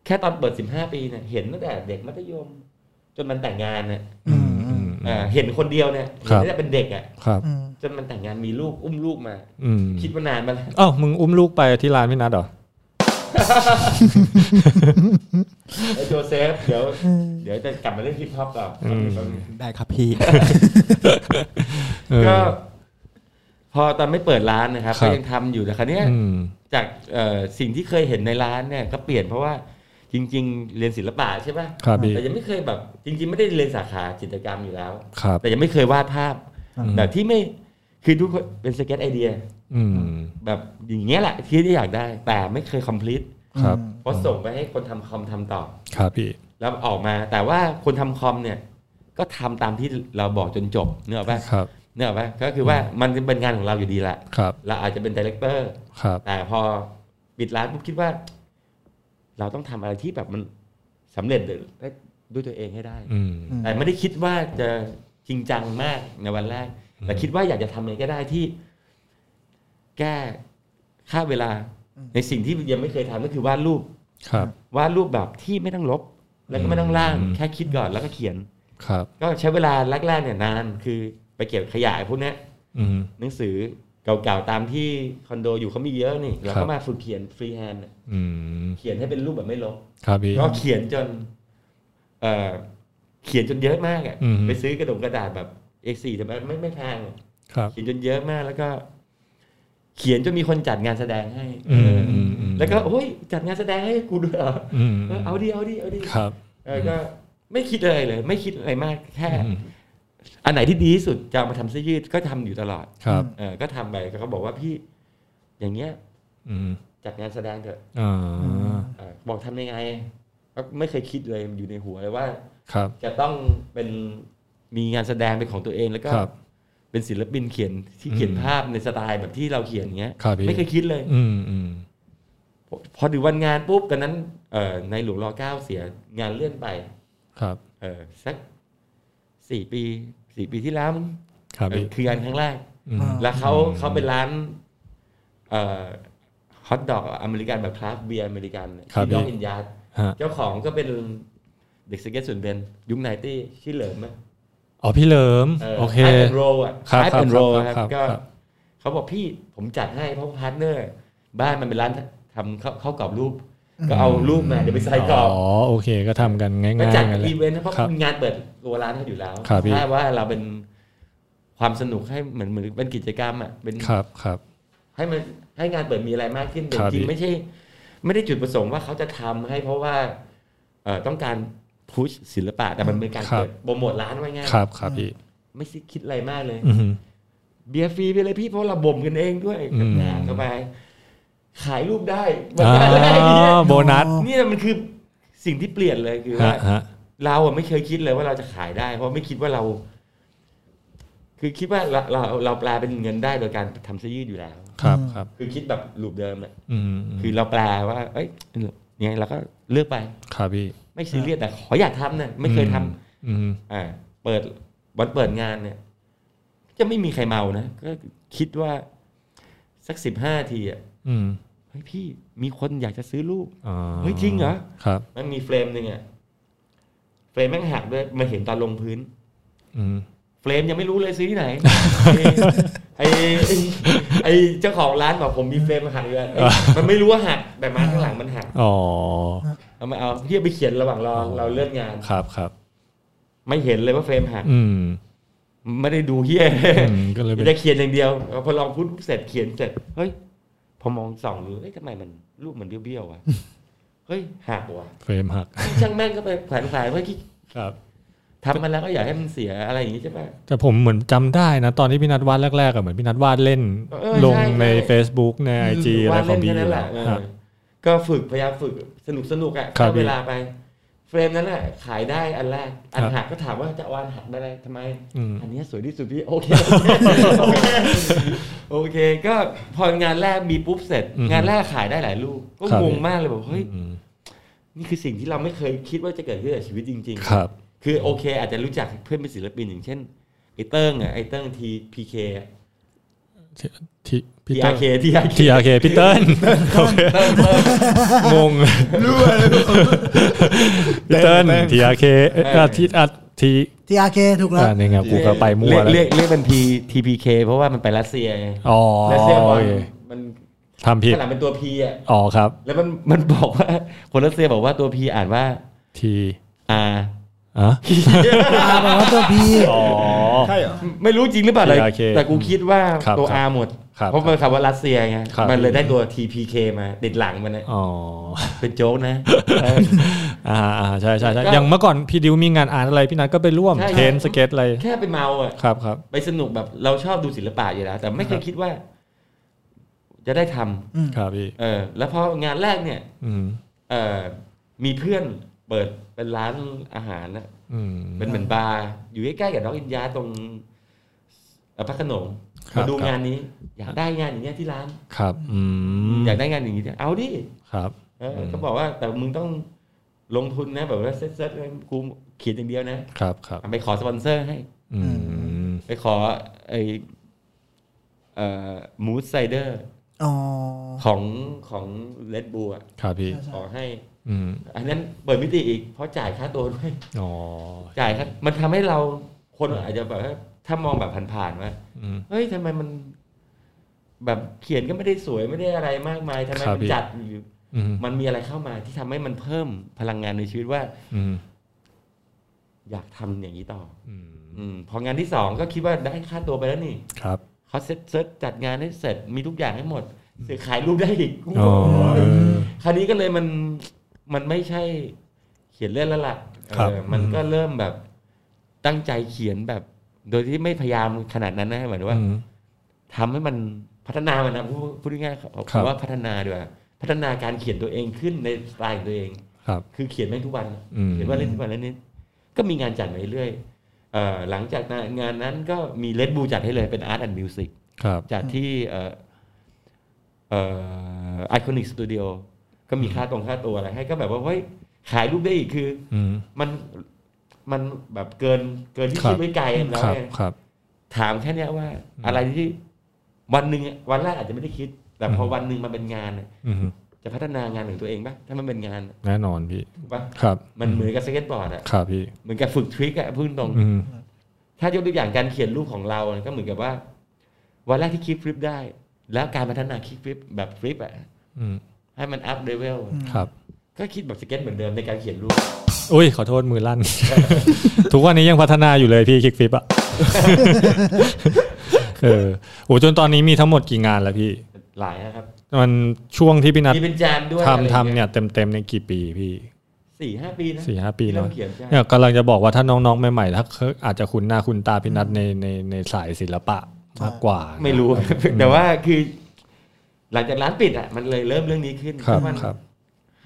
[SPEAKER 5] แค่ตอนเปิดสิบห้าปีเนี่ยเห็นตั้งแต่เด็กมัธยม จนมันแต่งงานเนี่ย
[SPEAKER 6] อืม
[SPEAKER 3] อืม
[SPEAKER 5] อ่าเห็นคนเดียวเนี่ย
[SPEAKER 3] ครับ
[SPEAKER 5] เห็นตั้งแต่เป็นเด็กอ่ะ
[SPEAKER 3] ครับ
[SPEAKER 6] อืม
[SPEAKER 5] จนมันแต่งงานมีลูกอุ้มลูกมา
[SPEAKER 3] อืม
[SPEAKER 5] คิดมานานมา แล้ว
[SPEAKER 3] เอ้ามึงอุ้มลูกไปที่ร้านพี่นัดเหรอ
[SPEAKER 5] ไอ้โจเซฟเดี๋ยวเดี๋ยวจะกลับมาเล่นฮิปฮอปต่ออ
[SPEAKER 3] ม
[SPEAKER 4] ได้ครับพี่
[SPEAKER 3] เออ
[SPEAKER 5] ก็พอตอนไม่เปิดร้านนะครับ
[SPEAKER 3] ครั
[SPEAKER 5] ก็
[SPEAKER 3] บ
[SPEAKER 5] ยังทำอยู่แต่ครั้นี้ย
[SPEAKER 3] อืม
[SPEAKER 5] จากเอ่อสิ่งที่เคยเห็นในร้านเนี่ย ก็เปลี่ยนเพราะว่าจริง ๆ เรียนศิลปะใช่ป่ะ
[SPEAKER 3] ครับพี่
[SPEAKER 5] แต่ยังไม่เคยแบบ จริง ๆ ไม่ได้เรียนสาขาจิตรกรรมอยู่แล้ว
[SPEAKER 3] ครับ
[SPEAKER 5] แต่ยังไม่เคยวาดภาพ
[SPEAKER 3] อืม
[SPEAKER 5] แบบที่ไม่คือทุกคนเป็นสเก็ตไอเดีย
[SPEAKER 3] อืม
[SPEAKER 5] แบบอย่างเงี้ยแหละที่ที่อยากได้ แต่ไม่เคยคอมพลีท
[SPEAKER 3] ครับ
[SPEAKER 5] เพราะส่งไปให้คนทำคอมทำต่อ
[SPEAKER 3] ครับพี่
[SPEAKER 5] แล้วออกมาแต่ว่าคนทำคอมเนี่ย ก็ทำตามที่เราบอกจนจบเนื้ออกป่ะ
[SPEAKER 3] ครับ
[SPEAKER 5] เนื้ออกป่ะก็คือว่ามันเป็นงานของเราอยู่ดีแหละ
[SPEAKER 3] ครับ
[SPEAKER 5] เราอาจจะเป็นดีเลกเตอร์
[SPEAKER 3] ครับ
[SPEAKER 5] แต่พอปิดร้านปุ๊บคิดว่า เราต้องทำอะไรที่แบบมันสำเร็จได้ด้วยตัวเองให้ได้
[SPEAKER 3] อืม
[SPEAKER 6] อืม
[SPEAKER 5] แต่ไม่ได้คิดว่าจะจริงจังมากในวันแรก แต่คิดว่าอยากจะทำอะไรก็ได้ที่ แก้ค่าเวลา ในสิ่งที่ยังไม่เคยทำก็คือวาดรูป
[SPEAKER 3] ครับ
[SPEAKER 5] วาดรูปแบบที่ไม่ต้องลบ แล้วก็ไม่ต้องร่าง
[SPEAKER 3] อืม
[SPEAKER 5] แค่คิดก่อนแล้วก็เขียน
[SPEAKER 3] ครับ
[SPEAKER 5] ก็ใช้เวลาแรกๆเนี่ยนาน คือไปเก็บขยะไอ้พวกเนี้ย
[SPEAKER 3] อืม
[SPEAKER 5] หนังสือเก่าๆตามที่คอนโดอยู่เขามีเยอะนี่เรา
[SPEAKER 3] ครั
[SPEAKER 5] ก็
[SPEAKER 3] บ
[SPEAKER 5] มาฝึกเขียนฟรีแฮนด์
[SPEAKER 3] อืม
[SPEAKER 5] เขียนให้เป็นรูปแบบไม่ลบ
[SPEAKER 3] ครับพี่
[SPEAKER 5] ก็เขียนจนเอ่อเขียนจนเยอะมากอ่ะ
[SPEAKER 3] อืม
[SPEAKER 5] ไปซื้อกระดงกระดาษแบบ A4 แต่มันไม่ไม่แพงอะ
[SPEAKER 3] ครับ
[SPEAKER 5] เขียนจนเยอะมากแล้วก็ เขียนจนมีคนจัดงานแสดงให้
[SPEAKER 3] อืม
[SPEAKER 5] เอออ
[SPEAKER 3] มอืม
[SPEAKER 5] แล้วก็โอ้ยจัดงานแสดงให้กูด้วยเหรอ
[SPEAKER 3] อืม
[SPEAKER 5] เออเอาดีเอาดีเอาดี
[SPEAKER 3] ครับ
[SPEAKER 5] เออก็ไม่คิดอะไรเลย ไม่คิดอะไรมากแค่
[SPEAKER 3] อืม
[SPEAKER 5] อันไหนที่ดีที่สุดจะเอามาทำเสื้อยืดก็ทำอยู่ตลอด
[SPEAKER 3] ครับ
[SPEAKER 5] เออก็ทำไปเขาบอกว่าพี่อย่างเงี้ย
[SPEAKER 3] อืม
[SPEAKER 5] จัดงานแสดงเถอะ
[SPEAKER 3] อ่า
[SPEAKER 5] เออบอกทำยังไงก็ไม่เคยคิดเลยอยู่ในหัวเลยว่า
[SPEAKER 3] ครับ
[SPEAKER 5] จะต้องเป็นมีงานแสดงเป็นของตัวเองแล้วก็
[SPEAKER 3] ครับ
[SPEAKER 5] เป็นศิลปินเขียนที่เขียน
[SPEAKER 3] อืม
[SPEAKER 5] ภาพในสไตล์แบบที่เราเขียนอย่างเงี้ย
[SPEAKER 3] ครับพี่
[SPEAKER 5] ไม่เคยคิดเลย
[SPEAKER 3] อืมอืม
[SPEAKER 5] พอถึงวันงานปุ๊บตอนนั้นเอ่อในหลวงรอเก้าเสียงานเลื่อนไป
[SPEAKER 3] ครับ
[SPEAKER 5] เออสักสี่ปีสี่ปีที่แล้วมั้ง
[SPEAKER 3] ครับ
[SPEAKER 5] เออ
[SPEAKER 3] พี่
[SPEAKER 5] คืองานครั้งแรก
[SPEAKER 3] อืม
[SPEAKER 5] แล้วเขาเขาเป็นร้านเอ่อฮอทดอกอเมริกันแบบคราฟเบียร์อเมริกันเนี่ย
[SPEAKER 3] ครับ
[SPEAKER 5] ที่ย่อง
[SPEAKER 3] พี่
[SPEAKER 5] อินยาร์ด
[SPEAKER 3] ฮะ
[SPEAKER 5] เจ้าของก็เป็นเด็กสเก็ตส่วนเป็นยุคไนตี้ชื่อเหลิมอะ
[SPEAKER 3] อ๋อพี่เหลิม
[SPEAKER 5] เออ
[SPEAKER 3] โอเค
[SPEAKER 5] ไอแอนโรอะ
[SPEAKER 3] ครับ
[SPEAKER 5] ไอแอนโร
[SPEAKER 3] ครับค
[SPEAKER 5] ค
[SPEAKER 3] รั
[SPEAKER 5] รั
[SPEAKER 3] บบ
[SPEAKER 5] ก็
[SPEAKER 3] ครับ
[SPEAKER 5] เขาบอกพี่ผมจัดให้เพราะพาร์ทเนอร์ บ้านมันเป็นร้านทำข้าวข้าวกรอบรูป ก็เอารูปมาเดี๋ยวไปใส่กรอบ
[SPEAKER 3] อ๋อ โอเค ก็ทำกันง่ายๆ
[SPEAKER 5] ก็จัด
[SPEAKER 3] กันแหละ
[SPEAKER 5] อีเวนต์นะเพราะ
[SPEAKER 3] ครับ
[SPEAKER 5] งานเปิดตัวร้านเขาอยู่แล้ว
[SPEAKER 3] ครับพี่
[SPEAKER 5] แค่ว่าเราเป็นความสนุกให้เหมือนเหมือนเป็นกิจกรรมอ่ะเป็น
[SPEAKER 3] ครับ ครับ
[SPEAKER 5] ให้มันให้งานเปิดมีอะไรมากขึ้นแต่
[SPEAKER 3] ครับ
[SPEAKER 5] จริ
[SPEAKER 3] พี่
[SPEAKER 5] งๆไม่ใช่ ไม่ได้จุดประสงค์ว่าเขาจะทำให้เพราะว่าเอ่อต้องการพุชศิลปะแต่มันเป็นการเปิดโปรโมทร้านไว้ไง่าย
[SPEAKER 3] ครับ ครับพี่
[SPEAKER 5] ไม่ได้คิดอะไรมากเลย
[SPEAKER 3] อืม
[SPEAKER 5] เบียร์ฟรีไปเลยพี่เพราะเราบ่มกันเองด้วย
[SPEAKER 3] อืม
[SPEAKER 5] งานเข้าไปขายรูปได้
[SPEAKER 3] อ๋
[SPEAKER 5] มันได้อะไรอย่างเงี้ย
[SPEAKER 3] อโบนัส
[SPEAKER 5] เนี่ยมันคือสิ่งที่เปลี่ยนเลยคือ
[SPEAKER 3] ฮะ
[SPEAKER 5] ว่า
[SPEAKER 3] ฮะ
[SPEAKER 5] เราอะไม่เคยคิดเลยว่าเราจะขายได้ เพราะไม่คิดว่าเรา คือคิดว่าเราเราเราแปลเป็นเงินได้โดยการทำเสื้อยืดอยู่แล้ว
[SPEAKER 3] ครับครับ
[SPEAKER 5] คือคิดแบบลูปเดิมเลย
[SPEAKER 3] อืมอืม
[SPEAKER 5] คือเราแปลว่า เอ้ยเนี่ยเราก็เลือกไป
[SPEAKER 3] ครับพี่
[SPEAKER 5] ไม่ซีเรียสแต่ขออยากทำเนี่ยไม่เคยทำ
[SPEAKER 3] อืม
[SPEAKER 5] อ่าเปิดวันเปิดงานเนี่ย จะไม่มีใครเมานะ ก็คิดว่าสักสิบห้าทีอ่ะ
[SPEAKER 3] อืม
[SPEAKER 5] เฮ้ยพี่มีคนอยากจะซื้อรูป
[SPEAKER 3] อ๋อ
[SPEAKER 5] เฮ้ยจริงเหรอ
[SPEAKER 3] ครับ
[SPEAKER 5] มันมีเฟรมหนึ่งอ่ะเฟรมแม่งหักด้วยมาเห็นตอนลงพื้น
[SPEAKER 3] อืม
[SPEAKER 5] เฟรมยังไม่รู้เลยซื้อ ที่ไหน ไอ้ไอ้ไอ้เจ้าของร้านบอกผมมีเฟรมหักอยู่อะเอ้ยมันไม่รู้ว่าหักแต่มาข้างหลังมันหัก
[SPEAKER 3] อ๋อ
[SPEAKER 5] เอามาเอาที่ไปเขียนระหว่างรอเราเลื่อนงาน
[SPEAKER 3] ครับครับ
[SPEAKER 5] ไม่เห็นเลยว่าเฟรมหัก
[SPEAKER 3] อืม
[SPEAKER 5] ไม่ได้ดูเฮีย
[SPEAKER 3] อืมก็เลยเป็น
[SPEAKER 5] จะเขียนอย่างเดียวพอลองพูดเสร็จเขียนเสร็จเฮ้ยพอมองส่องดูเฮ้ยทำไมมันรูปมันเบี้ยวๆวะ เฮ้ยหักว่ะ
[SPEAKER 3] เฟรมหัก
[SPEAKER 5] ช่างแม่งก็ไปแขวนแขวนไว้ที่
[SPEAKER 3] ครับ
[SPEAKER 5] ทำมันแล้วก็อย่าให้มันเสียอะไรอย่างงี้ใช่ปะ
[SPEAKER 3] แต่ผมเหมือนจำได้นะ ตอนที่พี่นัดวาดแรกๆอะเหมือนพี่นัดวาดเล่น
[SPEAKER 5] เออใช่
[SPEAKER 3] ลงใน
[SPEAKER 5] ใช่
[SPEAKER 3] Facebook ในไอจีอะไร
[SPEAKER 5] วาด
[SPEAKER 3] ขอ
[SPEAKER 5] เล่
[SPEAKER 3] ง
[SPEAKER 5] น
[SPEAKER 3] พี่อยู่
[SPEAKER 5] แค่นั้นแห
[SPEAKER 3] แล้ว
[SPEAKER 5] ละเออ
[SPEAKER 3] ครับ
[SPEAKER 5] ก็ฝึกพยายามฝึกสนุกสนุกๆอ่ะ
[SPEAKER 3] ครับ
[SPEAKER 5] เข้าเวลาไป เฟรมนั้นแหละขายได้อันแรก อัน
[SPEAKER 3] ครับ
[SPEAKER 5] หักก็ถามว่าจะเอาอันหักได้ไหมทำไม
[SPEAKER 3] อืม
[SPEAKER 5] อันเนี้ยสวยที่สุดพี่โอเค โอเคโอเค ก็พองานแรกมีปุ๊บเสร็จ งานแรกขายได้หลายลูกก็งงมากเลยบอกเฮ้ย
[SPEAKER 3] อืม
[SPEAKER 5] นี่คือสิ่งที่เราไม่เคยคิดว่าจะเกิดขึ้นกับชีวิตจริง ๆ
[SPEAKER 3] ครับ
[SPEAKER 5] คือโอเค อาจจะรู้จักเพื่อนเป็นศิลปินอย่างเช่นไอเติ้งอ่ะไอเติ้งทีพีเค
[SPEAKER 3] ที่พี่
[SPEAKER 5] ที
[SPEAKER 3] เติ้
[SPEAKER 5] อา
[SPEAKER 3] ล
[SPEAKER 5] เคทีอาเค
[SPEAKER 3] ที่โอเคพี่เติ้ลโอเค
[SPEAKER 5] เติ้งเติ้ง
[SPEAKER 3] งงพี่เติ้ลทีโอเคเอ่อที่อ่ะที่
[SPEAKER 6] ทีอาเคถูกแล้ว
[SPEAKER 3] อ่านี่ไงกูก็ไปมั่วแล้ว
[SPEAKER 5] เรียกเรียกเป็นพีทีพีเคเพราะว่ามันไปรัสเซียไง
[SPEAKER 3] อ๋อ
[SPEAKER 5] รัสเซียบอ
[SPEAKER 3] โอ
[SPEAKER 5] ล
[SPEAKER 3] เค
[SPEAKER 5] มัน
[SPEAKER 3] ทำผิด
[SPEAKER 5] ขนาดเป็นตัวพีอ่ะ
[SPEAKER 3] อ๋อครับ
[SPEAKER 5] แล้วมัน มันบอกว่าคนรัสเซียบอกว่าตัวพีอ่านว่า
[SPEAKER 3] ที
[SPEAKER 5] อา
[SPEAKER 3] อ่ะ
[SPEAKER 6] อาบอกว่าตัวพี
[SPEAKER 3] อ๋อ
[SPEAKER 4] ใช่เหรอ
[SPEAKER 5] ไม่รู้จริงหรือเปล่าเลย
[SPEAKER 3] TRK
[SPEAKER 5] แต่กูคิดว่า
[SPEAKER 3] ครับ
[SPEAKER 5] ตัว
[SPEAKER 3] ครับ
[SPEAKER 5] อาหมด
[SPEAKER 3] ครับ
[SPEAKER 5] เพราะมันคำว่ารัสเซียไง
[SPEAKER 3] ครับ
[SPEAKER 5] มันเลยได้ตัว TPK มาติดหลังมันนะ
[SPEAKER 3] อ๋อ
[SPEAKER 5] เป็นโจ๊กนะ
[SPEAKER 3] อ่าอ่าใช่ใช่ใช่
[SPEAKER 5] ก็
[SPEAKER 3] อย่างเมื่อก่อนพี่ดิวมีงานอ่านอะไรพี่นัทก็ไปร่วม
[SPEAKER 5] ใช่
[SPEAKER 3] เทรน
[SPEAKER 5] ใช่
[SPEAKER 3] สเก็ตอะไร
[SPEAKER 5] แค่ไปเมาอ่ะ
[SPEAKER 3] ครับครับ
[SPEAKER 5] ไปสนุกแบบเราชอบดูศิลปะอยู่แล้ว แต่ไม่เคยคิดว่า จะได้ทำ
[SPEAKER 3] ครับพี่
[SPEAKER 5] เออ แล้วพองานแรกเนี่ย
[SPEAKER 3] อืม
[SPEAKER 5] เออมีเพื่อนเปิดเป็นร้านอาหารนะ
[SPEAKER 3] อืม
[SPEAKER 5] เป็นเหมือนบาร์อยู่ใกล้ๆกับน้องอินยาตรงเอ่อพระโขนง
[SPEAKER 3] ครับ
[SPEAKER 5] มาดู
[SPEAKER 3] ครับ
[SPEAKER 5] งานนี้ อยากได้งานอย่างเงี้ยที่ร้าน
[SPEAKER 3] ครับอืม
[SPEAKER 5] อยากได้งานอย่างงี้เนี่ยเอาดิ
[SPEAKER 3] ครับ
[SPEAKER 5] เออ
[SPEAKER 3] อืม
[SPEAKER 5] ก็บอกว่าแต่มึงต้องลงทุนนะแบบว่าเซ็ตเซ็ตกูเขียนอย่างเดียวนะครับ
[SPEAKER 3] ครับ
[SPEAKER 5] ไปขอสปอนเซอร์ให้
[SPEAKER 3] อืม
[SPEAKER 5] ไปขอไอเอ่อมูสไซเดอร์
[SPEAKER 6] อ๋อ
[SPEAKER 5] ของของเลดบูอะ
[SPEAKER 3] ครับพี่
[SPEAKER 5] ขอให้
[SPEAKER 3] อืม
[SPEAKER 5] อันนั้นเปิดมิติอีก เพราะจ่ายค่าตัวด้วย
[SPEAKER 3] อ๋อ
[SPEAKER 5] จ่ายครับ มันทำให้เราคนอาจจะแบบว่าถ้ามองแบบผ่านๆว่า
[SPEAKER 3] อืม
[SPEAKER 5] เฮ้ยทำไมมัน แบบเขียนก็ไม่ได้สวยไม่ได้อะไรมากมายทำไม
[SPEAKER 3] ครับ
[SPEAKER 5] มัน
[SPEAKER 3] พี่
[SPEAKER 5] จัดอยู่
[SPEAKER 3] อืม
[SPEAKER 5] มันมีอะไรเข้ามาที่ทำให้มันเพิ่มพลังงานในชีวิตว่า
[SPEAKER 3] อืม
[SPEAKER 5] อยากทำอย่างนี้ต่อ
[SPEAKER 3] อืม
[SPEAKER 5] อืม พองานที่สองก็คิดว่าได้ค่าตัวไปแล้วนี่
[SPEAKER 3] ครับ
[SPEAKER 5] เขาเซ็ตเซ็ตจัดงานให้เสร็จมีทุกอย่างให้หมดเสือขายรูปได้อีก
[SPEAKER 3] อ๋อเออ
[SPEAKER 5] คราวนี้ก็เลยมันมันไม่ใช่เขียนเล่นแล้วล่ะ
[SPEAKER 3] ครับ
[SPEAKER 5] เออมัน
[SPEAKER 3] อืม
[SPEAKER 5] ก็เริ่มแบบตั้งใจเขียนแบบ โดยที่ไม่พยายามขนาดนั้นนะหมายถึงว่า
[SPEAKER 3] อืม
[SPEAKER 5] ทำให้มันพัฒนามันนะพูดพูดง่ายๆผม
[SPEAKER 3] ครับ
[SPEAKER 5] ว่าพัฒนาดีกว่าพัฒนาการเขียนตัวเองขึ้นในสไตล์ของตัวเอง
[SPEAKER 3] ครับ
[SPEAKER 5] คือเขียนแม่งทุกวัน
[SPEAKER 3] อืม
[SPEAKER 5] เขียนว่าเล่นทุกวันแล้วนี่ก็มีงานจัดมาเรื่อยๆเอ่อหลังจากนั้นงานนั้นก็มีเลดบูจัดให้เลยเป็นอาร์ตแอนด์มิวสิก
[SPEAKER 3] ครับ
[SPEAKER 5] จากที่เอ่อเอ่อไอคอนิกสตูดิโอก็มีค่าตรงค่าตัวอะไรให้ก็แบบว่าเฮ้ยขายรูปได้อีกคือ
[SPEAKER 3] อืม
[SPEAKER 5] มันมันแบบเกินเกินที่คิดไว้ไกลแล้ว
[SPEAKER 3] ครับ
[SPEAKER 5] ไง
[SPEAKER 3] ครับ
[SPEAKER 5] ถามแค่เนี้ยว่า อะไรที่วันหนึ่งอะวันแรกอาจจะไม่ได้คิด แต่พอวันหนึ่งมันเป็นงานอะ
[SPEAKER 3] อืม
[SPEAKER 5] จะพัฒนางานของตัวเองปะถ้ามันเป็นงาน
[SPEAKER 3] แน่นอนพี่
[SPEAKER 5] ถูกปะ
[SPEAKER 3] ครับ
[SPEAKER 5] มันเหมือนกับสเก็ตบอร์ดอะ
[SPEAKER 3] ครับพี่
[SPEAKER 5] เหมือนกับฝึกทริคอะพึ่งตรง
[SPEAKER 3] อืม
[SPEAKER 5] ถ้ายกตัวอย่างการเขียนรูปของเราก็เหมือนกับว่า วันแรกที่คลิปฟลิปได้ แล้วการพัฒนาคลิปฟลิปแบบฟลิปอะ
[SPEAKER 3] อืม
[SPEAKER 5] ให้มันอัพเลเวล
[SPEAKER 3] ครับ
[SPEAKER 5] ก็คิดแบบสเก็ตเหมือนเดิมในการเขียนรูป
[SPEAKER 3] อุ้ยขอโทษมือลั่น ทุกวันนี้ยังพัฒนาอยู่เลยพี่คลิกฟิปอะ เออโอ้จนตอนนี้มีทั้งหมดกี่งานแล้วพี่
[SPEAKER 5] หลายนะครับ
[SPEAKER 3] มันช่วงที่พี่นัท
[SPEAKER 5] มีเป็นแจมด้วย
[SPEAKER 3] ทำทำเนี่ยเต็มเต็มๆในกี่ปีพี่
[SPEAKER 5] สี่ห้าปีนะ
[SPEAKER 3] สี่ห้าปี
[SPEAKER 5] ที่เรา
[SPEAKER 3] เนาะ
[SPEAKER 5] เขียนใช่
[SPEAKER 3] เนี่ยกำลังจะบอกว่าถ้าน้องๆใหม่ๆถ้าเคยอาจจะคุ้นหน้าคุ้นตาพี่นัทในในในสายศิลปะมากกว่า
[SPEAKER 5] ไม่รู้ แต่ว่าคือ หลังจากร้านปิดอะมันเลยเริ่มเรื่องนี้ขึ้น
[SPEAKER 3] ครับ
[SPEAKER 5] ประมาณ
[SPEAKER 3] ครับ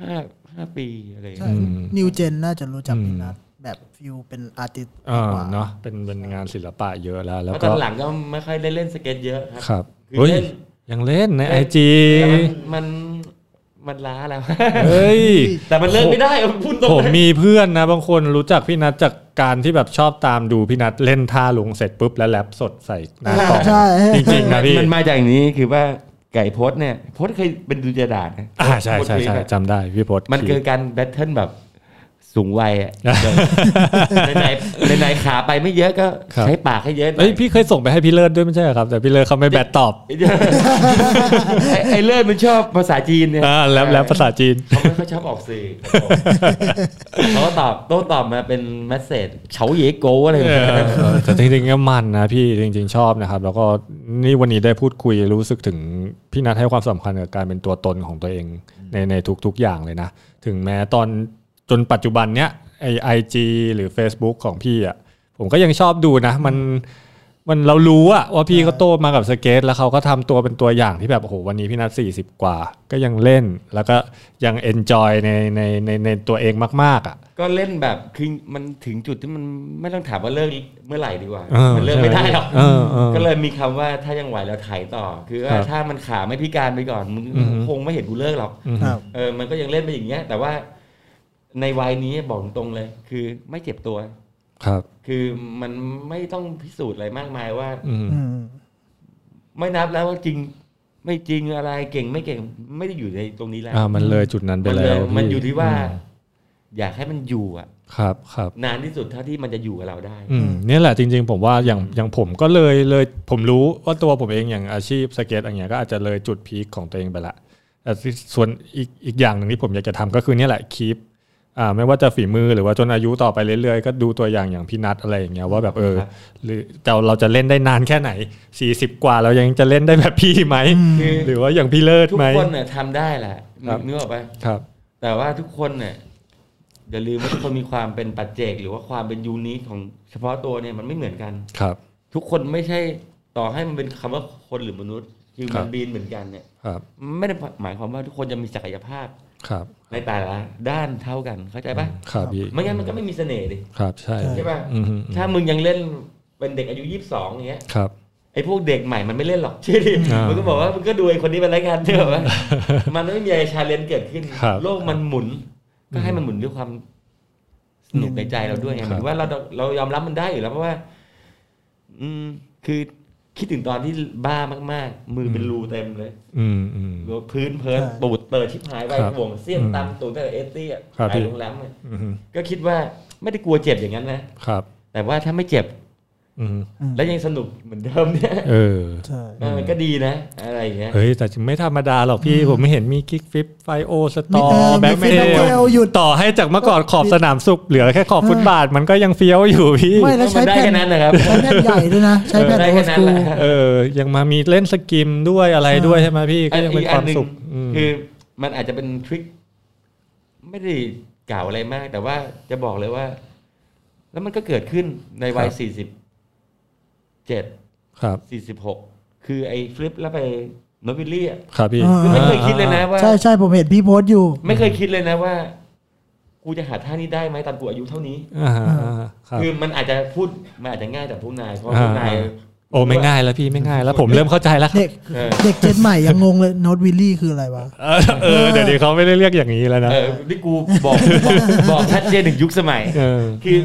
[SPEAKER 5] ห้าห้าปีอะไรอย่าง
[SPEAKER 6] ใช่
[SPEAKER 5] เงี้ย
[SPEAKER 6] นิวเจนน่าจะรู้จักพี่นัท แบบฟิวเป็นอาร์ติสต์
[SPEAKER 3] เออเนาะเป็นเป็นงานศิลปะเยอะแล้ว แล้ว
[SPEAKER 5] แล้วต
[SPEAKER 3] ก็
[SPEAKER 5] อนหลังก็ไม่ค่อยได้เล่นสเก็ตเยอะ
[SPEAKER 3] ค
[SPEAKER 5] ค
[SPEAKER 3] รั
[SPEAKER 5] รับ คือ
[SPEAKER 3] เฮ้ย
[SPEAKER 5] เล่น
[SPEAKER 3] ยังเล่นใน
[SPEAKER 5] เล่
[SPEAKER 3] ไอน จี
[SPEAKER 5] แต่มันมันมันล้าแล้ว
[SPEAKER 3] เฮ้ย
[SPEAKER 5] แต่มันเลิกไม่ได้เอาพูดตรง
[SPEAKER 3] ผม
[SPEAKER 5] เลย
[SPEAKER 3] มีเพื่อนนะ บางคนรู้จักพี่นัทจากการที่แบบชอบตามดูพี่นัทเล่นท่าลุงเสร็จปุ๊บแล้วแรปสดใส่หน้ากล้อง
[SPEAKER 6] ใช่
[SPEAKER 3] จริงๆนะพี่
[SPEAKER 5] มันมาจากอย่างนี้คือว่าไก่โพสเนี่ยโพสเคยเป็นดุจดาษนะ
[SPEAKER 3] อ่าใช่ใช่ใช่จำได้พี่พศ
[SPEAKER 5] มันคือการแบทเทิลแบบสูงวัยอะไหนๆไหนๆขาไปไม่เยอะก็ใช้ปากให้เยอะหน่
[SPEAKER 3] เอ้
[SPEAKER 5] อย ย
[SPEAKER 3] พี่เคยส่งไปให้พี่เลิศด้วยไม่ใช่เหรอครับ แต่พี่เลิศเขาไม่แบตตอบ
[SPEAKER 5] ไอ้เหี้ยไอ้ไอ้เลิศมันชอบภาษาจีนเนี่ย
[SPEAKER 3] อ่าแรปแรปภาษาจีน
[SPEAKER 5] เขาไม่ค่อยชอบออกสื่อเขาก็ตอบโต้ตอบมาเป็นเมสเซจเฉาเย่โกอะไรแบบ
[SPEAKER 3] เอ
[SPEAKER 5] นี้
[SPEAKER 3] อแต่จริงๆก็มันนะพี่จริง ๆ ชอบนะครับ แล้วก็นี่วันนี้ได้พูดคุยรู้สึกถึงพี่นัทให้ความสำคัญกับการเป็นตัวตนของตัวเองในในทุกๆอย่างเลยนะ ถึงแม้ตอนจนปัจจุบันเนี้ยไอไอจีหรือ Facebook ของพี่อ่ะผมก็ยังชอบดูนะ มันมันเรารู้อะว่าพี่เขาโตมากับสเกต แล้วเขาก็ทำตัวเป็นตัวอย่างที่แบบโอ้โหวันนี้พี่นัท40 กว่า ก็ยังเล่นแล้วก็ยังเอนจอยในในในในตัวเองมากๆอ่ะ
[SPEAKER 5] ก็เล่นแบบคือมันถึงจุดที่มันไม่ต้องถามว่าเลิกเมื่อไหร่ดีกว่า
[SPEAKER 3] เออ
[SPEAKER 5] มันเลิกไม่ได้หรอก
[SPEAKER 3] เออเออ
[SPEAKER 5] ก็เลยมีคำว่าถ้ายังไหวแล้วถ่ายต่อ คือ
[SPEAKER 3] ค
[SPEAKER 5] ว่า
[SPEAKER 3] รับ
[SPEAKER 5] ถ้ามันขาไม่พิการไปก่อนมึง
[SPEAKER 3] อือฮึ
[SPEAKER 5] คงไม่เห็นกูเลิกหรอก
[SPEAKER 3] อืม
[SPEAKER 6] ครับ
[SPEAKER 5] เออ มันก็ยังเล่นไปอย่างเงี้ย แต่ว่าในวัยนี้บอกตรงๆเลย คือไม่เจ็บตัว
[SPEAKER 3] ครับ
[SPEAKER 5] คือมันไม่ต้องพิสูจน์อะไรมากมายว่า
[SPEAKER 3] อืม
[SPEAKER 6] อืม
[SPEAKER 5] ไม่นับแล้วว่าจริง ไม่จริงอะไรเก่งไม่เก่งไม่ได้อยู่ในตรงนี้แล้ว
[SPEAKER 3] อ่ามันเลยจุดนั้นไป
[SPEAKER 5] มัน
[SPEAKER 3] แล้
[SPEAKER 5] เล
[SPEAKER 3] วย พี่
[SPEAKER 5] มันอยู่ที่ว่า
[SPEAKER 3] อืม
[SPEAKER 5] อยากให้มันอยู่อะ
[SPEAKER 3] ครับครับ
[SPEAKER 5] นานที่สุดเท่าที่มันจะอยู่กับเราได้
[SPEAKER 3] อืมเนี่ยแหละจริง ๆ ผมว่าอย่างอย่างผมก็เลยเลยผมรู้ว่าตัวผมเองอย่างอาชีพสเก็ตอะไรเงี้ยก็อาจจะเลยจุดพีคของตัวเองไปละแต่ที่ส่วนอีกอีกอย่างหนึ่งที่ผมอยากจะทำก็คือเนี่ยแหละคีปอ่าไม่ว่าจะฝีมือหรือว่าจนอายุต่อไปเรื่อยๆ ก็ดูตัวอย่างอย่างพี่นัทอะไรอย่างเงี้ยว่าแบบเออ
[SPEAKER 5] ครับ
[SPEAKER 3] หรือแต่เราจะเล่นได้นานแค่ไหน 40 กว่าเรายังจะเล่นได้แบบพี่ไหม
[SPEAKER 5] คือ
[SPEAKER 3] หรือว่าอย่างพี่เลิศ
[SPEAKER 5] ทุก
[SPEAKER 3] ไหม
[SPEAKER 5] คนเนี่ยทำได้แหละ
[SPEAKER 3] ครับ
[SPEAKER 5] นึกออกปะ
[SPEAKER 3] ครับ
[SPEAKER 5] แต่ว่าทุกคนเนี่ยอย่าลืมว่าทุกคนมีความเป็นปัจเจก หรือว่าความเป็นยูนิคของเฉพาะตัวเนี่ยมันไม่เหมือนกัน
[SPEAKER 3] ครับ
[SPEAKER 5] ทุกคนไม่ใช่ต่อให้มันเป็นคำว่าคนหรือมนุษย์คือ
[SPEAKER 3] ครั
[SPEAKER 5] มัน
[SPEAKER 3] บ
[SPEAKER 5] บีนเหมือนกันเนี่ย
[SPEAKER 3] ครับ
[SPEAKER 5] ไม่ได้หมายความว่าทุกคนจะมีศักยภาพ
[SPEAKER 3] ครับ
[SPEAKER 5] ในแต่ละด้านเท่ากันเข้าใจปะ
[SPEAKER 3] ครับพี่
[SPEAKER 5] ไม่งั้นมันก็ไม่มีเสน่ห์ดิ
[SPEAKER 3] ครับใช่
[SPEAKER 5] ใช่ปะ
[SPEAKER 3] อืมอืม
[SPEAKER 5] ถ้ามึงยังเล่นเป็นเด็กอายุยี่สิบสองอย่างเงี้ย
[SPEAKER 3] ครับ
[SPEAKER 5] ไอ้พวกเด็กใหม่มันไม่เล่นหรอก เชื่อดิ
[SPEAKER 3] อ่ามั
[SPEAKER 5] มันก็บอกว่ามึงก็ดูไอ้คนนี้เป็นไร กันเถอะวะ มันไม่มีอะไรชาเลนจ์เกิดขึ้น
[SPEAKER 3] ครับ
[SPEAKER 5] โลกมันหมุน ก็ให้มันหมุนด้วยความสนุกในใจเราด้วยไงหมายถึงว่าเราเรายอมรับมันได้อยู่แล้วเพราะว่า อืม คือคิดถึงตอนที่บ้ามาก ๆ มือเป็นรูเต็มเลย
[SPEAKER 3] อืมอืม
[SPEAKER 5] พื้นเพิ่น
[SPEAKER 6] ครับ
[SPEAKER 5] ปูดเปิดชิบหายไป
[SPEAKER 3] ครับ
[SPEAKER 5] ห่วงเสี้ยน
[SPEAKER 3] อืม
[SPEAKER 5] ตำตูดตั้งแต่เอสตี้อะ
[SPEAKER 3] ครับ
[SPEAKER 5] ไป
[SPEAKER 3] พี่
[SPEAKER 5] โรงแรมอะ
[SPEAKER 3] อืม
[SPEAKER 5] ก็คิดว่าไม่ได้กลัวเจ็บอย่างนั้นนะครับ แต่ว่าถ้าไม่เจ็บ
[SPEAKER 3] อืม
[SPEAKER 5] และยังสนุกเหมือนเดิมเนี่ย
[SPEAKER 3] เออ
[SPEAKER 6] ใช่
[SPEAKER 5] เออก็ดีนะ อะไรอย่างเงี้ย
[SPEAKER 3] เฮ้ย แต่ไม่ธรรมดาหรอกพี่ ผมไม่เห็นมีกิกฟิปไฟโอสต
[SPEAKER 6] มี
[SPEAKER 3] อ
[SPEAKER 6] เออ
[SPEAKER 3] แบ็
[SPEAKER 6] มี
[SPEAKER 3] ค
[SPEAKER 6] ฟิ
[SPEAKER 3] เท
[SPEAKER 6] ลเท
[SPEAKER 3] ล
[SPEAKER 6] ลหยุด
[SPEAKER 3] ต่อให้จากเมื่อก่อนขอบสนามสุขเหลือแค่ขอบฟุตบาท มันก็ยังเฟี้ยวอยู่พี่
[SPEAKER 6] ไม่แล้ว
[SPEAKER 5] มั
[SPEAKER 6] ใช้
[SPEAKER 5] นได้
[SPEAKER 6] แผ่น
[SPEAKER 5] แค่นั้นนะครับ
[SPEAKER 6] ใช้แผ่นใหญ่ด้วยนะ ใช้แผ่น
[SPEAKER 5] ได้
[SPEAKER 6] โอ
[SPEAKER 5] แค่
[SPEAKER 6] ส
[SPEAKER 5] นั้น
[SPEAKER 6] กู
[SPEAKER 5] แหละ
[SPEAKER 3] เออ ยังมามีเล่นสกิมด้วยอะไรด้วยใช่ไหมพี่ ก็
[SPEAKER 5] อัน
[SPEAKER 3] ยัง
[SPEAKER 5] อี
[SPEAKER 3] เป็น
[SPEAKER 5] ก
[SPEAKER 3] ค
[SPEAKER 5] อั
[SPEAKER 3] วาน ม
[SPEAKER 5] หนึ่ง
[SPEAKER 3] สุขอืม
[SPEAKER 5] คือมันอาจจะเป็นทริคไม่ได้กล่าวอะไรมาก แต่ว่าจะบอกเลยว่า แล้วมันก็เกิดขึ้นในวัยสี่สิบเจ็ด
[SPEAKER 3] ครับ
[SPEAKER 5] สี่สิบหกคือไอ้ฟลิปแล้วไปโนบิลี่อะ
[SPEAKER 3] ครับพี่
[SPEAKER 5] คือไม่เคยคิดเลยนะว่า
[SPEAKER 6] ใช่ใช่ผมเห็นพี่โพสต์อยู่
[SPEAKER 5] ไม่เคยคิดเลยนะว่า กูจะหาท่านี้ได้ไหมตอนกูอายุเท่านี้
[SPEAKER 3] อ่าฮะอ่าฮะครับ
[SPEAKER 5] คือมันอาจจะพูดมันอาจจะง่ายแต่พวกนายเพราะพวกนาย
[SPEAKER 3] อ่า โอ้ไม่ง่ายแล้วพี่ไม่ง่ายแล้วผมเริ่มเข้าใจแล้วครับ
[SPEAKER 6] เด็ก
[SPEAKER 5] เออ
[SPEAKER 6] เด็กเจนใหม่ยังงงเลยโน t วิลลี่คืออะไรวะ
[SPEAKER 3] เออเออเดี๋ยวนี้เขาไม่ได้เรียกอย่างนี้แล้วนะ
[SPEAKER 5] เออนี่กูบอก บอกชัดเจนถึงยุคสมัย
[SPEAKER 3] เออ
[SPEAKER 5] คือ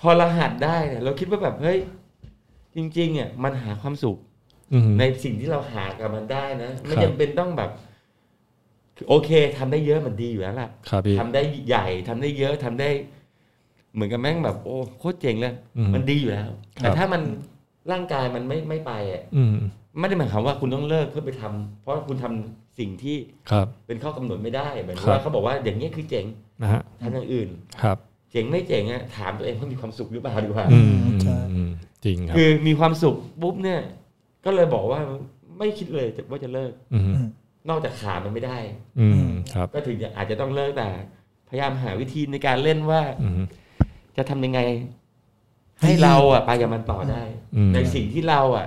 [SPEAKER 5] พอรหัสได้เนี่ยเราคิดว่าแบบเฮ้ยจริงๆเนี่ยมันหาความสุข
[SPEAKER 3] อืม
[SPEAKER 5] ในสิ่งที่เราหากับมันได้นะ ไม่
[SPEAKER 3] ครับ
[SPEAKER 5] จำเป็นต้องแบบคือโอเคทำได้เยอะมันดีอยู่แล้วล่ะ
[SPEAKER 3] ครับพี่
[SPEAKER 5] ทำได้ใหญ่ทำได้เยอะทำได้ เหมือนกับแม่งแบบ โอ้โคตรเจ๋งเลย
[SPEAKER 3] อืม
[SPEAKER 5] มันดีอยู่แล้ว
[SPEAKER 3] ครั
[SPEAKER 5] แต่
[SPEAKER 3] บ
[SPEAKER 5] ถ้ามันร่างกายมันไม่ไม่ไปอ่ะ
[SPEAKER 3] อืม
[SPEAKER 5] ไม่ได้หมายความว่าคุณต้องเลิกเพื่อไปทำเพราะคุณทำสิ่งที่
[SPEAKER 3] ครับ
[SPEAKER 5] เป็นข้อกำหนดไม่ได้เหมือน
[SPEAKER 3] ครับ
[SPEAKER 5] ว่าเขาบอกว่าอย่างเงี้ยคือเจ๋ง
[SPEAKER 3] นะฮะ
[SPEAKER 5] ทำอย่างอื่น
[SPEAKER 3] ครับ
[SPEAKER 5] เจ๋งไม่เจ๋งอะถามตัวเองว่ามีความสุขหรือเปล่าดีกว่า
[SPEAKER 3] อืม
[SPEAKER 6] ใช่
[SPEAKER 3] อืมจริงครับ
[SPEAKER 5] คือมีความสุขปุ๊บเนี่ย ก็เลยบอกว่าไม่คิดเลยว่าจะเลิก
[SPEAKER 3] อืม
[SPEAKER 5] นอกจากขามันไม่ได้
[SPEAKER 3] อืมครับ
[SPEAKER 5] ก็ถึงจะอาจจะต้องเลิกแต่ พยายามหาวิธีในการเล่นว่า
[SPEAKER 3] อืม
[SPEAKER 5] จะทำยังไง ให้เราอะไปกับมันต่อได้
[SPEAKER 3] อืม
[SPEAKER 5] ในสิ่งที่เราอะ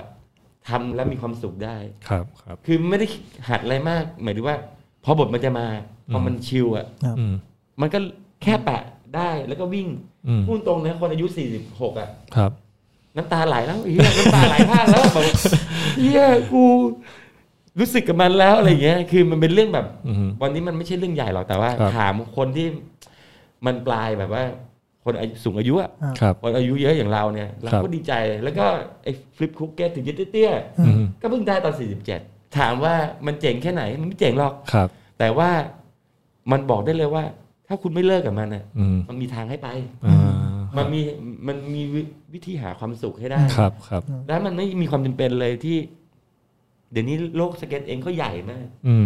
[SPEAKER 5] ทำแล้วมีความสุขได้
[SPEAKER 3] ครับครับ
[SPEAKER 5] คือไม่ได้หัดอะไรมากหมายถึงว่า พอบทมันจะมาพอมันชิลอะ
[SPEAKER 3] อืม
[SPEAKER 5] มันก็แค่แปะ ได้แล้วก็วิ่ง
[SPEAKER 3] อืม
[SPEAKER 5] พูดตรงนะคนอายุสี่สิบหกอ่ะ
[SPEAKER 3] ครับ
[SPEAKER 5] น้ำตาไหลแล้วไอ้เฮียน้ำตาไหลพากแล้วแบบเฮียกู รู้สึกกับมันแล้วอะไรอย่างเงี้ย คือมันเป็นเรื่องแบบ
[SPEAKER 3] อือฮึ
[SPEAKER 5] วันนี้มันไม่ใช่เรื่องใหญ่หรอกแต่ว่า
[SPEAKER 3] ครับ
[SPEAKER 5] ถามคนที่มันปลายแบบว่า คนอายุสูงอายุอะ
[SPEAKER 3] ครับ
[SPEAKER 5] คนอายุเยอะอย่างเราเนี่ยเรา
[SPEAKER 3] ครับ
[SPEAKER 5] ก็ดีใจ แล้วก็ไอ้ฟลิปคุกเก็ตถึงจะเตี้ย
[SPEAKER 3] อืม
[SPEAKER 5] ๆก็เพิ่งได้ตอน 47 ถามว่ามันเจ๋งแค่ไหน มันไม่เจ๋งหรอก
[SPEAKER 3] ครับ
[SPEAKER 5] แต่ว่ามันบอกได้เลยว่า ถ้าคุณไม่เลิกกับมันอะ
[SPEAKER 3] อืม
[SPEAKER 5] มันมีทางให้ไป
[SPEAKER 3] อ่า
[SPEAKER 5] มันมีมันมีวิธีหาความสุขให้ได้
[SPEAKER 3] ครับครับ
[SPEAKER 5] แล้วมันไม่มีความจำเป็นเลยที่ เดี๋ยวนี้โลกสเก็ตเองก็ใหญ่มาก
[SPEAKER 3] อืม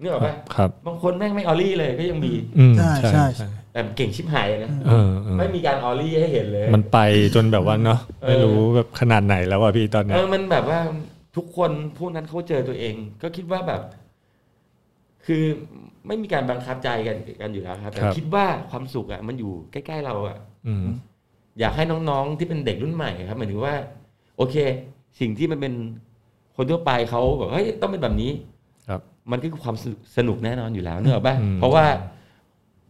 [SPEAKER 5] นึกออกปะ
[SPEAKER 3] ครับ
[SPEAKER 5] บางคนแม่งไม่ออลลี่เลยก็ยังมี
[SPEAKER 3] อืม
[SPEAKER 6] ใช่
[SPEAKER 3] ใช่
[SPEAKER 6] ใช่
[SPEAKER 3] ใช่
[SPEAKER 5] แต่เก่งชิบหายนะ
[SPEAKER 3] เออเออ
[SPEAKER 5] ไม่มีการออลลี่ให้เห็นเลย
[SPEAKER 3] มันไปจนแบบว่าเนาะ
[SPEAKER 5] เออ
[SPEAKER 3] ไม่รู้แบบขนาดไหนแล้วอ่ะพี่ตอนเนี้
[SPEAKER 5] เอย อมันแบบว่าทุกคนพวกนั้นเขาเจอตัวเอง ก็คิดว่าแบบ คือไม่มีการบังคับใจกันกันอยู่แล้วครับแต่
[SPEAKER 3] ครับ
[SPEAKER 5] คิดว่าความสุขอ่ะมันอยู่ใกล้ๆเราอ่ะ
[SPEAKER 3] อืม
[SPEAKER 5] อยากให้น้องๆที่เป็นเด็กรุ่นใหม่ครับหมายถึงว่า โอเค สิ่งที่มันเป็นคนทั่วไปเขาแบบเฮ้ยต้องเป็นแบบนี้
[SPEAKER 3] ครับ
[SPEAKER 5] มันก็คือความสนุกสนุกแน่นอนอยู่แล้วเนกอะป่ะ
[SPEAKER 3] อืม
[SPEAKER 5] เพราะว่า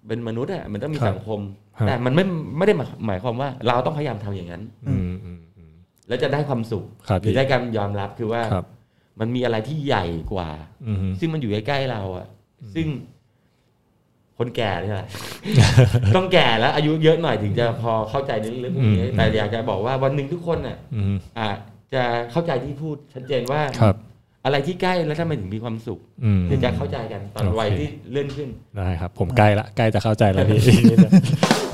[SPEAKER 5] เป็นมนุษย์อ่ะมันต้องมี
[SPEAKER 3] ครับ
[SPEAKER 5] สังคม
[SPEAKER 3] ครับ
[SPEAKER 5] แต่มันไม่ไม่ได้หมายหมายความว่า เราต้องพยายามทำอย่างนั้น
[SPEAKER 3] อืมอืมอืม
[SPEAKER 5] แล้วจะได้ความสุข
[SPEAKER 3] ครับ
[SPEAKER 5] หรือได้การยอมรับคือว่า
[SPEAKER 3] ครับ
[SPEAKER 5] มันมีอะไรที่ใหญ่กว่า
[SPEAKER 3] อืม
[SPEAKER 5] ซึ่งมันอยู่ใกล้ๆเราอ่ะ ซึ่งคนแก่เนี่ยแหละ ต้องแก่แล้ว อายุเยอะหน่อยถึงจะพอเข้าใจในเรื่องพวกนี้แต่อยากจะบอกว่าวันหนึ่งทุกคนอ่ะ
[SPEAKER 3] อืม
[SPEAKER 5] อาจจะเข้าใจที่พูดชัดเจนว่า
[SPEAKER 3] ครับ
[SPEAKER 5] อะไรที่ใกล้แล้วทำไมถึงมีความสุข
[SPEAKER 3] อืม
[SPEAKER 5] เดี๋ยวจะเข้าใจกันตอน
[SPEAKER 3] โอเค
[SPEAKER 5] วัยที่เลื่อนขึ้น
[SPEAKER 3] ได้ครับ ผมใกล้ละใกล้จะเข้าใจแล้วพี่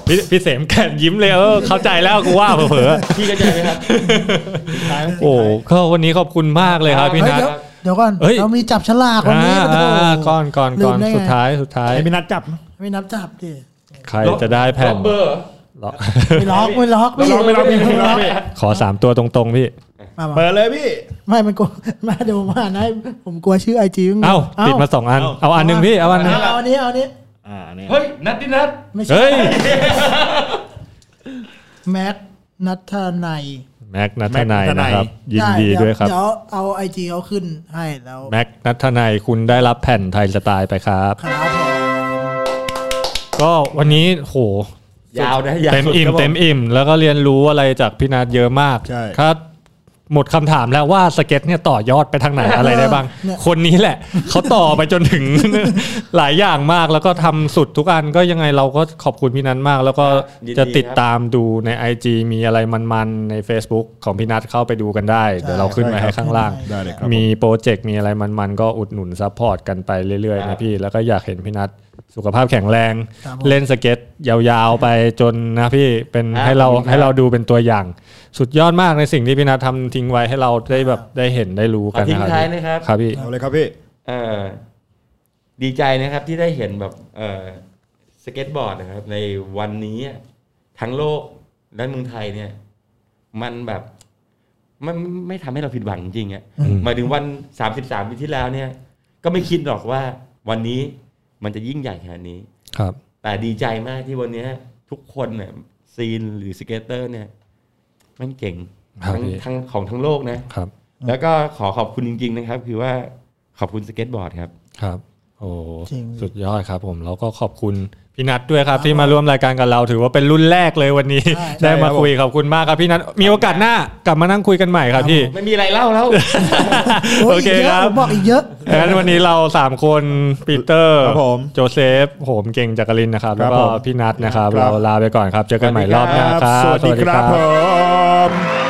[SPEAKER 3] พี่พี่เสมแก่นยิ้มเลยเออเข้าใจแล้วกูว่าเผลอ
[SPEAKER 5] พี่เข้าใจไหมครับ
[SPEAKER 3] ๆโอ้ก็วันนี้ขอบคุณมากเลยครับพี่
[SPEAKER 6] เฮ้ย
[SPEAKER 3] นัท
[SPEAKER 6] เดี๋ยวเดี๋ยวก่อน
[SPEAKER 3] เฮ้ย
[SPEAKER 6] เรามีจับฉลากวันนี้
[SPEAKER 3] อ่า
[SPEAKER 6] โอ้โห
[SPEAKER 3] อ่าก่อนก่อน
[SPEAKER 6] ลื
[SPEAKER 3] ก่อ
[SPEAKER 6] ม
[SPEAKER 3] น
[SPEAKER 6] ได้ไง
[SPEAKER 3] สุดท้ายสุดท้าย
[SPEAKER 4] ให้พี่นัดจับ
[SPEAKER 6] ไม่นับจับดิ
[SPEAKER 3] ใครจะได้แผ่น
[SPEAKER 5] ล็อกเบอร์เหรอ
[SPEAKER 3] ล็อก
[SPEAKER 6] ไม่ล็อกไม่ล็อก
[SPEAKER 4] ไม่ล็อกไม่ล็อกไม่ล็อกไม่ล็อก
[SPEAKER 3] ขอสามตัวตรงๆพี่
[SPEAKER 6] มามา
[SPEAKER 4] เปิดเลยพี่
[SPEAKER 6] ไม่มันกลัว มาเดี๋ยวผมอ่านให้ผมกลัวชื่อไอจี
[SPEAKER 3] เอ้าปิดมาสองอัน เอาอันหนึ่งพี่เอาอันหนึ่ง
[SPEAKER 6] เอาอันนี้เอาอันนี้
[SPEAKER 4] อ่าเนี่ย
[SPEAKER 5] เฮ้ย นัดดินัด
[SPEAKER 6] ไม่ใช่
[SPEAKER 3] เฮ้ย
[SPEAKER 6] แม็กนัทธนัย
[SPEAKER 3] แม็กนัทนายนะครับ ยิน
[SPEAKER 6] ไ
[SPEAKER 3] ดีด้วยครับ
[SPEAKER 6] เดี๋ยวเอาไอจีเขาขึ้นให้แล้ว
[SPEAKER 3] แม็กนัทนายคุณได้รับแผ่นไทยสไตล์ไปครับ
[SPEAKER 6] ครับผม
[SPEAKER 3] ก็วันนี้โห
[SPEAKER 5] ยาวนะ ยาว
[SPEAKER 3] เต็มอิ่ม
[SPEAKER 5] ครับผ
[SPEAKER 3] เต็มอิ่มแล้วก็เรียนรู้อะไรจากพี่นาดเยอะมาก
[SPEAKER 4] ใช่
[SPEAKER 3] ครับหมดคำถามแล้วว่าสเก็ตเนี่ยต่อยอดไปทางไหน อะไรได้บ้าง คนนี้แหละ เขาต่อไปจนถึง หลายอย่างมากแล้วก็ทำสุดทุกอันก็ยังไงเราก็ขอบคุณพี่นัทมาก แล้วก็จะติดตามดูใน IG มีอะไรมันๆ ใน Facebook ของพี่นัทเข้าไปดูกันได้ เดี๋ยวเราขึ้นไว้ให้ข้างล่าง
[SPEAKER 4] ได้เลยครับ
[SPEAKER 3] มีโปรเจกต์มีอะไรมันๆ ก็อุดหนุนซัพพอร์ตกันไปเรื่อยๆนะพี่แล้วก็อยากเห็นพี่นัทสุขภาพแข็งแรง เล่นสเก็ตยาวๆไปจนนะพี่เป็นให้เราให้เราดูเป็นตัวอย่าง สุดยอดมากในสิ่งที่พี่นัททำทิ้งไว้ให้เราได้แบบได้เห็นได้รู้
[SPEAKER 5] ข
[SPEAKER 3] กั
[SPEAKER 5] อน ทิ้ง
[SPEAKER 3] นะค
[SPEAKER 5] ท้า
[SPEAKER 3] รั
[SPEAKER 5] ย
[SPEAKER 3] บพี่
[SPEAKER 5] นะครับ
[SPEAKER 3] ครับพี่
[SPEAKER 4] เอาเลยครับพี่
[SPEAKER 5] เอ่อดีใจนะครับที่ได้เห็นแบบเอ่อสเก็ตบอร์ดนะครับ ในวันนี้อะทั้งโลกและเมืองไทยเนี่ย มันแบบมันไม่ไม่ทำให้เราผิดหวังจริงๆอ่ะหมายถึงวัน 33ปีที่แล้วเนี่ย ก็ไม่คิดหรอกว่าวันนี้มันจะยิ่งใหญ่ขนาดนี้
[SPEAKER 3] ครับ
[SPEAKER 5] แต่ดีใจมากที่วันเนี้ยทุกคนเนี่ยซีนหรือสเกตเตอร์เนี่ยมันเก่ง
[SPEAKER 3] ครับ
[SPEAKER 5] ทั้ง
[SPEAKER 3] พี่
[SPEAKER 5] ทั้งของทั้งโลกนะ
[SPEAKER 3] ครับ
[SPEAKER 5] แล้วก็ขอขอบคุณจริง ๆ นะครับ คือว่าขอบคุณสเก็ตบอร์ดครับ
[SPEAKER 3] ครับ โอ้
[SPEAKER 6] จริง
[SPEAKER 3] สุดยอดครับผมแล้วก็ขอบคุณพี่นัทด้วยครับที่มาร่วมรายการกับเรา ถือว่าเป็นรุ่นแรกเลยวันนี้
[SPEAKER 6] ใช่
[SPEAKER 3] ได้มาคุยขอบคุณมากครับพี่นัทมีโอกาสหน้ากลับมานั่งคุยกันใหม่ครับพี่
[SPEAKER 5] ไม่มีอะไรเล่าแล้ว
[SPEAKER 6] โอ้
[SPEAKER 3] โอย เค
[SPEAKER 6] กยะ
[SPEAKER 3] ครับ
[SPEAKER 6] ผมบอกอีกเยอะ
[SPEAKER 3] งั้นวันนี้เราสามคนปีเตอร์
[SPEAKER 4] ครับผม
[SPEAKER 3] โจเซฟผมเก่งจักรินนะครับ
[SPEAKER 4] ครั
[SPEAKER 3] แล้ว
[SPEAKER 4] บ
[SPEAKER 3] ก็
[SPEAKER 4] ผม
[SPEAKER 3] พี่นัทนะครับ
[SPEAKER 4] ครั
[SPEAKER 3] เรา
[SPEAKER 4] บ
[SPEAKER 3] ลาไปก่อนครับ เจอกันใหม่รอบหน้าครับ
[SPEAKER 4] สวัสดีครับผม